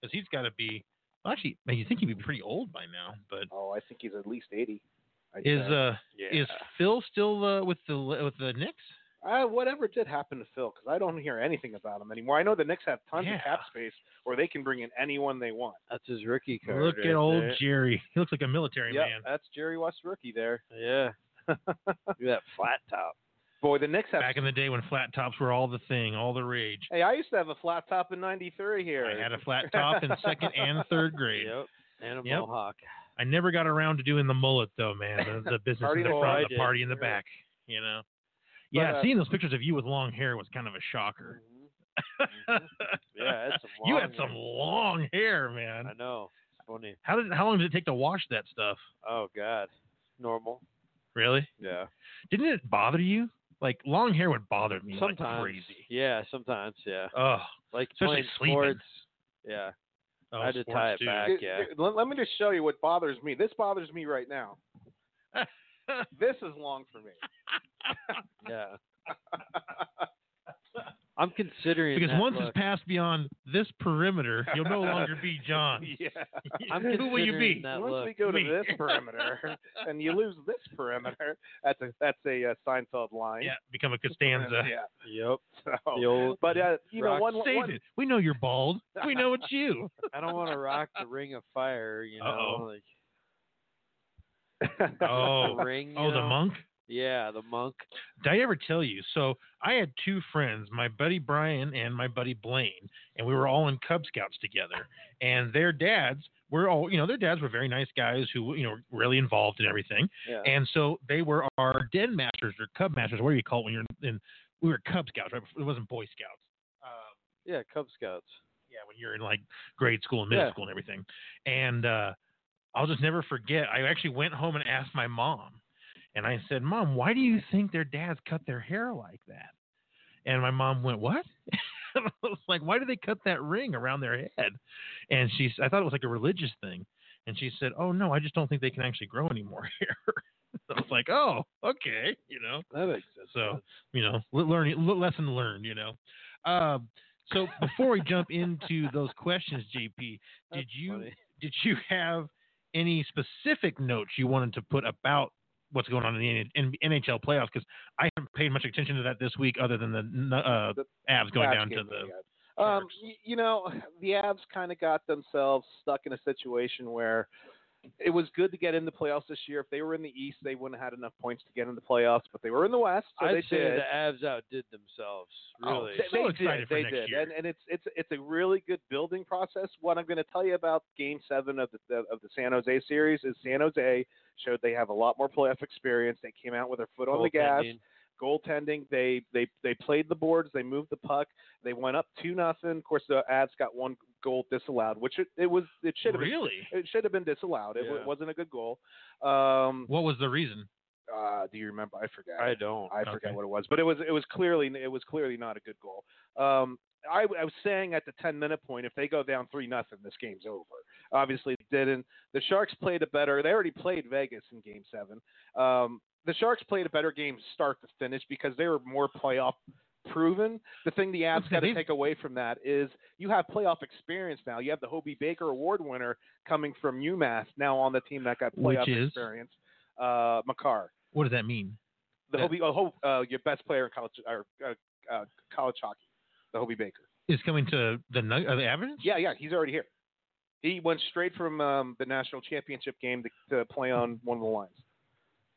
Speaker 2: Because he's got to be well, actually, man, you think he'd be pretty old by now. But
Speaker 3: Oh, I think he's at least 80. I'd
Speaker 2: is
Speaker 3: say.
Speaker 2: uh is Phil still uh, with the with the Knicks?
Speaker 3: Uh, whatever did happen to Phil, because I don't hear anything about him anymore. I know the Knicks have tons
Speaker 2: Yeah.
Speaker 3: of cap space, or they can bring in anyone they want.
Speaker 4: That's his rookie card.
Speaker 2: Look
Speaker 4: right
Speaker 2: at old
Speaker 4: there.
Speaker 2: Jerry. He looks like a military
Speaker 3: Yeah,
Speaker 2: man.
Speaker 3: that's Jerry West rookie there.
Speaker 4: Yeah. Look at that flat top.
Speaker 3: Boy, the Knicks have.
Speaker 2: Back in the day when flat tops were all the thing, all the rage.
Speaker 3: hey, I used to have a flat top in '93 here.
Speaker 2: I had a flat top in second and third grade.
Speaker 4: Yep. And a
Speaker 2: Yep.
Speaker 4: mohawk.
Speaker 2: I never got around to doing the mullet though, man. The, the business
Speaker 3: Party
Speaker 2: in the
Speaker 3: in the
Speaker 2: front,
Speaker 4: front,
Speaker 2: the
Speaker 4: I
Speaker 2: party
Speaker 4: did.
Speaker 2: in the
Speaker 4: You're right.
Speaker 2: back. You know. Yeah,
Speaker 3: uh,
Speaker 2: seeing those pictures of you with long hair was kind of a shocker.
Speaker 4: Mhm. Yeah, it's some
Speaker 2: you
Speaker 4: long
Speaker 2: had some
Speaker 4: hair.
Speaker 2: long hair, man.
Speaker 4: I know. It's funny.
Speaker 2: How did how long did it take to wash that stuff?
Speaker 4: Oh God. Normal.
Speaker 2: Really?
Speaker 4: Yeah.
Speaker 2: Didn't it bother you? Like long hair would bother me like
Speaker 4: Sometimes.
Speaker 2: crazy.
Speaker 4: Yeah. Sometimes. Yeah.
Speaker 2: Oh,
Speaker 4: Like
Speaker 2: Especially
Speaker 4: playing
Speaker 2: sleeping.
Speaker 4: sports. Yeah.
Speaker 2: oh
Speaker 4: I had to
Speaker 2: sports
Speaker 4: tie it
Speaker 2: too.
Speaker 4: back.
Speaker 3: Dude,
Speaker 4: yeah.
Speaker 3: dude, let, let me just show you what bothers me. This bothers me right now. this is long for me.
Speaker 4: Yeah. I'm considering
Speaker 2: Because
Speaker 4: that
Speaker 2: once
Speaker 4: look.
Speaker 2: it's passed beyond this perimeter, you'll no longer be John.
Speaker 3: Yeah.
Speaker 4: I'm
Speaker 2: Who will you
Speaker 4: considering
Speaker 2: be?
Speaker 4: that
Speaker 3: Once
Speaker 4: look.
Speaker 3: we go to
Speaker 2: me.
Speaker 3: this perimeter and you lose this perimeter, that's a that's a uh, Seinfeld line.
Speaker 2: Yeah, become a Costanza.
Speaker 3: Yeah.
Speaker 4: Yep.
Speaker 3: So-
Speaker 4: The old.
Speaker 3: But uh, you know,
Speaker 4: Rock
Speaker 3: one, one,
Speaker 2: Save it. We know you're bald. We know it's you.
Speaker 4: I don't want to rock the ring of fire. You
Speaker 2: Uh-oh.
Speaker 4: know, like
Speaker 2: Oh,
Speaker 4: the ring. you
Speaker 2: oh, the
Speaker 4: know?
Speaker 2: monk.
Speaker 4: Yeah, the monk.
Speaker 2: Did I ever tell you? So I had two friends, my buddy Brian and my buddy Blaine, and we were all in Cub Scouts together. And their dads were all, you know, their dads were very nice guys who, you know, were really involved in everything.
Speaker 4: Yeah.
Speaker 2: And so they were our den masters or Cub masters, whatever you call it when you're in. We were Cub Scouts, right? It wasn't Boy Scouts. Um,
Speaker 4: yeah, Cub Scouts.
Speaker 2: yeah, when you're in like grade school and middle
Speaker 4: Yeah.
Speaker 2: school and everything. And uh, I'll just never forget. I actually went home and asked my mom, and I said, "Mom, why do you think their dads cut their hair like that?" And my mom went, "What?" I was like, "Why do they cut that ring around their head?" And she, s- I thought it was like a religious thing, and she said, "Oh no, I just don't think they can actually grow any more hair." I was like, "Oh, okay," you know
Speaker 4: That makes sense.
Speaker 2: So- you know, le- learning le- lesson learned, you know. Uh, so before we jump into those questions, JP,
Speaker 4: That's
Speaker 2: did you
Speaker 4: funny.
Speaker 2: did you have any specific notes you wanted to put about what's going on in the N- N- NHL playoffs? Because I haven't paid much attention to that this week, other than the n- uh,
Speaker 3: The
Speaker 2: Avs going
Speaker 3: Avs
Speaker 2: down to
Speaker 3: game
Speaker 2: the.
Speaker 3: we got. Um,
Speaker 2: Sharks.
Speaker 3: y- you know, the Avs kind of got themselves stuck in a situation where it was good to get in the playoffs this year. If they were in the East, they wouldn't have had enough points to get in the playoffs, but they were in the West, so
Speaker 4: I'd
Speaker 3: they
Speaker 4: say
Speaker 3: did.
Speaker 4: the Avs outdid themselves.
Speaker 2: Oh,
Speaker 4: Really.
Speaker 3: They,
Speaker 2: So
Speaker 3: they
Speaker 2: excited
Speaker 3: did.
Speaker 2: for
Speaker 3: they
Speaker 2: next
Speaker 3: did,
Speaker 2: year.
Speaker 3: and, and it's it's it's a really good building process. What I'm going to tell you about Game Seven of the, the of the San Jose series is San Jose showed they have a lot more playoff experience. They came out with their foot on the gas
Speaker 4: Goaltending.
Speaker 3: goaltending. They they they played the boards. They moved the puck. They went up two nothing. Of course, the Avs got one goal disallowed, which it, it was it should have
Speaker 2: Really?
Speaker 3: been, it should have been disallowed. It, wa-
Speaker 4: Yeah.
Speaker 3: wasn't a good goal. Um,
Speaker 2: What was the reason?
Speaker 3: uh, do you remember? I forgot.
Speaker 4: I don't.
Speaker 3: I
Speaker 2: Okay.
Speaker 3: forget what it was, but it was it was clearly it was clearly not a good goal. Um, I, I was saying at the ten minute point, if they go down three nothing, this game's over. Obviously, it didn't. The Sharks played a better. They already played Vegas in Game Seven. Um, the Sharks played a better game start to finish because they were more playoff proven. The thing the Avs
Speaker 2: Okay,
Speaker 3: got to
Speaker 2: they've-
Speaker 3: take away from that is you have playoff experience now. You have the Hobie Baker Award winner coming from UMass now on the team that got
Speaker 2: Which
Speaker 3: playoff
Speaker 2: is?
Speaker 3: experience. Uh, Makar
Speaker 2: What does that mean?
Speaker 3: the
Speaker 2: that-
Speaker 3: Hobie, oh, Ho- uh, your best player in college or uh, uh, college hockey, the Hobie Baker.
Speaker 2: Is coming to the Nug- uh, the Avalanche?
Speaker 3: Yeah, yeah, he's already here. He went straight from um, the national championship game to, to play on one of the lines,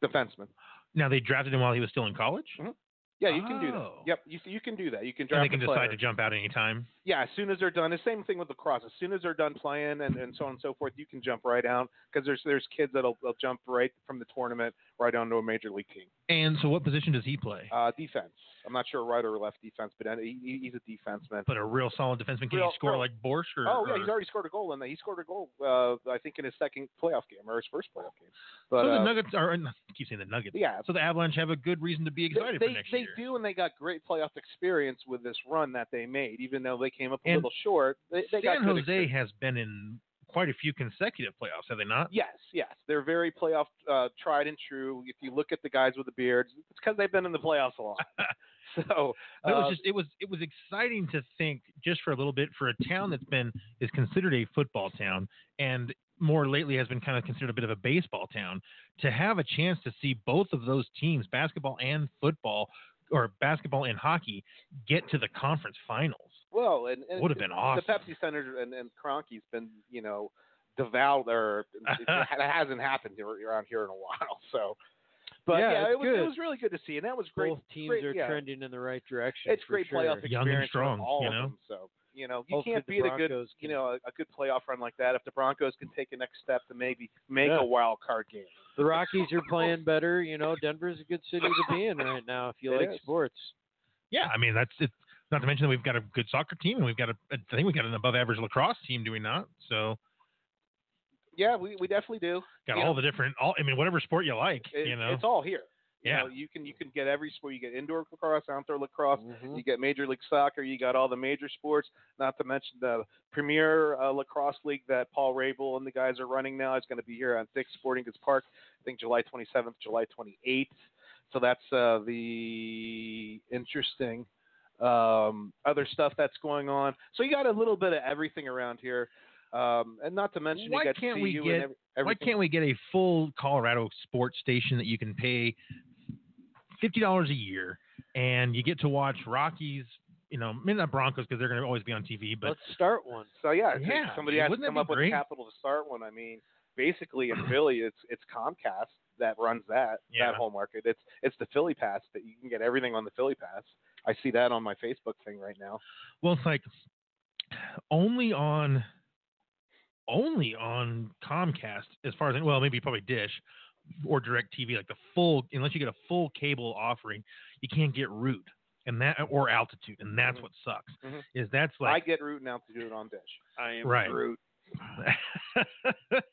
Speaker 3: defenseman.
Speaker 2: Now they drafted him while he was still in college.
Speaker 3: Mhm. Yeah, you can do that.
Speaker 2: Oh.
Speaker 3: Yep, you you can do that. You can
Speaker 2: And
Speaker 3: draft
Speaker 2: they can
Speaker 3: a player.
Speaker 2: decide to jump out anytime.
Speaker 3: yeah, as soon as they're done, the same thing with lacrosse. As soon as they're done playing and, and so on and so forth, you can jump right out because there's there's kids that'll they'll jump right from the tournament right onto a major league team.
Speaker 2: And so, what position does he play?
Speaker 3: Uh, defense. I'm not sure right or left defense, but uh, he, he- he's a defenseman.
Speaker 2: but a real solid defenseman. Can
Speaker 3: real-
Speaker 2: he score
Speaker 3: real-
Speaker 2: like Borsch? Or,
Speaker 3: oh yeah, he's
Speaker 2: or-
Speaker 3: already scored a goal in that. He scored a goal, uh, I think, in his second playoff game or his first playoff game. But
Speaker 2: so the
Speaker 3: uh,
Speaker 2: Nuggets are. I keep saying the Nuggets.
Speaker 3: yeah,
Speaker 2: So the Avalanche have a good reason to be
Speaker 3: They-
Speaker 2: excited
Speaker 3: they,
Speaker 2: for next
Speaker 3: they
Speaker 2: year.
Speaker 3: do, and they got great playoff experience with this run that they made. Even though they came up a
Speaker 2: And
Speaker 3: little short, they, they got
Speaker 2: San
Speaker 3: good
Speaker 2: Jose
Speaker 3: experience.
Speaker 2: has been in quite a few consecutive playoffs, have they not?
Speaker 3: Yes, yes, they're very playoff uh, tried and true. If you look at the guys with the beards, it's because they've been in the playoffs a lot. so
Speaker 2: That
Speaker 3: uh,
Speaker 2: was just it was it was exciting to think just for a little bit for a town that's been is considered a football town and more lately has been kind of considered a bit of a baseball town to have a chance to see both of those teams basketball and football or basketball and hockey get to the conference finals
Speaker 3: well, and, and
Speaker 2: would have been awesome.
Speaker 3: The Pepsi Center and, and Cronky's been, you know, devoured or it hasn't happened here- around here in a while. So, but
Speaker 4: Yeah,
Speaker 3: yeah,
Speaker 4: it's
Speaker 3: it was
Speaker 4: good.
Speaker 3: it was really good to see, and that was great.
Speaker 4: Both teams
Speaker 3: great-
Speaker 4: are
Speaker 3: yeah.
Speaker 4: trending in the right direction.
Speaker 3: It's
Speaker 4: for
Speaker 3: great
Speaker 4: sure.
Speaker 3: playoff experience
Speaker 2: Young and strong,
Speaker 3: for all
Speaker 2: you
Speaker 3: of
Speaker 2: know?
Speaker 3: them. So you know, you
Speaker 4: Hopefully
Speaker 3: can't
Speaker 4: the
Speaker 3: beat a good,
Speaker 4: Broncos
Speaker 3: you
Speaker 4: can-
Speaker 3: know, a, a good playoff run like that. If the Broncos can take a next step to maybe make
Speaker 4: Yeah.
Speaker 3: a wild card game.
Speaker 4: The Rockies are playing better. You know, Denver's a good city to be in right now if you
Speaker 3: It
Speaker 4: like
Speaker 3: is.
Speaker 4: sports.
Speaker 2: yeah i mean that's it not to mention that we've got a good soccer team and we've got a i think we've got an above average lacrosse team do we not so
Speaker 3: Yeah, we, we definitely do.
Speaker 2: got
Speaker 3: Yeah.
Speaker 2: all the different all i mean whatever sport you like
Speaker 3: It,
Speaker 2: you know
Speaker 3: it's all here. You
Speaker 2: Yeah.
Speaker 3: know, you can you can get every sport. You get indoor lacrosse, outdoor lacrosse.
Speaker 4: Mhm.
Speaker 3: You get Major League Soccer. You got all the major sports. Not to mention the Premier uh, Lacrosse League that Paul Rabel and the guys are running now. It's going to be here on Dick's Sporting Goods Park. I think July 27th, July 28th. So that's uh, the interesting um, other stuff that's going on. So you got a little bit of everything around here. Um, and not to mention,
Speaker 2: Why
Speaker 3: you got
Speaker 2: can't
Speaker 3: CU
Speaker 2: we
Speaker 3: and
Speaker 2: get-
Speaker 3: every,
Speaker 2: Why
Speaker 3: everything.
Speaker 2: can't we get a full Colorado sports station that you can pay fifty dollars a year and you get to watch Rockies? You know, maybe not Broncos because they're going to always be on TV, but
Speaker 4: Let's start one.
Speaker 3: So yeah, it's-
Speaker 2: Yeah,
Speaker 3: somebody
Speaker 2: dude,
Speaker 3: has to
Speaker 2: wouldn't that
Speaker 3: come
Speaker 2: be
Speaker 3: up with
Speaker 2: great?
Speaker 3: capital to start one. I mean, basically in Philly, it's it's Comcast that runs that
Speaker 2: Yeah.
Speaker 3: that whole market. It's it's the Philly Pass that you can get everything on the Philly Pass. I see that on my Facebook thing right now.
Speaker 2: well, it's like only on only on Comcast as far as well, maybe probably Dish or Direct TV, like the full unless you get a full cable offering, you can't get Root and that or Altitude, and that's
Speaker 3: Mhm.
Speaker 2: what sucks.
Speaker 3: Mhm.
Speaker 2: Is that's like
Speaker 3: I get root now to do it on Dish.
Speaker 4: I am
Speaker 2: Right.
Speaker 4: Groot.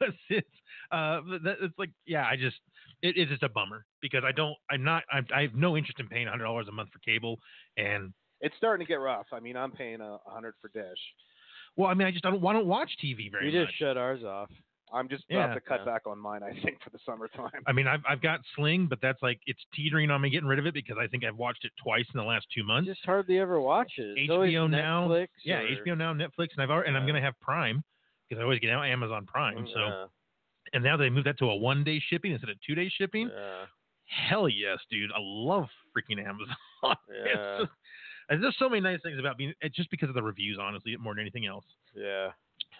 Speaker 2: That's it. Uh, but that, it's like, yeah, I just, it is just a bummer because I don't, I'm not, I, I have no interest in paying hundred dollars a month for cable. And
Speaker 3: It's starting to get rough. I mean, I'm paying a hundred for Dish.
Speaker 2: well, I mean, I just, I don't, I don't watch TV very
Speaker 4: We
Speaker 2: much.
Speaker 4: just shut ours off.
Speaker 3: I'm just
Speaker 2: Yeah.
Speaker 3: about to cut
Speaker 4: Yeah.
Speaker 3: back on mine. I think for the summertime.
Speaker 2: I mean, I've, I've got Sling, but that's like, it's teetering on me getting rid of it because I think I've watched it twice in the last two
Speaker 4: I
Speaker 2: months.
Speaker 4: just hardly ever watch it. It's always
Speaker 2: HBO now.
Speaker 4: Netflix
Speaker 2: yeah.
Speaker 4: or-
Speaker 2: HBO now, Netflix, and I've already, and I'm
Speaker 4: Yeah. Oh,
Speaker 2: going to have Prime because I always get out Amazon Prime. So,
Speaker 4: Yeah,
Speaker 2: and now they moved that to a one day shipping instead of two day shipping.
Speaker 4: yeah.
Speaker 2: Hell yes, dude. I love freaking Amazon.
Speaker 4: Yeah.
Speaker 2: It's just- and there's so many nice things about being it's just because of the reviews, honestly, more than anything else.
Speaker 4: Yeah.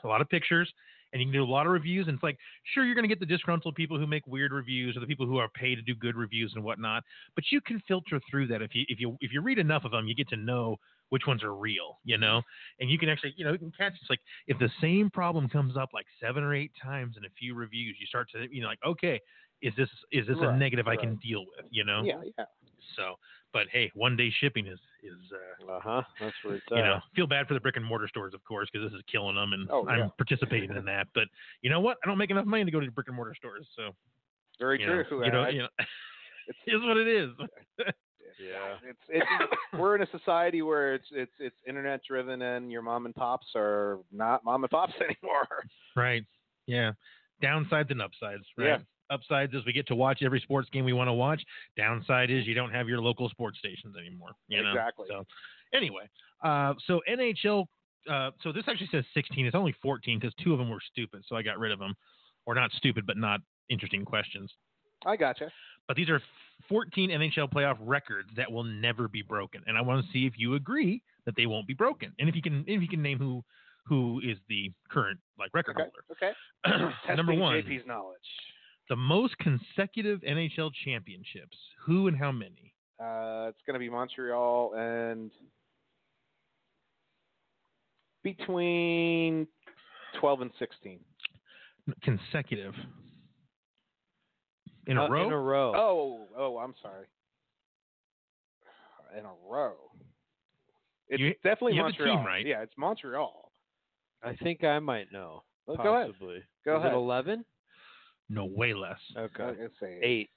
Speaker 2: A lot of pictures, and you can do a lot of reviews. And it's like, sure, you're going to get the disgruntled people who make weird reviews, or the people who are paid to do good reviews and whatnot. But you can filter through that if you if you if you read enough of them, you get to know which ones are real, you know. And you can actually, you know, you can catch it's like if the same problem comes up like seven or eight times in a few reviews, you start to you know like, okay, is this is this
Speaker 3: Right,
Speaker 2: a negative I can
Speaker 3: right.
Speaker 2: deal with, you know?
Speaker 3: yeah, yeah.
Speaker 2: So, but hey, one day shipping is is. Uh,
Speaker 4: Uh huh. That's where it's at.
Speaker 3: Uh,
Speaker 2: you know, feel bad for the brick and mortar stores, of course, because this is killing them, and
Speaker 3: Oh,
Speaker 2: I'm
Speaker 3: yeah.
Speaker 2: participating in that. But you know what? I don't make enough money to go to brick and mortar stores, so
Speaker 3: Very
Speaker 2: you
Speaker 3: true.
Speaker 2: Know, you know,
Speaker 3: I-
Speaker 2: you know, it is what it is.
Speaker 4: Yeah.
Speaker 3: it's, it's we're in a society where it's it's it's internet driven and your mom and pops are not mom and pops anymore.
Speaker 2: Right? Yeah. Downsides and upsides. Right?
Speaker 3: Yeah.
Speaker 2: Upsides is we get to watch every sports game we want to watch. Downside is you don't have your local sports stations anymore. You know?
Speaker 3: Exactly.
Speaker 2: So anyway, uh, so NHL. Uh, so this actually says 16. It's only 14 because two of them were stupid, so I got rid of them, or not stupid, but not interesting questions.
Speaker 3: I gotcha.
Speaker 2: But these are 14 NHL playoff records that will never be broken, and I want to see if you agree that they won't be broken, and if you can, if you can name who who is the current like record
Speaker 3: Okay. Okay.
Speaker 2: holder. Number
Speaker 3: Testing
Speaker 2: one,
Speaker 3: JP's knowledge.
Speaker 2: the most consecutive NHL championships. Who and how many?
Speaker 3: Uh, it's going to be Montreal and between 12 and 16.
Speaker 2: consecutive in a
Speaker 4: Uh,
Speaker 2: row.
Speaker 4: In a row.
Speaker 3: Oh, oh, I'm sorry. In a row. It's
Speaker 2: You-
Speaker 3: definitely
Speaker 2: you have the team
Speaker 3: Montreal.
Speaker 2: right.
Speaker 3: Yeah, it's Montreal.
Speaker 4: I think I might know.
Speaker 3: Well, go ahead.
Speaker 4: possibly.
Speaker 3: Go
Speaker 4: Is
Speaker 3: ahead.
Speaker 4: It Eleven.
Speaker 2: no, way less.
Speaker 3: I
Speaker 4: Okay.
Speaker 3: was gonna say
Speaker 4: Eight.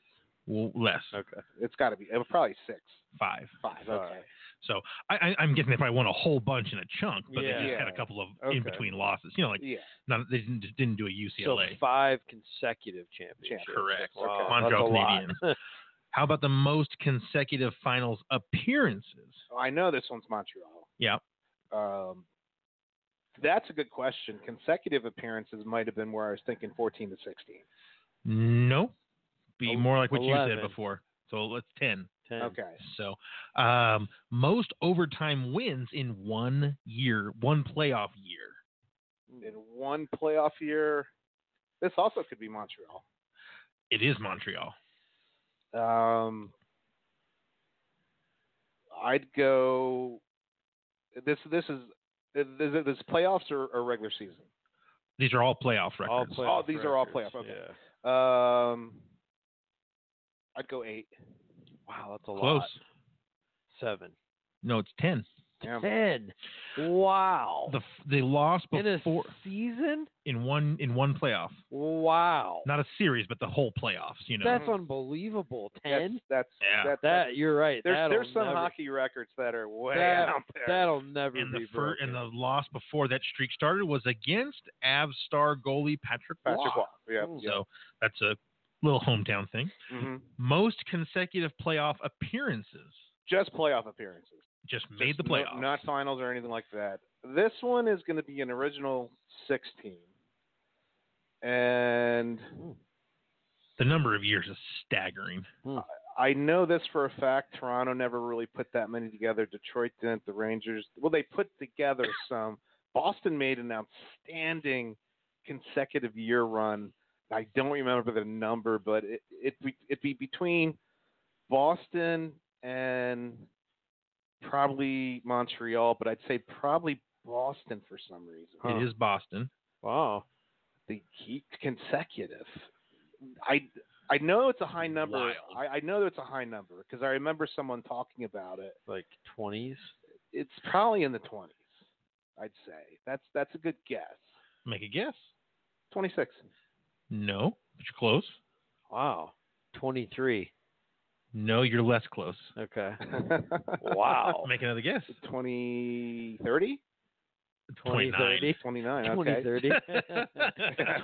Speaker 2: Well, less.
Speaker 4: Uh, Okay.
Speaker 3: It's got to be. It was probably six,
Speaker 2: Five.
Speaker 3: five.
Speaker 4: All
Speaker 3: Okay.
Speaker 4: right.
Speaker 2: So I, I, I'm guessing they probably won a whole bunch in a chunk, but
Speaker 4: Yeah.
Speaker 2: they just had a
Speaker 3: Yeah.
Speaker 2: couple of
Speaker 4: Okay.
Speaker 2: in between losses. You know, like
Speaker 3: yeah.
Speaker 2: none, they didn't, just didn't do a UCLA.
Speaker 4: So five consecutive championships.
Speaker 2: Correct.
Speaker 4: Wow,
Speaker 2: Montreal
Speaker 4: that's a lot.
Speaker 2: Canadiens. How about the most consecutive finals appearances?
Speaker 3: Oh, I know this one's Montreal.
Speaker 2: Yeah.
Speaker 3: Um, that's a good question. Consecutive appearances might have been where I was thinking 14 to 16.
Speaker 2: No. Be
Speaker 4: El-
Speaker 2: more like what you
Speaker 4: 11.
Speaker 2: said before. So let's 10.
Speaker 4: Ten.
Speaker 3: Okay.
Speaker 2: So um, most overtime wins in one year, one playoff year.
Speaker 3: In one playoff year, this also could be Montreal.
Speaker 2: It is Montreal.
Speaker 3: Um, I'd go. This this is this, this playoffs or, or regular season.
Speaker 2: These are all playoff
Speaker 4: All
Speaker 2: records.
Speaker 4: playoff
Speaker 3: these are all
Speaker 4: records,
Speaker 3: playoff, okay.
Speaker 4: yeah.
Speaker 3: Um, I'd go eight.
Speaker 4: Wow, that's a
Speaker 2: Close.
Speaker 4: lot. Seven.
Speaker 2: No, it's 10.
Speaker 3: Yeah.
Speaker 4: Ten. Wow.
Speaker 2: The they lost
Speaker 4: in a
Speaker 2: before
Speaker 4: season?
Speaker 2: in one in one playoff.
Speaker 4: Wow.
Speaker 2: Not a series, but the whole playoffs, you know.
Speaker 4: That's unbelievable. Ten.
Speaker 3: That's that's,
Speaker 2: Yeah.
Speaker 3: that's
Speaker 4: That you're right.
Speaker 3: There's,
Speaker 4: that'll
Speaker 3: there's some
Speaker 4: never,
Speaker 3: hockey records that are way
Speaker 4: That-
Speaker 3: out there.
Speaker 4: That'll never
Speaker 2: and
Speaker 4: be
Speaker 2: the fir-
Speaker 4: broken.
Speaker 2: and the loss before that streak started was against Avs star goalie Patrick,
Speaker 3: Patrick
Speaker 2: Waugh.
Speaker 3: Waugh. Yeah.
Speaker 4: Ooh.
Speaker 2: So that's a little hometown thing.
Speaker 3: hmm
Speaker 2: Most consecutive playoff appearances.
Speaker 3: Just playoff appearances.
Speaker 2: Just made
Speaker 3: Just
Speaker 2: the
Speaker 3: no-
Speaker 2: playoffs.
Speaker 3: not finals or anything like that. This one is going to be an original 16. And
Speaker 2: the number of years is staggering.
Speaker 3: I know this for a fact. Toronto never really put that many together. Detroit didn't. The Rangers, well, they put together some. Boston made an outstanding consecutive year run. I don't remember the number, but it it be- it'd be between Boston and probably Montreal, but I'd say probably Boston for some reason.
Speaker 4: Huh.
Speaker 2: It is Boston.
Speaker 4: wow.
Speaker 3: The heat consecutive. I I know it's a high number.
Speaker 2: Wild.
Speaker 3: I, I know it's a high number because I remember someone talking about it.
Speaker 4: Like twenties.
Speaker 3: It's probably in the twenties. I'd say that's that's a good guess.
Speaker 2: Make a guess.
Speaker 3: Twenty six.
Speaker 2: No, but you're close.
Speaker 4: Wow. Twenty three.
Speaker 2: No, you're less close.
Speaker 4: Okay. Wow.
Speaker 2: Make another guess.
Speaker 3: 20, 30?
Speaker 4: 30.
Speaker 3: 29. Okay.
Speaker 4: 20, 30.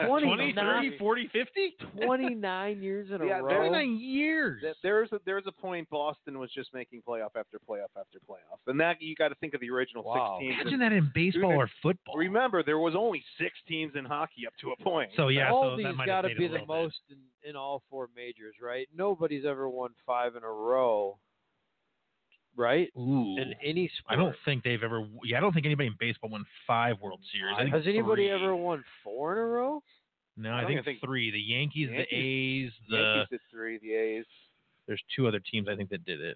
Speaker 2: 20, 30, 40, 50?
Speaker 4: 29 years in a
Speaker 3: Yeah,
Speaker 4: row.
Speaker 2: 29 years.
Speaker 3: Th- There's a there's a point Boston was just making playoff after playoff after playoff, and that you got to think of the original
Speaker 4: Wow.
Speaker 3: six teams.
Speaker 2: Imagine that in baseball or football.
Speaker 3: Remember, there was only six teams in hockey up to a point.
Speaker 2: So yeah,
Speaker 4: all
Speaker 2: so
Speaker 4: these
Speaker 2: that might have
Speaker 4: got to
Speaker 2: made it
Speaker 4: be
Speaker 2: a
Speaker 4: the
Speaker 2: little bit.
Speaker 4: most in, in all four majors, right? Nobody's ever won five in a row, right?
Speaker 2: Ooh.
Speaker 4: In any sport.
Speaker 2: I don't think they've ever. Yeah, I don't think anybody in baseball won five World Series. I think
Speaker 4: Has anybody
Speaker 2: three.
Speaker 4: ever won four in a row?
Speaker 2: No,
Speaker 3: I
Speaker 2: I
Speaker 3: don't
Speaker 2: think,
Speaker 3: even think-
Speaker 2: three. The Yankees, the A's,
Speaker 3: the
Speaker 2: the
Speaker 3: Yankees did three, the A's.
Speaker 2: there's two other teams I think that did it.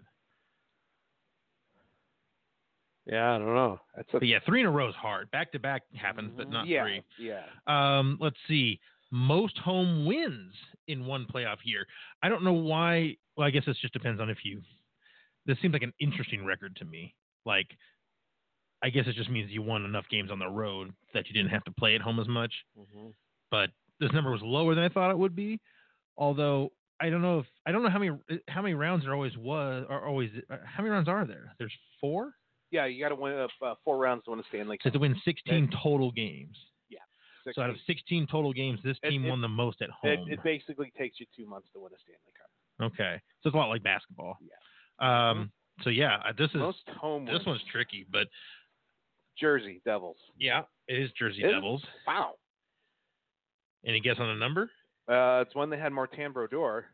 Speaker 4: Yeah, I don't know.
Speaker 3: That's
Speaker 2: But yeah, three in a row is hard. Back to back happens, but not
Speaker 3: yeah,
Speaker 2: three.
Speaker 3: Yeah.
Speaker 2: Um, let's see. Most home wins in one playoff year. I don't know why. Well, I guess this just depends on if you. This seems like an interesting record to me. Like, I guess it just means you won enough games on the road that you didn't have to play at home as much. but this number was lower than I thought it would be. Although I don't know if I don't know how many how many rounds there always was are always how many rounds are there? There's four.
Speaker 3: Yeah, you got to win uh, uh, four rounds to win a Stanley
Speaker 2: So
Speaker 3: Cup.
Speaker 2: to win 16 total games.
Speaker 3: Six
Speaker 2: So out of
Speaker 3: teams.
Speaker 2: 16 total games, this
Speaker 3: It-
Speaker 2: team
Speaker 3: it-
Speaker 2: won the most at
Speaker 3: it,
Speaker 2: home.
Speaker 3: it basically takes you two months to win a Stanley Cup.
Speaker 2: okay, so it's a lot like basketball.
Speaker 3: Yeah. Mm-hmm.
Speaker 2: Um. So yeah, I- this is
Speaker 3: Most home
Speaker 2: this
Speaker 3: wins.
Speaker 2: one's tricky, but
Speaker 3: Jersey Devils.
Speaker 2: yeah, it is Jersey
Speaker 3: Is it?
Speaker 2: Devils.
Speaker 3: Wow.
Speaker 2: Any guess on the number?
Speaker 3: Uh, it's when they had Martin Brodeur.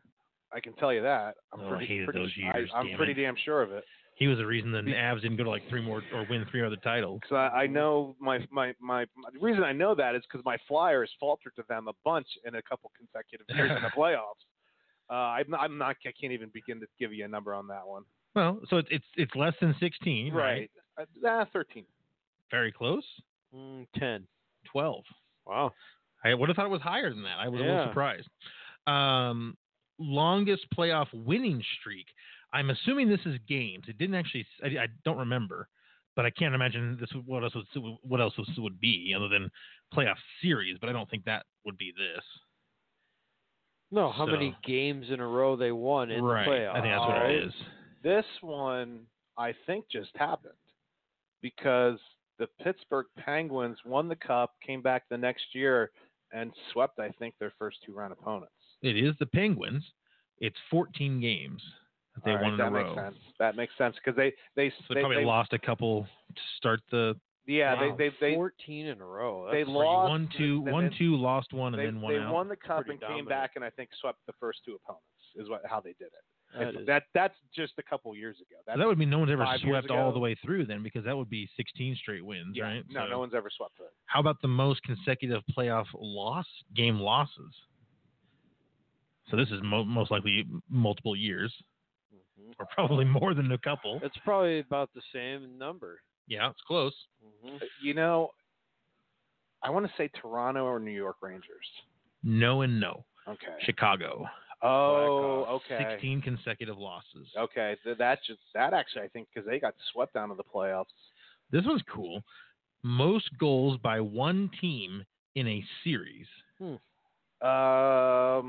Speaker 3: I can tell you that. I'm
Speaker 2: Oh, I
Speaker 3: pretty,
Speaker 2: hated
Speaker 3: pretty-
Speaker 2: those years,
Speaker 3: I, am
Speaker 2: damn
Speaker 3: pretty
Speaker 2: it.
Speaker 3: damn sure of it.
Speaker 2: He was the reason the Avs didn't go to like three more or win three other titles.
Speaker 3: Because I, I know my, my, my, my- the reason I know that is because my Flyers faltered to them a bunch in a couple consecutive years in the playoffs. Uh, I'm, not, I'm not. I can't even begin to give you a number on that one.
Speaker 2: Well, so it's it's, it's less than 16, right?
Speaker 3: Uh, ah, 13.
Speaker 2: Very close.
Speaker 4: Mm, Ten.
Speaker 2: 12.
Speaker 4: Wow.
Speaker 2: I would have thought it was higher than that. I was a
Speaker 4: Yeah.
Speaker 2: little surprised. Um, longest playoff winning streak. I'm assuming this is games. It didn't actually. I, I don't remember, but I can't imagine this. What else would what else this would be other than playoff series? But I don't think that would be this.
Speaker 4: No, how many
Speaker 2: So-
Speaker 4: games in a row they won in
Speaker 2: right.
Speaker 4: the playoffs?
Speaker 2: I think that's what
Speaker 3: right?
Speaker 2: it is.
Speaker 3: This one, I think, just happened because the Pittsburgh Penguins won the cup, came back the next year, and swept, I think, their first two round opponents.
Speaker 2: It is the Penguins. It's 14 games that they
Speaker 3: All right,
Speaker 2: won in
Speaker 3: that
Speaker 2: a row.
Speaker 3: makes sense. That makes sense because they they
Speaker 2: So they,
Speaker 3: they,
Speaker 2: probably
Speaker 3: they-
Speaker 2: lost a couple to start the
Speaker 3: yeah
Speaker 4: Wow,
Speaker 3: they they they,
Speaker 4: 14 in a row.
Speaker 3: they
Speaker 4: That's
Speaker 2: right,
Speaker 3: lost
Speaker 2: one two
Speaker 3: they-
Speaker 2: one
Speaker 3: they-
Speaker 2: two lost one and
Speaker 3: they,
Speaker 2: then one
Speaker 3: they
Speaker 2: out.
Speaker 3: won the cup
Speaker 4: Pretty
Speaker 3: and came
Speaker 4: dominant.
Speaker 3: back and I think swept the first two opponents is what how they did it.
Speaker 4: that
Speaker 3: It's-
Speaker 4: is-
Speaker 3: that that's just a couple years ago.
Speaker 2: So
Speaker 3: That's,
Speaker 2: that would mean no one's ever
Speaker 3: five years
Speaker 2: swept all
Speaker 3: ago.
Speaker 2: the way through then, because that would be 16 straight wins,
Speaker 3: yeah,
Speaker 2: right?
Speaker 3: No,
Speaker 2: So
Speaker 3: no one's ever swept it.
Speaker 2: How about the most consecutive playoff loss game losses? So this is mo- most likely multiple years,
Speaker 4: Mhm.
Speaker 2: or probably more than a couple.
Speaker 4: It's probably about the same number.
Speaker 2: Yeah, it's close.
Speaker 4: hmm
Speaker 3: Uh, You know, I want to say Toronto or New York Rangers.
Speaker 2: No and no.
Speaker 3: Okay.
Speaker 2: Chicago,
Speaker 3: Oh, okay.
Speaker 2: 16 consecutive losses.
Speaker 3: Okay, th- that just that actually I think because they got swept out of the playoffs.
Speaker 2: This one's cool. Most goals by one team in a series.
Speaker 3: Um, all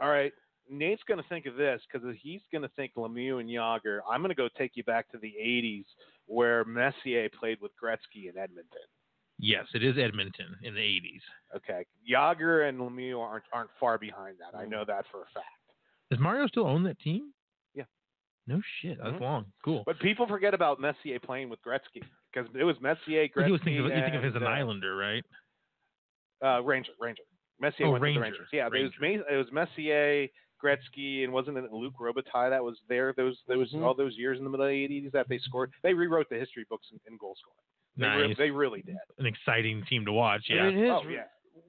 Speaker 3: right, Nate's gonna think of this because he's gonna think Lemieux and Yager. I'm gonna go take you back to the '80s where Messier played with Gretzky in Edmonton.
Speaker 2: Yes, it is Edmonton in the 80s.
Speaker 3: Okay, Yager and Lemieux aren't aren't far behind that. I know that for a fact.
Speaker 2: Does Mario still own that team?
Speaker 3: Yeah.
Speaker 2: No shit. That's
Speaker 3: Mhm.
Speaker 2: long. Cool.
Speaker 3: But people forget about Messier playing with Gretzky because it was Messier, Gretzky.
Speaker 2: you would think of, you think of
Speaker 3: and,
Speaker 2: him as an
Speaker 3: uh,
Speaker 2: islander, right?
Speaker 3: Uh, Ranger, Ranger. Messier
Speaker 2: Oh,
Speaker 3: went
Speaker 2: Ranger,
Speaker 3: to the Rangers. Yeah, but it was Ma- it was Messier, Gretzky, and wasn't it Luke Robitaille that was there those those
Speaker 2: Mm-hmm.
Speaker 4: Mhm.
Speaker 3: all those years in the middle '80s that they scored? They rewrote the history books in, in goal scoring. They, re-
Speaker 2: Nice.
Speaker 3: they really did.
Speaker 2: An exciting team to watch. Yeah.
Speaker 4: I mean, his
Speaker 3: oh yeah,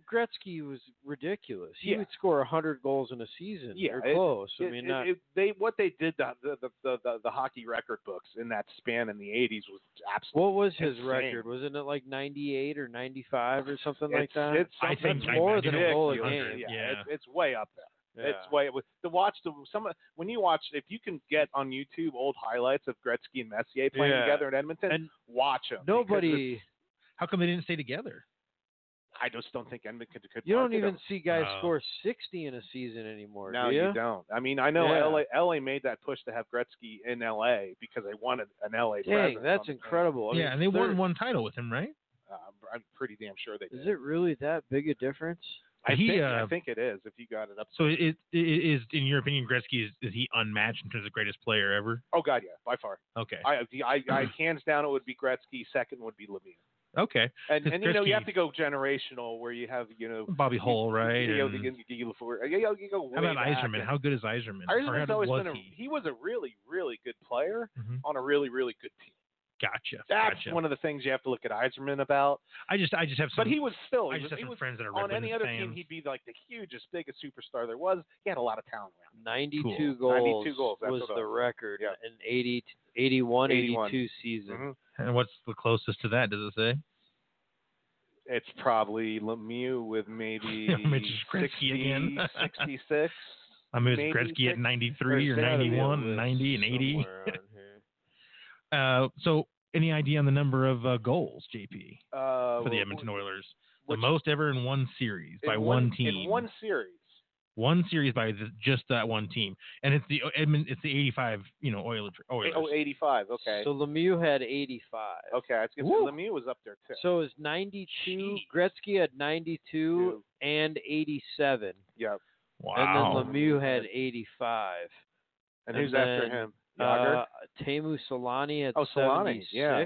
Speaker 4: Gretzky was ridiculous. He
Speaker 3: Yeah.
Speaker 4: would score 100 goals in a season.
Speaker 3: Yeah,
Speaker 4: or
Speaker 3: it-
Speaker 4: close. I
Speaker 3: It-
Speaker 4: mean,
Speaker 3: it-
Speaker 4: not,
Speaker 3: it- they what they did to the the, the the the hockey record books in that span in the '80s was absolutely.
Speaker 4: what was his
Speaker 3: insane.
Speaker 4: record? Wasn't it like 98 or 95 or something like
Speaker 3: it's,
Speaker 4: that?
Speaker 3: It's
Speaker 2: I
Speaker 3: something
Speaker 2: think
Speaker 4: That's more than a goal a
Speaker 3: ridiculous.
Speaker 4: game.
Speaker 3: Yeah,
Speaker 2: Yeah.
Speaker 3: It's, it's way up there.
Speaker 4: yeah.
Speaker 3: It's way to watch the some when you watch if you can get on YouTube old highlights of Gretzky and Messier playing
Speaker 4: Yeah.
Speaker 3: together in Edmonton,
Speaker 4: And
Speaker 3: watch them.
Speaker 4: Nobody,
Speaker 2: How come they didn't stay together?
Speaker 3: I just don't think Edmonton could. could
Speaker 4: you don't
Speaker 3: market
Speaker 4: even
Speaker 3: 'em.
Speaker 4: see guys
Speaker 2: No.
Speaker 4: score 60 in a season anymore.
Speaker 3: No,
Speaker 4: do
Speaker 3: you?
Speaker 4: ya?
Speaker 3: don't. I mean, I know
Speaker 4: Yeah.
Speaker 3: LA, LA made that push to have Gretzky in LA because they wanted an LA. presence
Speaker 4: Dang,
Speaker 3: on
Speaker 4: that's
Speaker 3: the team.
Speaker 4: incredible. I
Speaker 2: yeah,
Speaker 4: mean,
Speaker 2: and they won
Speaker 4: third-
Speaker 2: one title with him, right?
Speaker 3: Uh, I'm pretty damn sure they did.
Speaker 4: Is it really that big a difference?
Speaker 3: I
Speaker 2: He,
Speaker 3: think I
Speaker 2: uh,
Speaker 3: think it is. If you got it up.
Speaker 2: So it, it, it is, in your opinion, Gretzky is, is he unmatched in terms of greatest player ever?
Speaker 3: Oh God, yeah, by far.
Speaker 2: Okay.
Speaker 3: I, I, I hands down, it would be Gretzky. Second would be Lemieux.
Speaker 2: okay.
Speaker 3: And,
Speaker 2: 'Cause
Speaker 3: and you know
Speaker 2: Gretzky-
Speaker 3: you have to go generational where you have you know
Speaker 2: Bobby Hull, right?
Speaker 3: You know,
Speaker 2: And
Speaker 3: you, you, you, you, you, you uh, go
Speaker 2: how
Speaker 3: way
Speaker 2: about
Speaker 3: back
Speaker 2: Iserman?
Speaker 3: and-
Speaker 2: How good is Iserman? Or
Speaker 3: Iserman's
Speaker 2: how
Speaker 3: always
Speaker 2: was
Speaker 3: been a
Speaker 2: he?
Speaker 3: he was a really really good player
Speaker 2: Mhm.
Speaker 3: on a really really good team.
Speaker 2: Gotcha.
Speaker 3: That's
Speaker 2: gotcha.
Speaker 3: one of the things you have to look at Iserman about.
Speaker 2: I just, I just have some.
Speaker 3: But he was still
Speaker 2: I
Speaker 3: he
Speaker 2: just
Speaker 3: was,
Speaker 2: have
Speaker 3: he
Speaker 2: some
Speaker 3: was
Speaker 2: friends that are Red
Speaker 3: on any
Speaker 2: Wings
Speaker 3: other
Speaker 2: fans.
Speaker 3: team he'd be like the hugest biggest superstar there was. He had a lot of talent around. him.
Speaker 4: 92
Speaker 2: Cool.
Speaker 4: goals,
Speaker 3: 92 goals, that's
Speaker 4: was
Speaker 3: what I
Speaker 4: the
Speaker 3: was-
Speaker 4: record
Speaker 3: yeah.
Speaker 4: in 80, 81,
Speaker 3: 81.
Speaker 4: 82 season.
Speaker 3: Mhm.
Speaker 2: And what's the closest to that? Does it say?
Speaker 3: It's probably Lemieux with maybe
Speaker 2: Yeah, Mitch Gretzky
Speaker 3: 60,
Speaker 2: again.
Speaker 3: 66.
Speaker 2: I mean,
Speaker 3: Maybe
Speaker 2: it's Gretzky
Speaker 3: six-
Speaker 2: at 93 or
Speaker 4: There's gotta be a
Speaker 2: 91 and
Speaker 4: list
Speaker 2: 90 and 80.
Speaker 4: somewhere around here.
Speaker 2: Uh, so, any idea on the number of uh, goals, JP,
Speaker 3: Uh,
Speaker 2: for the
Speaker 3: wh-
Speaker 2: Edmonton Oilers? The
Speaker 3: which-
Speaker 2: most ever in one series
Speaker 3: in
Speaker 2: by
Speaker 3: one,
Speaker 2: one, team.
Speaker 3: in one series.
Speaker 2: One series by the, just that one team, and it's the Edmund. It's the 85, you know, Oilers. Oilers.
Speaker 3: Oh, 85. Okay.
Speaker 4: So Lemieux had 85.
Speaker 3: okay. I was gonna
Speaker 4: Woo.
Speaker 3: say Lemieux was up there too.
Speaker 4: So is 92.
Speaker 2: Jeez.
Speaker 4: Gretzky had 92 and 87.
Speaker 3: yeah.
Speaker 2: wow.
Speaker 4: And then Lemieux had 85.
Speaker 3: And,
Speaker 4: And
Speaker 3: who's after
Speaker 4: then,
Speaker 3: him? Yager.
Speaker 4: Uh, Tamu Solani had
Speaker 3: Oh, Solani,
Speaker 4: 76.
Speaker 3: yeah.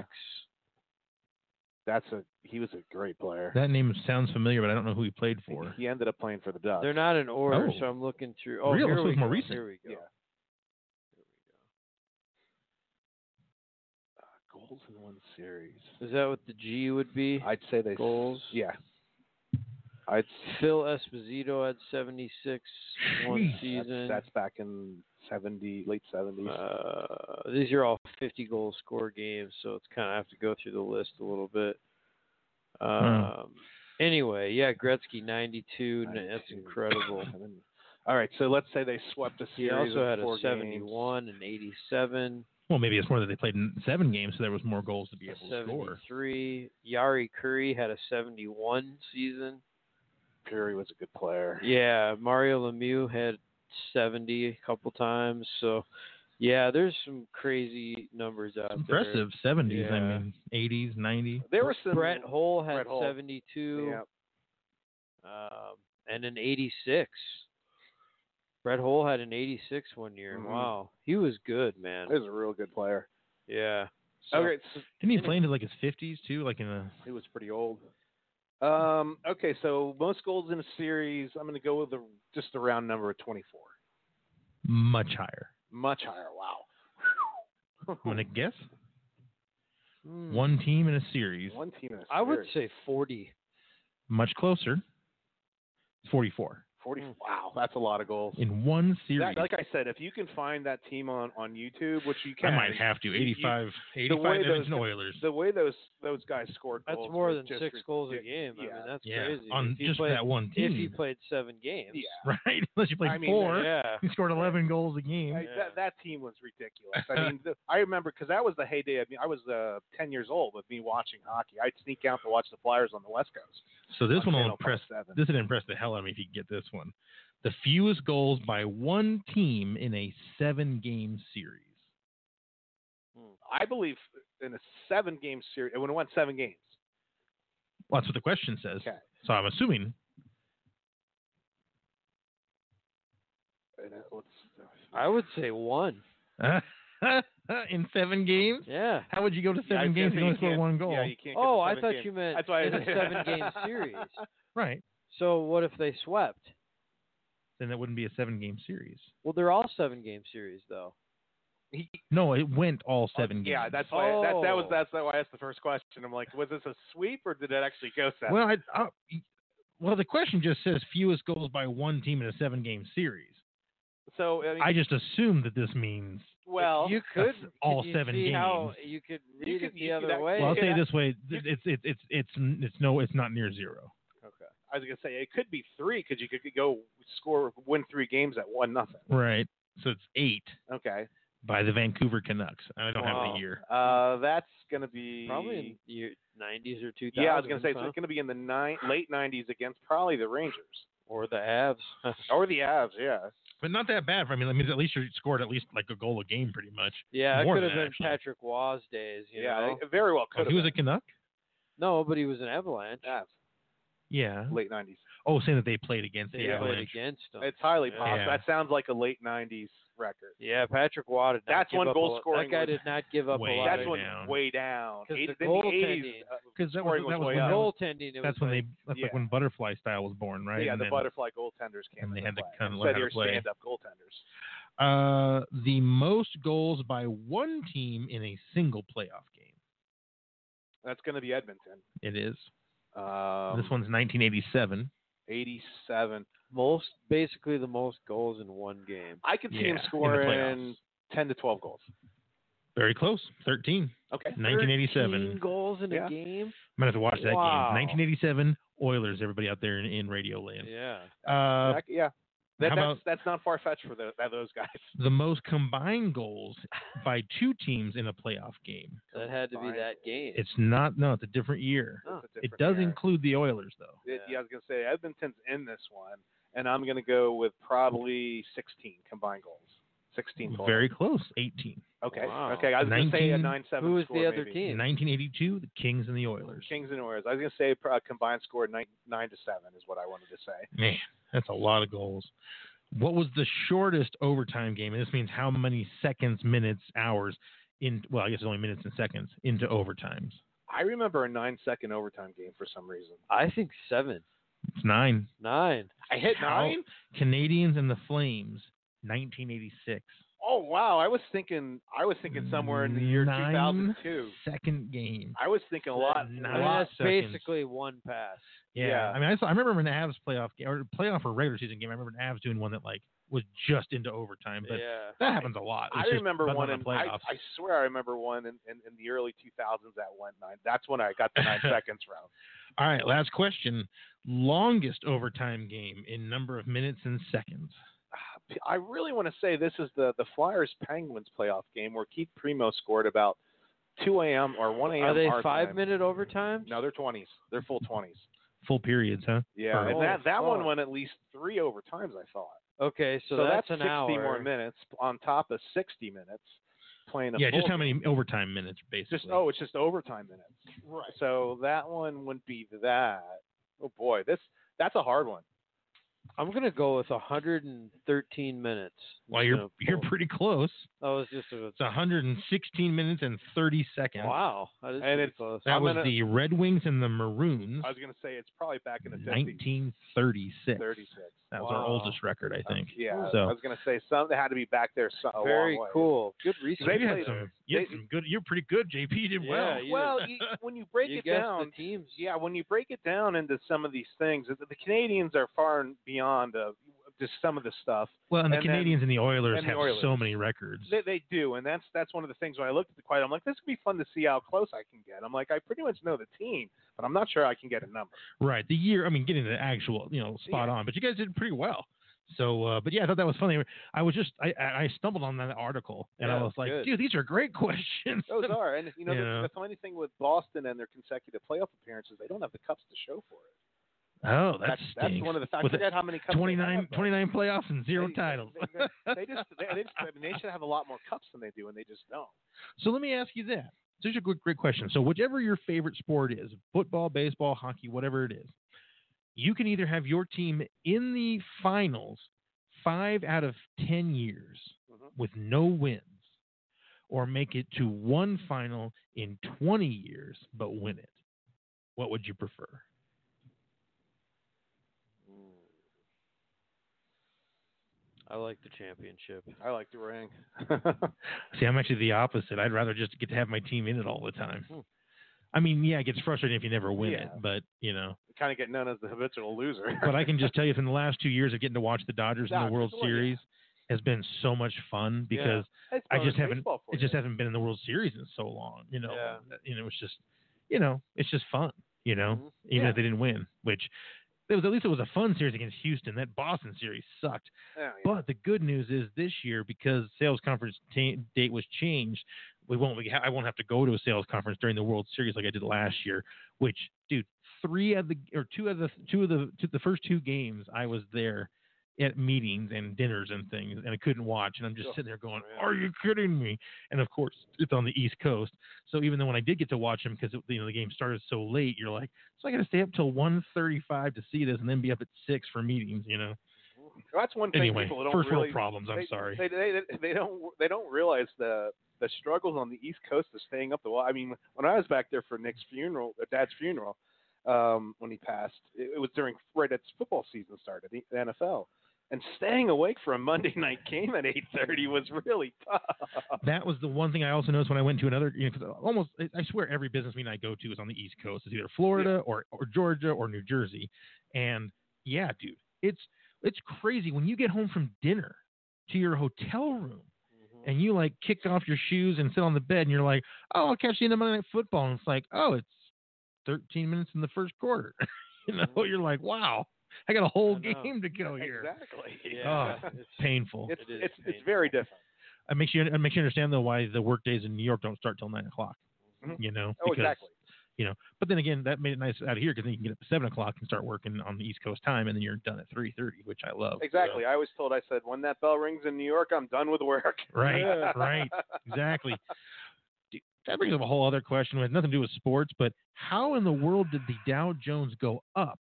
Speaker 3: That's a he was a great player.
Speaker 2: that name sounds familiar, but I don't know who he played for.
Speaker 3: He ended up playing for the Ducks.
Speaker 4: They're not in order,
Speaker 2: Oh.
Speaker 4: so I'm looking through. Oh,
Speaker 2: Really?
Speaker 4: here
Speaker 2: So
Speaker 4: we
Speaker 2: it's more
Speaker 4: go,
Speaker 2: recent.
Speaker 4: Here we go.
Speaker 3: Yeah. Uh, goals in one series.
Speaker 4: Is that what the G would be?
Speaker 3: I'd say they
Speaker 4: Goals.
Speaker 3: Yeah.
Speaker 4: I'd Phil Esposito at 76 one
Speaker 2: Jeez,
Speaker 3: That's,
Speaker 4: season.
Speaker 3: that's back in seventy, late seventies.
Speaker 4: Um, uh, these are all 50 goal score games, so it's kind of I have to go through the list a little bit.
Speaker 3: Hmm.
Speaker 4: Um, Anyway, yeah, Gretzky 92. n- That's incredible.
Speaker 3: All right, so let's say they swept a
Speaker 4: He
Speaker 3: series.
Speaker 4: also
Speaker 3: of
Speaker 4: had a
Speaker 3: four games.
Speaker 4: 71, an 87,
Speaker 2: Well, maybe it's more that they played in seven games, so there was more goals to be
Speaker 4: a
Speaker 2: able to score.
Speaker 4: 73. Yari Curry had a 71 season.
Speaker 3: Curry was a good player.
Speaker 4: Yeah, Mario Lemieux had 70 a couple times. So, yeah, there's some crazy numbers out
Speaker 2: It's
Speaker 4: there.
Speaker 2: impressive. Seventies, I
Speaker 4: Yeah.
Speaker 2: mean, eighties, ninety.
Speaker 3: There were some.
Speaker 4: Brett Hull had
Speaker 3: Brett Hull.
Speaker 4: 72
Speaker 3: Yeah.
Speaker 4: um, and an 86. Brett Hull had an 86 one year.
Speaker 3: Mhm.
Speaker 4: Wow, he was good, man.
Speaker 3: He was a real good player.
Speaker 4: Yeah. So-
Speaker 3: Okay, so
Speaker 2: Didn't he play into like his fifties too? Like in a
Speaker 3: he was pretty old. Um, okay, so most goals in a series. I'm going to go with the just the round number of 24.
Speaker 2: much higher.
Speaker 3: Much higher. Wow.
Speaker 2: Want to guess?
Speaker 4: Hmm.
Speaker 2: One team in a series,
Speaker 3: One team in a series.
Speaker 4: I would say 40.
Speaker 2: much closer. Forty-four
Speaker 3: 40. Wow, that's a lot of goals.
Speaker 2: in one series.
Speaker 3: That- like I said, if you can find that team on on YouTube, which you
Speaker 2: I
Speaker 3: can,
Speaker 2: might have to.
Speaker 3: you- you-
Speaker 2: 85,
Speaker 3: the
Speaker 2: 85
Speaker 3: way those-
Speaker 2: Edmonton Oilers.
Speaker 3: the way those those guys scored.
Speaker 4: That's
Speaker 3: goals
Speaker 4: more
Speaker 3: was
Speaker 4: than
Speaker 3: just
Speaker 4: six
Speaker 3: ridic-
Speaker 4: goals a
Speaker 3: yeah,
Speaker 4: game. I mean,
Speaker 3: yeah.
Speaker 4: that's
Speaker 2: yeah,
Speaker 4: crazy.
Speaker 2: on
Speaker 4: if he
Speaker 2: just
Speaker 4: played,
Speaker 2: that one
Speaker 4: if
Speaker 2: team,
Speaker 4: he played seven games.
Speaker 3: Yeah.
Speaker 2: right? Unless you played
Speaker 3: I mean,
Speaker 2: four,
Speaker 4: Yeah.
Speaker 2: he scored eleven goals a game.
Speaker 3: I-
Speaker 4: Yeah.
Speaker 3: that, that team was ridiculous. I mean, the, I remember because that was the heyday of me. I was uh, 10 years old with me watching hockey. I'd sneak out to watch the Flyers on the West Coast.
Speaker 2: so this
Speaker 3: on
Speaker 2: one will
Speaker 3: Channel
Speaker 2: impress.
Speaker 3: 7.
Speaker 2: This would impress the hell out of me if you could get this one. The fewest goals by one team in a seven-game series.
Speaker 4: Hmm.
Speaker 3: I believe in a seven game series, when it won seven games.
Speaker 2: Well, that's what the question says.
Speaker 3: Okay.
Speaker 2: So I'm assuming
Speaker 3: And it was-
Speaker 4: I would say one.
Speaker 2: in seven games.
Speaker 4: Yeah.
Speaker 2: How would you go to
Speaker 3: Yeah, I
Speaker 2: seven
Speaker 3: was
Speaker 2: games and
Speaker 3: gonna say
Speaker 2: only
Speaker 3: you
Speaker 2: score
Speaker 3: can't-
Speaker 2: one goal?
Speaker 3: Yeah, you can't get
Speaker 4: Oh,
Speaker 3: to
Speaker 4: I
Speaker 3: seven
Speaker 4: thought
Speaker 3: games.
Speaker 4: you meant
Speaker 3: That's why I-
Speaker 4: in a seven-game series.
Speaker 2: Right.
Speaker 4: So what if they swept?
Speaker 2: Then that wouldn't be a seven-game series.
Speaker 4: Well, they're all seven-game series though.
Speaker 2: No, it went all seven games.
Speaker 3: Oh, Yeah, that's why that, that was
Speaker 4: Oh.
Speaker 3: that's why I asked the first question. I'm like, was this a sweep or did it actually go seven?
Speaker 2: Well, I, I, well, the question just says fewest goals by one team in a seven-game series.
Speaker 3: so I, mean,
Speaker 2: I just assume that this means.
Speaker 3: well,
Speaker 4: you could
Speaker 2: that's all
Speaker 4: can you
Speaker 2: seven
Speaker 4: see How
Speaker 2: games.
Speaker 4: you could
Speaker 3: You
Speaker 4: read
Speaker 3: could-
Speaker 4: it the
Speaker 3: you could
Speaker 4: other
Speaker 3: act-
Speaker 4: way.
Speaker 2: Well, I'll say
Speaker 3: yeah.
Speaker 2: it this way: th- it's it's it's it's it's no, it's not near zero.
Speaker 3: I was gonna say it could be three because you could go score win three games at one nothing.
Speaker 2: Right. So it's eight
Speaker 3: Okay,
Speaker 2: by the Vancouver Canucks. I don't have
Speaker 4: Wow.
Speaker 2: the year.
Speaker 3: uh, that's gonna be
Speaker 4: Probably in the year- 90s or 2000s.
Speaker 3: yeah. I was gonna say
Speaker 4: huh?
Speaker 3: it's gonna be in the nine, late '90s against probably the Rangers
Speaker 4: or the Abs.
Speaker 3: or the Avs. Yeah,
Speaker 2: But not that bad. For, I mean, I mean, at least you scored at least like a goal a game, pretty much.
Speaker 4: yeah, it
Speaker 2: More
Speaker 4: could
Speaker 2: than
Speaker 4: have
Speaker 2: that,
Speaker 4: been
Speaker 2: actually.
Speaker 4: Patrick Waugh's days. You
Speaker 3: yeah.
Speaker 4: know?
Speaker 3: it very well could.
Speaker 2: Oh,
Speaker 3: have
Speaker 2: he was a
Speaker 3: been.
Speaker 2: Canuck.
Speaker 4: no, but he was an Avalanche.
Speaker 3: Avs,
Speaker 2: Yeah.
Speaker 3: late '90s.
Speaker 2: Oh, saying that they played against
Speaker 4: They
Speaker 2: the
Speaker 4: played
Speaker 2: Avalanche.
Speaker 4: against him.
Speaker 3: It's highly
Speaker 4: Yeah.
Speaker 3: possible.
Speaker 2: Yeah.
Speaker 3: That sounds like a late '90s record.
Speaker 4: yeah, Patrick Waugh did not
Speaker 3: That's
Speaker 4: give
Speaker 3: one
Speaker 4: up a
Speaker 3: goal
Speaker 4: lot-
Speaker 3: scoring
Speaker 4: That guy
Speaker 3: was-
Speaker 4: did not give up
Speaker 2: Way
Speaker 4: a lot.
Speaker 3: That's
Speaker 2: way
Speaker 3: one
Speaker 2: down.
Speaker 3: way down.
Speaker 4: 'Cause
Speaker 3: Eight-
Speaker 4: the
Speaker 3: then the
Speaker 4: goaltending-
Speaker 3: '80s, uh,
Speaker 2: Because that was,
Speaker 3: scoring
Speaker 2: that
Speaker 3: was
Speaker 2: was
Speaker 3: way
Speaker 2: when
Speaker 3: up.
Speaker 2: they-
Speaker 4: goaltending. It
Speaker 2: that's
Speaker 4: was
Speaker 2: when
Speaker 4: like,
Speaker 2: they that's like
Speaker 3: yeah.
Speaker 2: when butterfly style was born, right?
Speaker 3: yeah,
Speaker 2: And
Speaker 3: the
Speaker 2: then,
Speaker 3: butterfly goaltenders came.
Speaker 2: and they
Speaker 3: into
Speaker 2: had to
Speaker 3: play.
Speaker 2: kinda learn
Speaker 3: Instead,
Speaker 2: how to
Speaker 3: you're
Speaker 2: play.
Speaker 3: stand-up goaltenders.
Speaker 2: Uh, the most goals by one team in a single playoff game.
Speaker 3: That's going to be Edmonton.
Speaker 2: It is.
Speaker 3: Um,
Speaker 2: this one's 1987.
Speaker 3: 87.
Speaker 4: most basically the most goals in one game.
Speaker 3: I could see
Speaker 2: Yeah, in
Speaker 3: him
Speaker 2: the
Speaker 3: scoring
Speaker 2: playoffs.
Speaker 3: 10 to 12 goals.
Speaker 2: Very close. 13.
Speaker 3: Okay.
Speaker 4: 13
Speaker 2: 1987.
Speaker 4: goals in
Speaker 3: Yeah.
Speaker 4: a game.
Speaker 2: Might have to watch that
Speaker 4: Wow.
Speaker 2: game. 1987 Oilers. Everybody out there in, in radio land.
Speaker 4: Yeah.
Speaker 2: Uh,
Speaker 3: That- yeah. That,
Speaker 2: how
Speaker 3: that's,
Speaker 2: about-
Speaker 3: that's not far fetched for the, that, those guys.
Speaker 2: the most combined goals by two teams in a playoff game.
Speaker 4: That had to be that game.
Speaker 2: It's not. No, it's a different year.
Speaker 4: Huh.
Speaker 3: It's a
Speaker 2: It
Speaker 3: different
Speaker 2: does
Speaker 3: era.
Speaker 2: include the Oilers though.
Speaker 3: It- yeah, I was going to say Edmonton's in this one, and I'm going to go with probably 16 combined goals. 16 goals.
Speaker 2: Very close. 18.
Speaker 3: okay.
Speaker 4: Wow.
Speaker 3: Okay. I was going to say a
Speaker 2: 19.
Speaker 3: 9 7.
Speaker 4: Who was
Speaker 3: score,
Speaker 4: the other
Speaker 3: maybe.
Speaker 4: team?
Speaker 2: In 1982, the Kings and the Oilers.
Speaker 3: Kings and Oilers. I was going to say a combined score 9, nine to 7 is what I wanted to say.
Speaker 2: Man, that's a lot of goals. What was the shortest overtime game? And this means how many seconds, minutes, hours in well, I guess it's only minutes and seconds into overtimes.
Speaker 3: I remember a nine second overtime game for some reason.
Speaker 4: I think seven,
Speaker 2: It's nine.
Speaker 4: nine.
Speaker 3: I hit
Speaker 2: How-
Speaker 3: nine?
Speaker 2: Canadians and the Flames, 1986.
Speaker 3: Oh wow, I was thinking I was thinking somewhere in the year
Speaker 2: Nine
Speaker 3: 2002.
Speaker 2: Second game.
Speaker 3: I was thinking a lot.
Speaker 2: Nine
Speaker 3: a
Speaker 4: I mean,
Speaker 3: lot-
Speaker 4: that's
Speaker 2: seconds.
Speaker 4: basically one pass.
Speaker 2: Yeah.
Speaker 3: Yeah.
Speaker 2: I mean, I saw. I remember when the Avs playoff game or playoff or regular season game. I remember the Avs doing one that like was just into overtime, but
Speaker 4: yeah.
Speaker 2: that happens a lot. It's
Speaker 3: I
Speaker 2: just
Speaker 3: remember
Speaker 2: button
Speaker 3: one,
Speaker 2: on
Speaker 3: in,
Speaker 2: the
Speaker 3: I,
Speaker 2: playoffs.
Speaker 3: I swear I remember one in, in, in the early 2000s that went nine. That's when I got the nine seconds round.
Speaker 2: All right, last question. Longest overtime game in number of minutes and seconds.
Speaker 3: I really want to say this is the the Flyers Penguins playoff game where Keith Primo scored about 2 a.m. or 1 a.m.
Speaker 4: Are they
Speaker 3: our
Speaker 4: five
Speaker 3: time.
Speaker 4: minute overtime?
Speaker 3: No, they're 20s. They're full 20s.
Speaker 2: Full periods, huh?
Speaker 3: Yeah,
Speaker 2: Or-
Speaker 3: and that that one
Speaker 4: fuck.
Speaker 3: went at least three overtimes. I thought.
Speaker 4: Okay, so,
Speaker 3: that's,
Speaker 4: an
Speaker 3: 60
Speaker 4: hour.
Speaker 3: more minutes on top of 60 minutes playing a
Speaker 2: yeah, just
Speaker 3: full
Speaker 2: how
Speaker 3: game.
Speaker 2: many overtime minutes basically.
Speaker 3: Just oh, it's just overtime minutes. Right. So that one wouldn't be that. Oh boy, this that's a hard one.
Speaker 4: I'm gonna go with 113 minutes.
Speaker 2: well, you're
Speaker 4: No,
Speaker 2: you're pretty close.
Speaker 4: That was just a
Speaker 2: It's 116 minutes and 30 seconds.
Speaker 4: wow. That is
Speaker 3: And
Speaker 4: pretty
Speaker 3: it's-
Speaker 4: close.
Speaker 2: That
Speaker 3: I'm
Speaker 2: was
Speaker 3: gonna-
Speaker 2: the Red Wings and the Maroons,
Speaker 3: I was gonna say it's probably back in the 50s,
Speaker 2: 1936.
Speaker 3: 36.
Speaker 2: That was our
Speaker 4: Wow.
Speaker 2: oldest record, I think.
Speaker 3: Yeah,
Speaker 2: So-
Speaker 3: I was gonna say something had to be back there. Some, a
Speaker 4: Very
Speaker 3: long way.
Speaker 4: cool. Good
Speaker 3: They
Speaker 4: research.
Speaker 2: you had
Speaker 3: played-
Speaker 2: some, you had
Speaker 3: they-
Speaker 2: some good. You're pretty good, JP. You did
Speaker 4: Yeah,
Speaker 2: well.
Speaker 4: you-
Speaker 3: Well, you, when you break
Speaker 4: you
Speaker 3: it
Speaker 4: guessed
Speaker 3: down,
Speaker 4: the teams.
Speaker 3: Yeah, when you break it down into some of these things, the the Canadians are far and beyond uh, just some of the stuff.
Speaker 2: Well, and the
Speaker 3: and then-
Speaker 2: Canadians and the Oilers
Speaker 3: and the
Speaker 2: have
Speaker 3: Oilers.
Speaker 2: so many records.
Speaker 3: They, they do, and that's that's one of the things when I looked at the quiet, I'm like, this would be fun to see how close I can get. I'm like, I pretty much know the team, but I'm not sure I can get a number.
Speaker 2: Right. The year, I mean, getting the actual, you know, spot
Speaker 3: Yeah.
Speaker 2: on. But you guys did pretty well. So, uh, but yeah, I thought that was funny. I was just, I, I I stumbled on that article and I
Speaker 4: Yeah,
Speaker 2: was like,
Speaker 4: good.
Speaker 2: dude, these are great questions.
Speaker 3: Those are, and you know,
Speaker 2: Yeah.
Speaker 3: the, the funny thing with Boston and their consecutive playoff appearances, they don't have the cups to show for it.
Speaker 2: oh, that
Speaker 3: that's that's
Speaker 2: stinks.
Speaker 3: one of the facts. I
Speaker 2: With
Speaker 3: forget how many cups. they
Speaker 2: 29,
Speaker 3: have, but
Speaker 2: 29 playoffs and zero
Speaker 3: they-
Speaker 2: titles.
Speaker 3: They, they- they just they, they just I mean, they should have a lot more cups than they do, and they just don't.
Speaker 2: So let me ask you that. Such a good, great question. So whichever your favorite sport is, football, baseball, hockey, whatever it is, you can either have your team in the finals five out of ten years
Speaker 3: Mhm.
Speaker 2: with no wins, or make it to one final in twenty years but win it. What would you prefer?
Speaker 3: Mm,
Speaker 4: I like the championship.
Speaker 3: I like the ring.
Speaker 2: See, I'm actually the opposite. I'd rather just get to have my team in it all the time. I mean, yeah, it gets frustrating if you never win it,
Speaker 3: Yeah.
Speaker 2: but you know.
Speaker 3: kind of get known as the habitual loser.
Speaker 2: but I can just tell you from the last two years of getting to watch the Dodgers in the
Speaker 3: Dodgers,
Speaker 2: World
Speaker 3: well, yeah.
Speaker 2: Series has been so much fun because
Speaker 3: That's
Speaker 2: I
Speaker 3: bonus
Speaker 2: just haven't
Speaker 3: baseball for
Speaker 2: it just
Speaker 3: you.
Speaker 2: hasn't been in the World Series in so long. You know,
Speaker 4: Yeah.
Speaker 2: That- you know, it's just you know, it's just fun. You know,
Speaker 4: Mhm.
Speaker 2: even
Speaker 3: Mm-hmm. Yeah.
Speaker 2: if they didn't win, which it was at least it was a fun series against Houston. That Boston series sucked.
Speaker 3: Yeah, yeah.
Speaker 2: But the good news is this year, because sales conference ta date was changed, we won't. We ha- I won't have to go to a sales conference during the World Series like I did last year. Which, dude, three of the or two of the two of the two, the first two games, I was there at meetings and dinners and things, and I couldn't watch. And I'm just
Speaker 3: Oh,
Speaker 2: sitting there going,
Speaker 3: man.
Speaker 2: "Are you kidding me?" And of course, it's on the East Coast, so even though when I did get to watch them because you know the game started so late, you're like, "So I got to stay up till 1:35 to see this, and then be up at six for meetings," you know.
Speaker 3: that's one thing
Speaker 2: Anyway,
Speaker 3: people don't
Speaker 2: first
Speaker 3: really
Speaker 2: world problems. I'm
Speaker 3: they,
Speaker 2: sorry.
Speaker 3: They, they, they don't they don't realize the the struggles on the East Coast of staying up the wall. I mean, when I was back there for Nick's funeral, uh, Dad's funeral, um, when he passed, it, it was during right as football season started, the NFL, and staying awake for a Monday night game at 8:30 was really tough.
Speaker 2: that was the one thing I also noticed when I went to another, you know, 'cause almost I- I swear every business meeting I go to is on the East Coast. It's either Florida or or Georgia or New Jersey, and yeah, dude, it's it's crazy when you get home from dinner to your hotel room
Speaker 3: Mm-hmm.
Speaker 2: and you like kick off your shoes and sit on the bed and you're like, oh, I'll catch the end of Monday Night Football, and it's like, oh, it's 13 minutes in the first quarter. you know,
Speaker 3: Mm-hmm.
Speaker 2: you're like, wow, I got a whole
Speaker 4: I know. Ah,
Speaker 2: game to go here.
Speaker 3: Exactly.
Speaker 4: Yeah.
Speaker 2: Oh,
Speaker 4: it's-
Speaker 2: Painful.
Speaker 3: It's
Speaker 4: It is
Speaker 3: it's, it's
Speaker 4: painful.
Speaker 3: very different.
Speaker 2: it makes you it makes you understand though why the work days in New York don't start till nine o'clock.
Speaker 3: Mhm.
Speaker 2: You know.
Speaker 3: Oh,
Speaker 2: because-
Speaker 3: exactly.
Speaker 2: You know, but then again, that made it nice out here because then you can get up at seven o'clock and start working on the East Coast time, and then you're done at three thirty, which I love.
Speaker 3: Exactly. I was told I said when that bell rings in New York, I'm done with work.
Speaker 2: Right. Right. Exactly. Dude, That brings up a whole other question with nothing to do with sports, but how in the world did the Dow Jones go up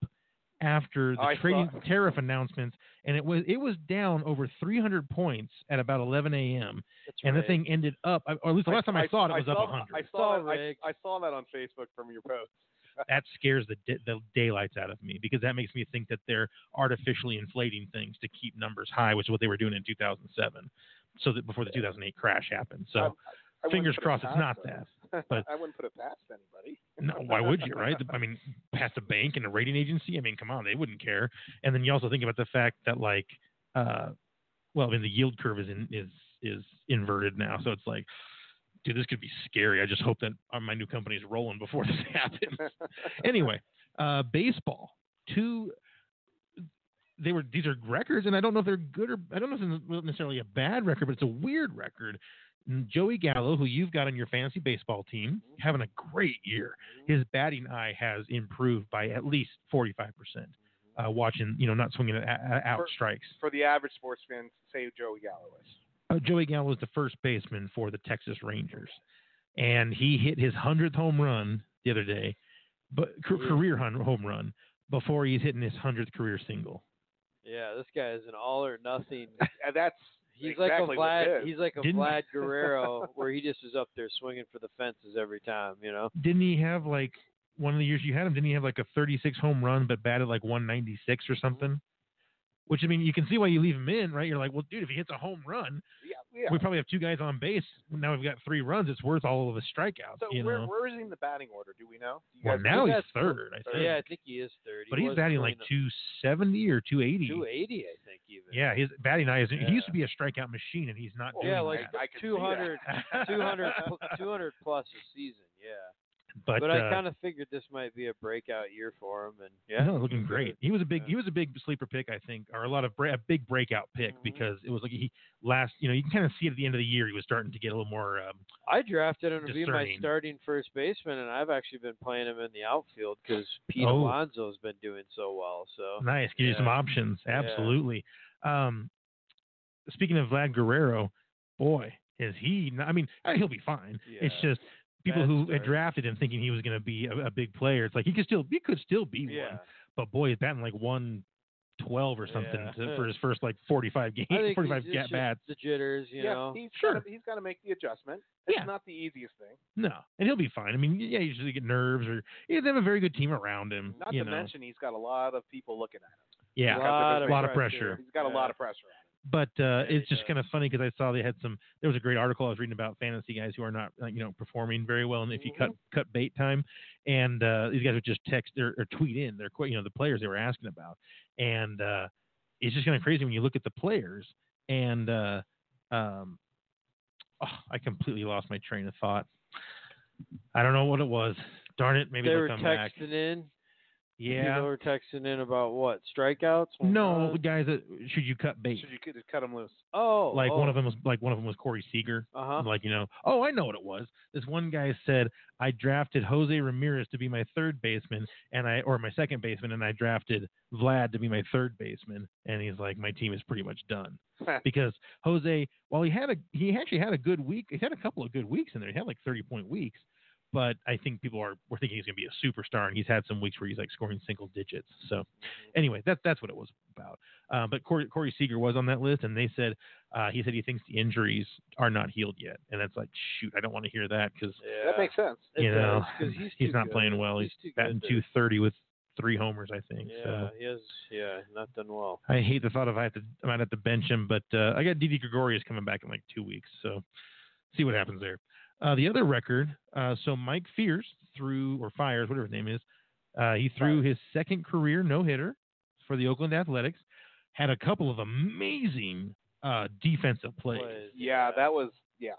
Speaker 2: after the
Speaker 3: I
Speaker 2: trading
Speaker 3: thought-
Speaker 2: tariff announcements? And it was it was down over 300 points at about 11 a.m.
Speaker 4: That's
Speaker 2: and
Speaker 4: right.
Speaker 2: the thing ended up, or at least the last time I, saw it, it was up
Speaker 3: saw-
Speaker 2: 100.
Speaker 3: I
Speaker 4: all
Speaker 3: saw, that,
Speaker 4: rigged.
Speaker 3: I, I saw that on Facebook from your post.
Speaker 2: that scares the di- the daylights out of me because that makes me think that they're artificially inflating things to keep numbers high, which is what they were doing in 2007. so that before the 2008 crash happened. So
Speaker 3: I- I wouldn't
Speaker 2: fingers
Speaker 3: put it
Speaker 2: crossed it's
Speaker 3: past
Speaker 2: not
Speaker 3: them.
Speaker 2: that. but-
Speaker 3: I wouldn't put it past anybody.
Speaker 2: No, why would you, right? I mean, past a bank and a rating agency. I mean, come on, they wouldn't care. And then you also think about the fact that like, uh, well, I mean, the yield curve is in, is is inverted now, so it's like, dude, this could be scary. I just hope that uh, my new company's rolling before this happens. anyway, uh, baseball. Two. They were these are records, and I don't know if they're good or I don't know if it's necessarily a bad record, but it's a weird record. Joey Gallo, who you've got on your fantasy baseball team, having a great year. His batting eye has improved by at least forty five percent. uh, Watching, you know, not swinging at, at out
Speaker 3: For-
Speaker 2: strikes.
Speaker 3: For the average sports fan, say Joey Gallo is.
Speaker 2: Uh, Joey Gallo was the first baseman for the Texas Rangers, and he hit his hundredth home run the other day, but ca- career hun- home run before he's hitting his hundredth career single.
Speaker 4: Yeah, this guy is an all or nothing.
Speaker 3: And that's
Speaker 4: He's
Speaker 3: exactly
Speaker 4: like a
Speaker 3: what it
Speaker 4: Vlad.
Speaker 3: is.
Speaker 4: He's like a
Speaker 2: Didn't-
Speaker 4: Vlad Guerrero, where he just is up there swinging for the fences every time. You know.
Speaker 2: Didn't he have like one of the years you had him? Didn't he have like a thirty-six home run but batted like one ninety-six or something? Which I mean, you can see why you leave him in, right? You're like, well, dude, if he hits a home run,
Speaker 3: yeah, yeah.
Speaker 2: we probably have two guys on base. Now we've got three runs. It's worth all of a strikeout.
Speaker 3: So
Speaker 2: you
Speaker 3: where,
Speaker 2: know.
Speaker 3: where is he in the batting order? Do we know? Do you
Speaker 2: Well,
Speaker 3: guys-
Speaker 2: now
Speaker 4: he
Speaker 2: he's
Speaker 4: got-
Speaker 2: third, I think.
Speaker 4: Yeah, I think he is third. He
Speaker 2: but he's
Speaker 4: was
Speaker 2: batting like
Speaker 4: playing
Speaker 2: two seventy or two eighty.
Speaker 4: 280, I think even.
Speaker 2: Hmm. Yeah, his batting eye is. He used
Speaker 4: Yeah.
Speaker 2: to be a strikeout machine, and he's not
Speaker 3: Well,
Speaker 2: doing
Speaker 4: Yeah, like
Speaker 3: I- I could see that.
Speaker 4: 200,
Speaker 2: that.
Speaker 4: 200, pl- 200 plus a season. Yeah.
Speaker 2: but,
Speaker 4: But I
Speaker 2: uh,
Speaker 4: kind of figured this might be a breakout year for him, and yeah,
Speaker 2: no, looking great. He was a big.
Speaker 4: Yeah.
Speaker 2: He was a big sleeper pick, I think, or a lot of bra- a big breakout pick
Speaker 4: Mhm.
Speaker 2: because it was like he last. You know, you can kind of see it at the end of the year he was starting to get a little more. Um,
Speaker 4: I drafted him to be my
Speaker 2: Discerning.
Speaker 4: starting first baseman, and I've actually been playing him in the outfield because Pete
Speaker 2: Oh.
Speaker 4: Alonso's been doing so well. So
Speaker 2: nice, give you some
Speaker 4: Oh, Yeah.
Speaker 2: options.
Speaker 4: Yeah.
Speaker 2: Absolutely. Um, speaking of Vlad Guerrero, boy, is he? Not, I mean, I- he'll be fine. It's
Speaker 4: Yeah.
Speaker 2: just people
Speaker 4: Bad
Speaker 2: who had
Speaker 4: start.
Speaker 2: drafted him thinking he was going to be a, a big player. It's like he could still. He could still be one.
Speaker 4: yeah,
Speaker 2: but boy, he's batting like one twelve or something
Speaker 4: Yeah.
Speaker 2: to, for his first like forty five games,
Speaker 4: I think
Speaker 2: forty five
Speaker 4: it's
Speaker 2: at
Speaker 4: just
Speaker 2: bats.
Speaker 4: the jitters, you
Speaker 3: yeah,
Speaker 4: know.
Speaker 3: he's
Speaker 2: Sure.
Speaker 3: Gotta, he's got to make the adjustment. It's
Speaker 2: Yeah.
Speaker 3: not the easiest thing.
Speaker 2: No, and he'll be fine. I mean, yeah, you usually get nerves or yeah, they have a very good team around him.
Speaker 3: Not
Speaker 2: Mm, you
Speaker 3: to
Speaker 2: know.
Speaker 3: mention he's got a lot of people looking at him.
Speaker 2: yeah,
Speaker 3: He's
Speaker 4: Lot
Speaker 3: got the-
Speaker 4: of
Speaker 2: a lot of
Speaker 4: pressure.
Speaker 2: pressure.
Speaker 3: He's got a lot of pressure on him.
Speaker 2: But uh,
Speaker 4: he
Speaker 2: it's just
Speaker 4: does.
Speaker 2: kind of funny because I saw they had some. There was a great article I was reading about fantasy guys who are not, uh, you know, performing very well, and if you cut
Speaker 4: Mm-hmm.
Speaker 2: cut bait time, and uh, these guys would just text or, or tweet in their, que- you know, the players they were asking about, and uh, it's just kind of crazy when you look at the players and, uh, um, oh, I completely lost my train of thought. I don't know what it was. Darn it! Maybe
Speaker 4: they
Speaker 2: they'll
Speaker 4: were
Speaker 2: come
Speaker 4: texting
Speaker 2: back.
Speaker 4: in.
Speaker 2: Yeah.
Speaker 4: They were texting in about what strikeouts. home
Speaker 2: No,
Speaker 4: runs?
Speaker 2: guys, that, should you cut bait?
Speaker 3: Should you could just cut him loose?
Speaker 4: Oh,
Speaker 2: like
Speaker 4: oh.
Speaker 2: one of them was like one of them was Corey Seager.
Speaker 4: Uh huh.
Speaker 2: Like, you know, oh, I know what it was. This one guy said, I drafted Jose Ramirez to be my third baseman and I or my second baseman and I drafted Vlad to be my third baseman and he's like, My team is pretty much done. because Jose, while he had a he actually had a good week, he had a couple of good weeks in there. He had like thirty point weeks. But I think people are were thinking he's gonna be a superstar and he's had some weeks where he's like scoring single digits. So anyway, that that's what it was about. Uh, but Corey, Corey Seager was on that list, and they said uh, he said he thinks the injuries are not healed yet, and that's like shoot, I don't want to hear that because
Speaker 4: Yeah.
Speaker 3: That makes sense.
Speaker 4: It
Speaker 2: you know
Speaker 4: does, 'cause he's, too
Speaker 2: not
Speaker 4: good.
Speaker 2: playing well. He's,
Speaker 4: He's too
Speaker 2: batting
Speaker 4: good to-
Speaker 2: 230 with three homers, I think.
Speaker 4: Yeah,
Speaker 2: So
Speaker 4: he is. Yeah, not done well.
Speaker 2: I hate the thought of I have to I might have to bench him, but uh, I got Didi Gregorius coming back in like two weeks, so see what happens there. Uh, the other record, uh, so Mike Fears threw or fires whatever his name is, uh, he threw his second career no hitter for the Oakland Athletics. Had a couple of amazing uh, defensive plays,
Speaker 4: Plays,
Speaker 3: Yeah, that was yeah,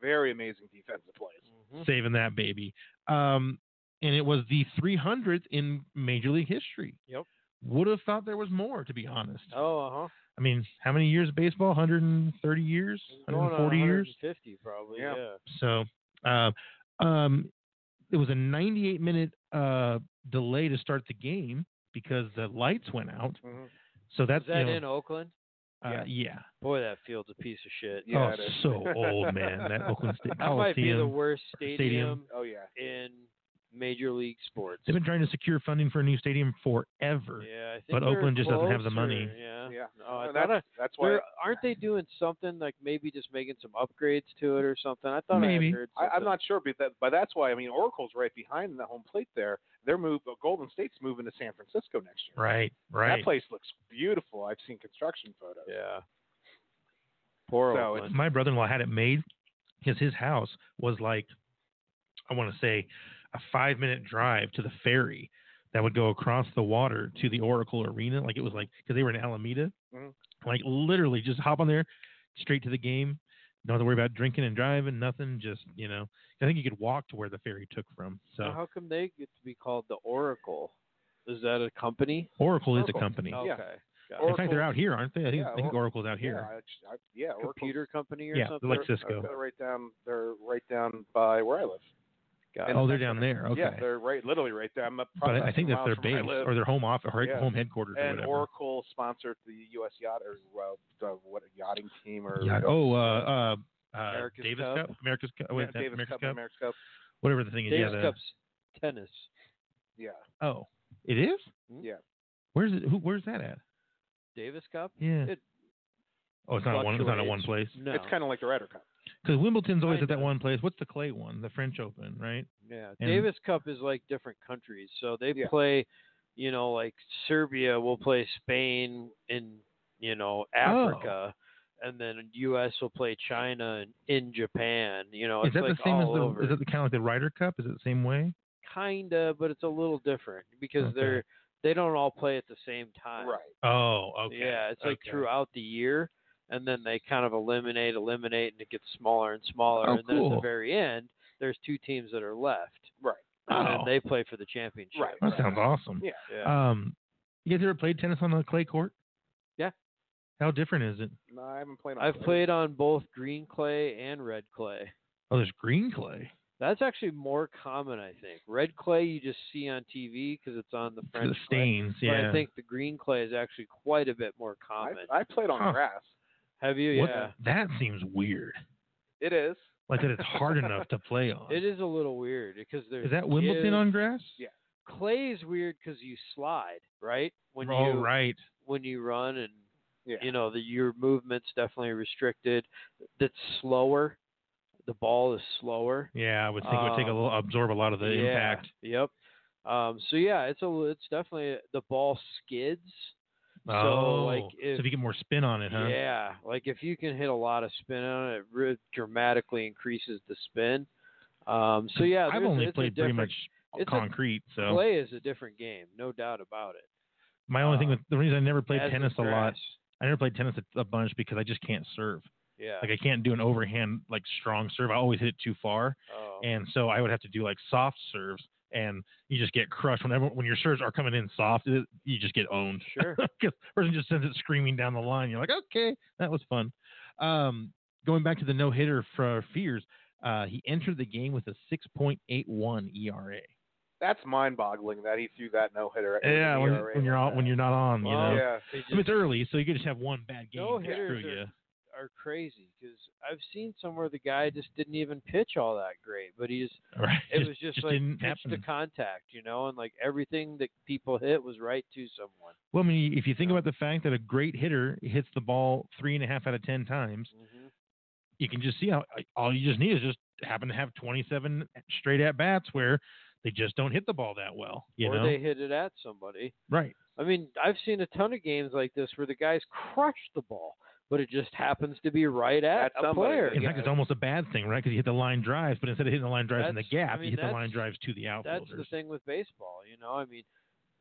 Speaker 3: very amazing defensive plays.
Speaker 4: Mhm.
Speaker 2: saving that baby. Um, and it was the 300th in Major League history.
Speaker 4: Yep.
Speaker 2: Would have thought there was more, to be honest.
Speaker 4: Oh, uh huh.
Speaker 2: I mean, how many years of baseball? 130 years? 140 years?
Speaker 4: 50 probably.
Speaker 3: Yeah.
Speaker 4: Yeah.
Speaker 2: So, uh, um, it was a 98 minute uh, delay to start the game because the lights went out.
Speaker 3: Mhm.
Speaker 2: So
Speaker 4: Is
Speaker 2: that's
Speaker 4: that
Speaker 2: you know,
Speaker 4: in Oakland?
Speaker 2: uh, yeah.
Speaker 4: Boy, that field's a piece of shit.
Speaker 3: Yeah,
Speaker 2: oh,
Speaker 3: it is.
Speaker 2: so old man. That Oakland State
Speaker 4: That might be the
Speaker 2: Coliseum.
Speaker 4: worst
Speaker 2: stadium.
Speaker 4: stadium,
Speaker 3: Oh yeah.
Speaker 4: in major league sports.
Speaker 2: They've been trying to secure funding for a new stadium forever.
Speaker 4: Yeah, I think
Speaker 2: but
Speaker 4: they're
Speaker 2: Oakland just doesn't have the
Speaker 4: closer,
Speaker 2: money.
Speaker 4: Yeah.
Speaker 3: Yeah.
Speaker 4: No, I
Speaker 3: And
Speaker 4: thought
Speaker 3: that's,
Speaker 4: I,
Speaker 3: that's why
Speaker 4: they're- aren't they doing something like maybe just making some upgrades to it or something? I thought I
Speaker 2: Maybe.
Speaker 4: had heard
Speaker 3: I, I'm
Speaker 4: something.
Speaker 3: not sure, but that but that's why I mean Oracle's right behind in the home plate there. They're move uh, Golden State's moving to San Francisco next year.
Speaker 2: Right, right.
Speaker 3: That place looks beautiful. I've seen construction photos.
Speaker 4: Yeah. Poor
Speaker 3: So
Speaker 4: Oakland.
Speaker 3: it's-
Speaker 2: my brother-in-law had it made because his house was like i want to say a five minute drive to the ferry that would go across the water to the oracle arena like it was like because they were in alameda
Speaker 3: Mhm.
Speaker 2: like literally just hop on there straight to the game don't have to worry about drinking and driving nothing just you know i think you could walk to where the ferry took from so
Speaker 3: Uh-huh.
Speaker 4: So how come they get to be called the Oracle? Is that a company?
Speaker 2: oracle, is a
Speaker 3: Oracle.
Speaker 2: company
Speaker 3: Yeah.
Speaker 4: Okay. Got
Speaker 2: in fact they're out here aren't they i think,
Speaker 3: Yeah,
Speaker 2: I think
Speaker 3: Or-
Speaker 2: oracle's out here
Speaker 3: Yeah, I, actu- I, yeah
Speaker 4: it.
Speaker 3: Oracle's-
Speaker 4: computer company or
Speaker 2: Yeah,
Speaker 4: something?
Speaker 2: like
Speaker 3: they're-
Speaker 2: Cisco.
Speaker 3: They're right down. They're right down by where I live.
Speaker 4: Got
Speaker 3: in
Speaker 4: it.
Speaker 2: oh
Speaker 3: the
Speaker 2: they're
Speaker 3: tech
Speaker 2: down
Speaker 3: center.
Speaker 2: there okay
Speaker 3: Yeah, they're right, literally right there. I'm up
Speaker 2: but
Speaker 3: probably
Speaker 2: I- I
Speaker 3: about
Speaker 2: think
Speaker 3: two
Speaker 2: that's their
Speaker 3: miles from where I
Speaker 2: base
Speaker 3: live.
Speaker 2: or their home office or
Speaker 3: Yeah.
Speaker 2: home headquarters or
Speaker 3: and
Speaker 2: whatever.
Speaker 3: Oracle sponsored the U.S. yacht or uh, the, what yachting team or
Speaker 2: Yeah. Oh, uh, uh, uh,
Speaker 4: America's
Speaker 2: Davis
Speaker 4: Cup.
Speaker 2: Cup, America's Cup, Oh, wait,
Speaker 3: Yeah,
Speaker 2: is that
Speaker 3: Davis
Speaker 2: America's
Speaker 3: Cup,
Speaker 2: Cup?
Speaker 3: America's Cup.
Speaker 2: whatever the thing is.
Speaker 4: Davis
Speaker 2: yeah, the,
Speaker 4: Cup's tennis.
Speaker 3: Yeah,
Speaker 2: Oh, it is.
Speaker 4: Mm-hmm.
Speaker 3: yeah.
Speaker 2: Where's it? Who? Where's that at?
Speaker 4: Davis Cup?
Speaker 2: Yeah.
Speaker 4: It
Speaker 2: oh, it's not one. It's not at one place.
Speaker 4: fluctuates. No.
Speaker 3: It's kind of like the Ryder Cup.
Speaker 2: Because Wimbledon's always at that
Speaker 4: Kinda.
Speaker 2: one place. What's the clay one? The French Open, right?
Speaker 4: Yeah,
Speaker 2: And-
Speaker 4: Davis Cup is like different countries. So they
Speaker 3: Yeah.
Speaker 4: play, you know, like Serbia will play Spain in, you know, Africa,
Speaker 2: Oh.
Speaker 4: and then U.S. will play China and in Japan. You know,
Speaker 2: is
Speaker 4: Oh, it's
Speaker 2: that
Speaker 4: like
Speaker 2: the same as
Speaker 4: all
Speaker 2: the?
Speaker 4: over.
Speaker 2: Is that the kind of like the Ryder Cup? Is it the same way?
Speaker 4: Kinda, but it's a little different because
Speaker 2: Okay.
Speaker 4: they're they don't all play at the same time.
Speaker 3: Right.
Speaker 2: Oh, okay.
Speaker 4: Yeah, it's like
Speaker 2: okay.
Speaker 4: throughout the year, and then they kind of eliminate, eliminate, and it gets smaller and smaller.
Speaker 2: Oh,
Speaker 4: and then at
Speaker 2: cool.
Speaker 4: the very end, there's two teams that are left.
Speaker 3: Right.
Speaker 4: And then
Speaker 2: Oh.
Speaker 4: they play for the championship.
Speaker 3: Right.
Speaker 2: That sounds awesome.
Speaker 3: Yeah.
Speaker 4: Yeah.
Speaker 2: Um, you guys ever played tennis on a clay court?
Speaker 4: Yeah.
Speaker 2: How different is it?
Speaker 3: No, I haven't played. On
Speaker 4: I've
Speaker 3: clay.
Speaker 4: played on both green clay and red clay.
Speaker 2: Oh, there's green clay.
Speaker 4: That's actually more common, I think. Red clay you just see on TV because it's on the French
Speaker 2: the
Speaker 4: clay.
Speaker 2: stains.
Speaker 4: But
Speaker 2: Yeah.
Speaker 4: I think the green clay is actually quite a bit more
Speaker 3: I,
Speaker 4: common.
Speaker 3: I played on
Speaker 2: Huh.
Speaker 3: grass.
Speaker 4: Have you?
Speaker 2: What-
Speaker 4: Yeah.
Speaker 2: That seems weird.
Speaker 3: It is.
Speaker 2: Like that it's hard enough to play on.
Speaker 4: It is a little weird because there's
Speaker 2: Is that Wimbledon
Speaker 4: give-
Speaker 2: on grass?
Speaker 3: Yeah.
Speaker 4: clay is weird because you slide right when
Speaker 2: oh,
Speaker 4: you
Speaker 2: right.
Speaker 4: when you run and
Speaker 3: Yeah.
Speaker 4: you know the your movement's definitely restricted. That's slower. The ball is slower.
Speaker 2: Yeah, I would think it would take a
Speaker 4: Um,
Speaker 2: little, absorb a lot of the
Speaker 4: yeah.
Speaker 2: impact.
Speaker 4: Yep. Um, so yeah, it's a it's definitely the ball skids. So,
Speaker 2: oh,
Speaker 4: like, if-
Speaker 2: so if you get more spin on it, huh?
Speaker 4: Yeah, like if you can hit a lot of spin on it, it re- dramatically increases the spin. Um, so yeah,
Speaker 2: I've
Speaker 4: there's-
Speaker 2: only
Speaker 4: it's a
Speaker 2: played pretty
Speaker 4: different-
Speaker 2: much
Speaker 4: it's a
Speaker 2: concrete, so
Speaker 4: Clay is a different game, no doubt about it.
Speaker 2: my only thing
Speaker 4: uh,
Speaker 2: with the reason I never played
Speaker 4: As is
Speaker 2: tennis a lot,
Speaker 4: grass.
Speaker 2: I never played tennis a, a bunch because I just can't serve.
Speaker 4: Yeah.
Speaker 2: Like I can't do an overhand like strong serve. I always hit it too far,
Speaker 4: oh.
Speaker 2: and so I would have to do like soft serves, and you just get crushed when everyone, when your serves are coming in soft. It, you just get owned.
Speaker 4: Sure.
Speaker 2: because person just sends it screaming down the line. You're like, okay, that was fun. Um, going back to the no hitter for Fears, uh, he entered the game with a 6.81 ERA.
Speaker 3: That's mind-boggling that he threw that no-hitter. at
Speaker 2: Yeah,
Speaker 4: E
Speaker 2: when,
Speaker 3: ERA
Speaker 2: when you're
Speaker 3: like
Speaker 2: on,
Speaker 3: that.
Speaker 2: when you're not on, you know.
Speaker 4: Well,
Speaker 3: yeah.
Speaker 4: They
Speaker 2: I mean,
Speaker 4: just
Speaker 2: it's early, so you could just have one bad game.
Speaker 4: No
Speaker 2: get
Speaker 4: hitters
Speaker 2: through
Speaker 4: are-
Speaker 2: you.
Speaker 4: are crazy because I've seen somewhere the guy just didn't even pitch all that great, but he's
Speaker 2: Right.
Speaker 4: it
Speaker 2: Just-
Speaker 4: was just,
Speaker 2: just
Speaker 4: like
Speaker 2: didn't
Speaker 4: pitch to
Speaker 2: happen.
Speaker 4: contact, you know, and like everything that people hit was right to someone.
Speaker 2: Well, I mean, if you think
Speaker 4: Yeah.
Speaker 2: about the fact that a great hitter hits the ball three and a half out of ten times, you can just see how all you just need is just happen to have 27 straight at bats where they just don't hit the ball that well. You
Speaker 4: or
Speaker 2: know,
Speaker 4: they hit it at somebody.
Speaker 2: right?
Speaker 4: I mean, I've seen a ton of games like this where the guys crush the ball, but it just happens to be right at,
Speaker 3: At
Speaker 4: a
Speaker 3: somebody.
Speaker 4: player.
Speaker 2: In fact, it's almost a bad thing, right? Because you hit the line drives, but instead of hitting the line drives in the
Speaker 4: That's- I
Speaker 2: gap,
Speaker 4: mean,
Speaker 2: you hit the
Speaker 4: that's-
Speaker 2: line drives to the
Speaker 4: that's the
Speaker 2: outfielders.
Speaker 4: thing with baseball, you know. I mean,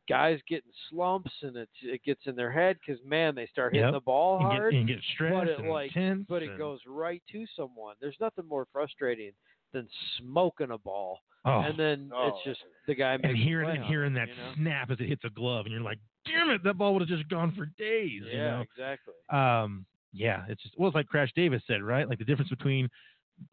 Speaker 4: guys getting slumps and it it gets in their head because man, they start hitting
Speaker 2: Yep.
Speaker 4: the ball
Speaker 2: You can get,
Speaker 4: hard,
Speaker 2: you can get stressed
Speaker 4: it,
Speaker 2: and
Speaker 4: like,
Speaker 2: tense,
Speaker 4: but it
Speaker 2: and-
Speaker 4: goes right to someone. There's nothing more frustrating than smoking a ball,
Speaker 2: Oh,
Speaker 4: and then
Speaker 3: Oh.
Speaker 4: it's just the guy
Speaker 2: and
Speaker 4: makes
Speaker 2: hearing
Speaker 4: a play
Speaker 2: and
Speaker 4: on
Speaker 2: hearing
Speaker 4: it,
Speaker 2: that
Speaker 4: you know?
Speaker 2: snap as it hits a glove, and you're like, "Damn it, that ball would have just gone for days."
Speaker 4: Yeah,
Speaker 2: You know?
Speaker 4: exactly.
Speaker 2: Um, yeah, it's just well, it's like Crash Davis said, right? Like the difference between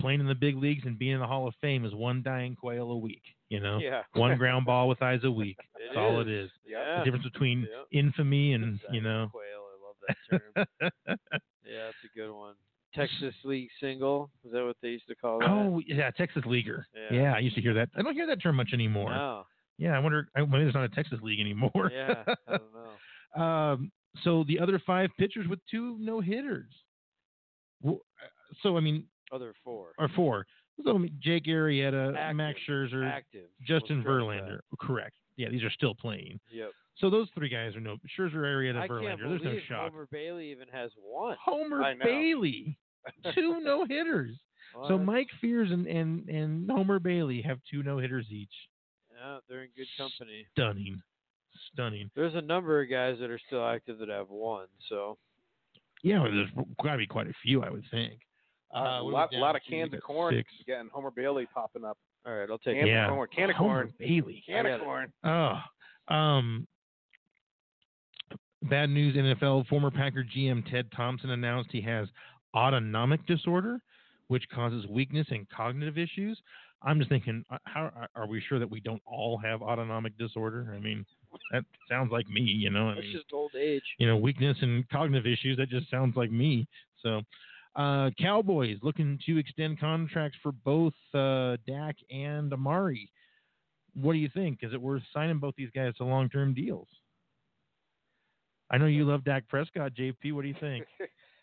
Speaker 2: playing in the big leagues and being in the Hall of Fame is one dying quail a week. You know,
Speaker 4: Yeah,
Speaker 2: one ground ball with eyes a week.
Speaker 4: It
Speaker 2: That's all it is.
Speaker 4: Yeah.
Speaker 2: The difference between
Speaker 4: Yep.
Speaker 2: infamy and
Speaker 4: Exactly.
Speaker 2: you know.
Speaker 4: quail. I love that term. yeah, that's a good one. Texas League single. Is that what they used to call that?
Speaker 2: Oh yeah, Texas leaguer.
Speaker 4: Yeah.
Speaker 2: Yeah. I used to hear that. I don't hear that term much anymore.
Speaker 4: no.
Speaker 2: Yeah, I wonder. I, maybe there's not a Texas league anymore.
Speaker 4: yeah, I don't know.
Speaker 2: Um, so the other five pitchers with two no hitters. So I mean,
Speaker 4: Other four.
Speaker 2: or four. So I mean, Jake Arrieta,
Speaker 4: Active.
Speaker 2: Max Scherzer,
Speaker 4: Active.
Speaker 2: Justin
Speaker 4: Let's go with
Speaker 2: Verlander.
Speaker 4: that.
Speaker 2: Correct. Yeah, these are still playing.
Speaker 4: Yep.
Speaker 2: So those three guys are no Scherzer, Arrieta,
Speaker 4: I can't
Speaker 2: Verlander. There's no
Speaker 4: believe
Speaker 2: shock.
Speaker 4: Homer Bailey even has one.
Speaker 2: Homer
Speaker 3: I know.
Speaker 2: Bailey. two no hitters.
Speaker 4: Well,
Speaker 2: So
Speaker 4: that's-
Speaker 2: Mike Fears and, and, and Homer Bailey have two no hitters each.
Speaker 4: yeah, they're in good company.
Speaker 2: Stunning. Stunning.
Speaker 4: There's a number of guys that are still active that have one. So
Speaker 2: Yeah, well, there's got to be quite a few, I would think. Uh, what are
Speaker 3: a
Speaker 2: we
Speaker 3: lot,
Speaker 2: down
Speaker 3: lot of
Speaker 2: to? We
Speaker 3: cans of
Speaker 2: got
Speaker 3: corn.
Speaker 2: six.
Speaker 3: Again, Homer Bailey popping up.
Speaker 4: all right, I'll take
Speaker 3: Can
Speaker 4: it.
Speaker 2: Yeah.
Speaker 3: of corn. Can of
Speaker 2: Homer
Speaker 3: corn.
Speaker 2: Bailey.
Speaker 3: Can
Speaker 4: I
Speaker 3: of
Speaker 4: got it.
Speaker 3: corn.
Speaker 2: Oh, um, bad news. NFL former Packer GM Ted Thompson announced he has autonomic disorder, which causes weakness and cognitive issues. I'm just thinking, uh, how are we sure that we don't all have autonomic disorder? I mean, that sounds like me, you know. I
Speaker 4: That's
Speaker 2: mean,
Speaker 4: just old age.
Speaker 2: you know, weakness and cognitive issues. That just sounds like me. So, uh, Cowboys looking to extend contracts for both uh, Dak and Amari. What do you think? Is it worth signing both these guys to long term deals? I know you love Dak Prescott, JP. What do you think?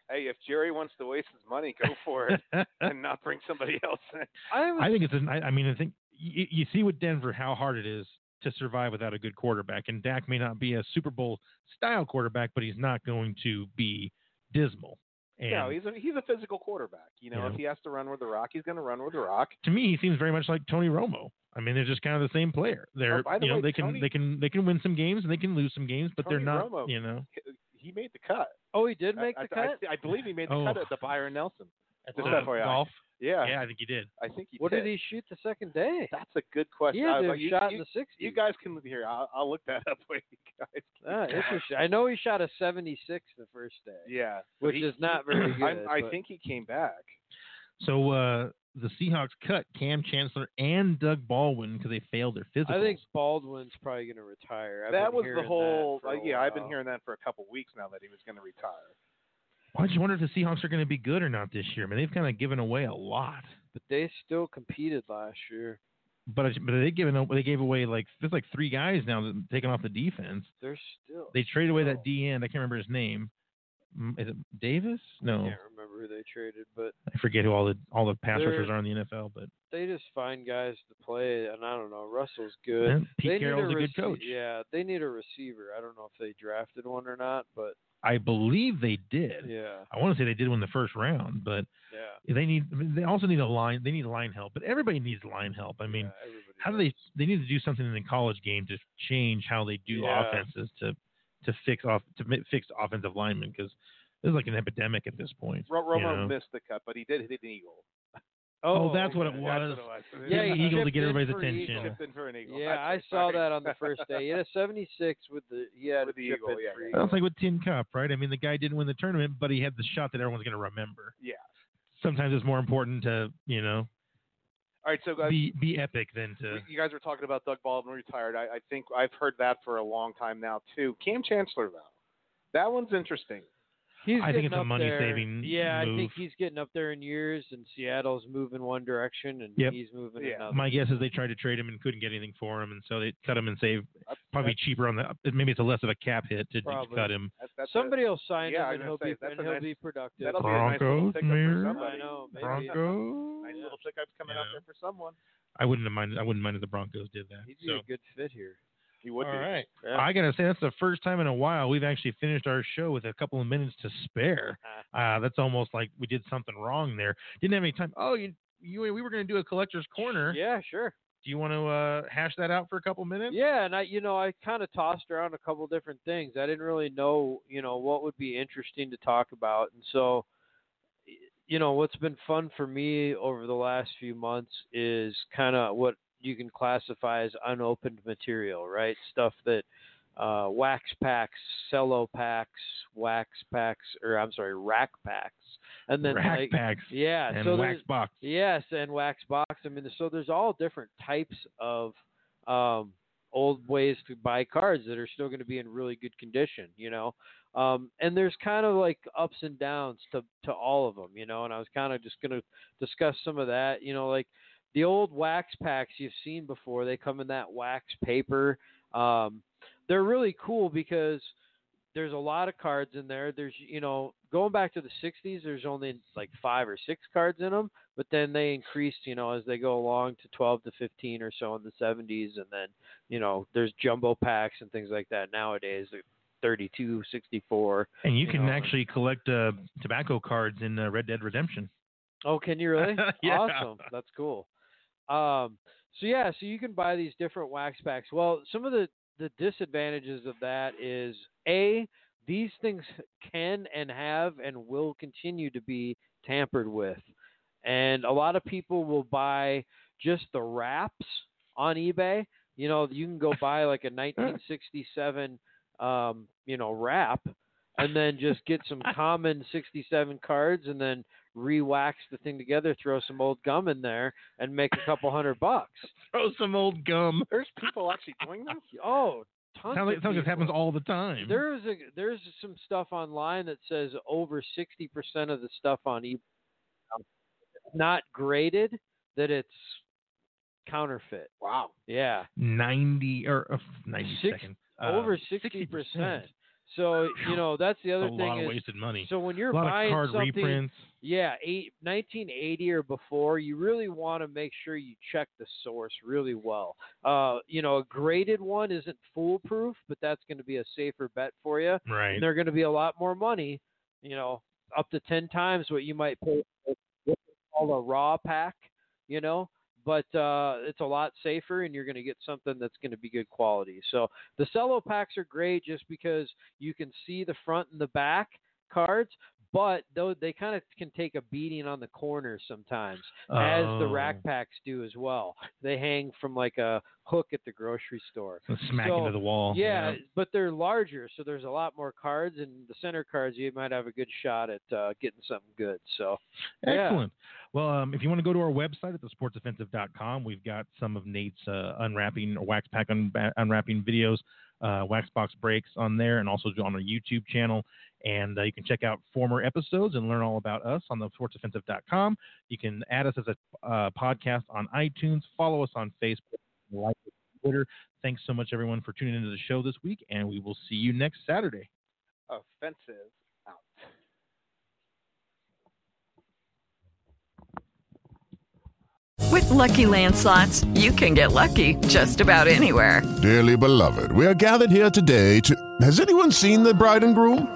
Speaker 3: Hey, if Jerry wants to waste his money, go for it and not bring somebody else in.
Speaker 4: I was
Speaker 2: I think it's. An, I, I mean, I think you, you see with Denver how hard it is to survive without a good quarterback, and Dak may not be a Super Bowl style quarterback, but he's not going to be dismal. And
Speaker 3: No, he's a he's a physical quarterback. You know,
Speaker 2: Yeah.
Speaker 3: if he has to run with the rock, he's going to run with the rock.
Speaker 2: to me, he seems very much like Tony Romo. I mean, they're just kind of the same player. They're
Speaker 3: Oh, by the
Speaker 2: you know
Speaker 3: way,
Speaker 2: they can
Speaker 3: Tony-
Speaker 2: they can they can win some games and they can lose some games, but they're
Speaker 3: Tony
Speaker 2: not
Speaker 3: Romo
Speaker 2: you know
Speaker 3: He made the cut.
Speaker 4: Oh, he did make
Speaker 3: I,
Speaker 4: the
Speaker 3: I,
Speaker 4: cut.
Speaker 3: I, I believe he made the
Speaker 2: Oh.
Speaker 3: cut at the Byron Nelson.
Speaker 2: at
Speaker 3: Just
Speaker 2: the
Speaker 3: that for you.
Speaker 2: uh, golf.
Speaker 3: Yeah,
Speaker 2: Yeah, I think he did.
Speaker 3: I think he
Speaker 4: what did he shoot the second day?
Speaker 3: That's a good question.
Speaker 4: He had
Speaker 3: I
Speaker 4: to
Speaker 3: was
Speaker 4: have
Speaker 3: like, you,
Speaker 4: shot
Speaker 3: you,
Speaker 4: in the 60s.
Speaker 3: you guys can look here. I'll, I'll look that up for you guys.
Speaker 4: Ah, interesting. I know he shot a 76 the first day,
Speaker 3: Yeah, but
Speaker 4: which
Speaker 3: he-
Speaker 4: is not very good.
Speaker 3: I'm- I
Speaker 4: but-
Speaker 3: think he came back.
Speaker 2: So uh, the Seahawks cut Cam Chancellor and Doug Baldwin because they failed their physicals.
Speaker 4: I think Baldwin's probably going to retire. I've
Speaker 3: that
Speaker 4: been
Speaker 3: was
Speaker 4: hearing
Speaker 3: the whole.
Speaker 4: for a
Speaker 3: uh, yeah, I've been
Speaker 4: while.
Speaker 3: hearing that for a couple weeks now that he was going to retire.
Speaker 2: I just wonder if the Seahawks are going to be good or not this year. I mean, they've kind of given away a lot,
Speaker 4: But they still competed last year.
Speaker 2: but but they given they gave away like there's like three guys now that taken off the defense.
Speaker 4: They're still.
Speaker 2: They traded away
Speaker 4: Oh.
Speaker 2: that D end. I can't remember his name. Mm, Is it Davis?
Speaker 4: I
Speaker 2: No,
Speaker 4: can't remember who they traded, but
Speaker 2: I forget who all the all the pass
Speaker 4: They're-
Speaker 2: rushers are in the NFL, but
Speaker 4: they just find guys to play, and I don't know. Russell's good.
Speaker 2: yeah,
Speaker 4: They
Speaker 2: Pete
Speaker 4: need
Speaker 2: Carroll's a, good
Speaker 4: rece-
Speaker 2: coach.
Speaker 4: Yeah, they need a receiver. I don't know if they drafted one or not, but
Speaker 2: I believe they did.
Speaker 4: yeah,
Speaker 2: I want to say they did win the first round, but
Speaker 4: yeah.
Speaker 2: they need I mean, they also need a line they need line help, but everybody needs line help. I mean,
Speaker 4: yeah, everybody
Speaker 2: how do they
Speaker 4: does.
Speaker 2: they need to do something in the college game to change how they do
Speaker 4: Yeah.
Speaker 2: offenses to to fix off to mi- fix offensive linemen because there's like an epidemic at this point.
Speaker 3: Ro- Romo
Speaker 2: you know?
Speaker 3: missed the cut, but he did hit an eagle.
Speaker 2: Oh, that's what it
Speaker 3: That's
Speaker 2: was.
Speaker 3: what it was.
Speaker 2: Yeah,
Speaker 4: Yeah,
Speaker 2: an
Speaker 4: he
Speaker 2: eagle to
Speaker 4: chipped
Speaker 2: get
Speaker 4: in
Speaker 2: everybody's
Speaker 4: for an
Speaker 2: attention.
Speaker 4: eagle.
Speaker 3: chipped in for an eagle.
Speaker 4: Oh, Yeah,
Speaker 3: That's
Speaker 4: I
Speaker 3: right.
Speaker 4: saw
Speaker 3: Sorry.
Speaker 4: that on the first day. He had a 76 with the he had
Speaker 3: With
Speaker 4: a
Speaker 3: the
Speaker 4: chip
Speaker 3: eagle,
Speaker 4: in
Speaker 3: yeah,
Speaker 4: for
Speaker 3: yeah.
Speaker 4: eagle.
Speaker 2: That's like with Tim Cup, right? I mean, the guy didn't win the tournament, but he had the shot that everyone's going to remember.
Speaker 3: Yeah.
Speaker 2: Sometimes it's more important to you know
Speaker 3: All right, so uh, guys,
Speaker 2: be be epic than to
Speaker 3: you guys were talking about Doug Baldwin retired. I, I think I've heard that for a long time now too. Cam Chancellor though, that one's interesting.
Speaker 4: He's
Speaker 2: I think
Speaker 4: getting
Speaker 2: it's a
Speaker 4: up
Speaker 2: money
Speaker 4: there.
Speaker 2: saving
Speaker 4: Yeah, I
Speaker 2: move.
Speaker 4: think he's getting up there in years, and Seattle's moving one direction, and
Speaker 2: Yep.
Speaker 4: he's moving
Speaker 3: Yeah.
Speaker 4: another.
Speaker 2: my guess is they tried to trade him and couldn't get anything for him, and so they cut him and save
Speaker 3: That's,
Speaker 2: probably cheaper on the. Maybe it's a less of a cap hit to
Speaker 4: Probably.
Speaker 2: cut him.
Speaker 3: that's, that's a-
Speaker 4: Somebody will sign
Speaker 3: Yeah, I was
Speaker 4: him,
Speaker 3: gonna
Speaker 4: and he'll
Speaker 3: say,
Speaker 4: be
Speaker 3: that's
Speaker 4: and
Speaker 3: a
Speaker 4: he'll
Speaker 3: nice-
Speaker 4: be productive.
Speaker 3: that'll be a nice little
Speaker 2: Broncos,
Speaker 3: pickup for
Speaker 2: maybe?
Speaker 3: somebody.
Speaker 4: I know, maybe.
Speaker 2: Broncos.
Speaker 3: Nice little pickups coming out
Speaker 2: Yeah.
Speaker 3: there for someone.
Speaker 2: I wouldn't have minded. I wouldn't mind if the Broncos did that.
Speaker 4: He'd be
Speaker 2: So
Speaker 4: a good fit here.
Speaker 3: He would
Speaker 2: All
Speaker 3: be.
Speaker 2: right.
Speaker 4: Yeah.
Speaker 2: I gotta say that's the first time in a while we've actually finished our show with a couple of minutes to spare.
Speaker 4: Ah.
Speaker 2: Uh, that's almost like we did something wrong there. Didn't have any time. Oh, you, you we were gonna do a collector's corner.
Speaker 4: Yeah, sure.
Speaker 2: Do you want to uh, hash that out for a couple minutes?
Speaker 4: Yeah, and I, you know, I kind of tossed around a couple different things. I didn't really know, you know, what would be interesting to talk about, and so, y- you know, what's been fun for me over the last few months is kind of what you can classify as unopened material, right? Stuff that uh, wax packs, cello packs, wax packs, or I'm sorry, rack packs, and then
Speaker 2: Rack
Speaker 4: like,
Speaker 2: packs
Speaker 4: yeah,
Speaker 2: and
Speaker 4: so there's-
Speaker 2: wax box.
Speaker 4: Yes, and wax box. I mean, so there's all different types of um, old ways to buy cards that are still going to be in really good condition, you know. Um, and there's kind of like ups and downs to to all of them, you know. And I was kind of just going to discuss some of that, you know, like the old wax packs you've seen before. They come in that wax paper. Um, they're really cool because there's a lot of cards in there. There's you know going back to the 60s, there's only like five or six cards in them, but then they increased you know as they go along to 12 to 15 or so in the 70s, and then you know there's jumbo packs and things like that nowadays. That 32, 64.
Speaker 2: And you
Speaker 4: You
Speaker 2: can
Speaker 4: know,
Speaker 2: actually collect uh, tobacco cards in uh, Red Dead Redemption.
Speaker 4: Oh, can you really?
Speaker 2: Yeah.
Speaker 4: Awesome. That's cool. Um, so yeah, so you can buy these different wax packs. Well, some of the the disadvantages of that is a these things can and have and will continue to be tampered with, and a lot of people will buy just the wraps on eBay. You know, you can go buy like a 1967, um, you know, wrap, and then just get some common 67 cards, and then re-wax the thing together, throw some old gum in there, and make a couple hundred bucks.
Speaker 2: Throw some old gum.
Speaker 3: There's people actually doing this.
Speaker 4: Oh, tons
Speaker 2: Sounds like,
Speaker 4: of
Speaker 2: sounds like it happens
Speaker 4: people.
Speaker 2: all the time.
Speaker 4: There's a there's some stuff online that says over 60 percent of the stuff on eBay um, not graded that it's counterfeit.
Speaker 3: Wow.
Speaker 4: Yeah,
Speaker 2: 90 or uh, 90
Speaker 4: Six-
Speaker 2: seconds.
Speaker 4: over
Speaker 2: 60
Speaker 4: percent. So you know that's the
Speaker 2: A
Speaker 4: other
Speaker 2: lot
Speaker 4: thing
Speaker 2: of
Speaker 4: is
Speaker 2: wasted money.
Speaker 4: so when you're
Speaker 2: a lot
Speaker 4: buying
Speaker 2: of card
Speaker 4: something,
Speaker 2: reprints.
Speaker 4: Yeah, eight, 1980 or before, you really want to make sure you check the source really well. Uh, you know, a graded one isn't foolproof, but that's going to be a safer bet for you.
Speaker 2: Right.
Speaker 4: And they're going to be a lot more money, you know, up to 10 times what you might pay for all a raw pack, you know. But uh, it's a lot safer, and you're going to get something that's going to be good quality. So the cello packs are great just because you can see the front and the back cards, but though they kind of can take a beating on the corners sometimes, as the rack
Speaker 2: Oh.
Speaker 4: packs do as well. They hang from like a hook at the grocery store.
Speaker 2: So Oh, smack
Speaker 4: So,
Speaker 2: into the wall.
Speaker 4: Yeah, but they're larger, so there's a lot more cards, and the center cards you might have a good shot at uh, getting something good. So yeah.
Speaker 2: Excellent. Well, um, if you want to go to our website at thesportsoffensive.com, we've got some of Nate's uh, unwrapping or wax pack unba- unwrapping videos, uh, wax box breaks on there, and also on our YouTube channel. And uh, you can check out former episodes and learn all about us on thesportsoffensive.com. You can add us as a uh, podcast on iTunes, follow us on Facebook, like us on Twitter. Thanks so much, everyone, for tuning into the show this week, and we will see you next Saturday.
Speaker 3: Offensive out.
Speaker 5: With Lucky Land slots, you can get lucky just about anywhere.
Speaker 6: Dearly beloved, we are gathered here today to. Has anyone seen the bride and groom?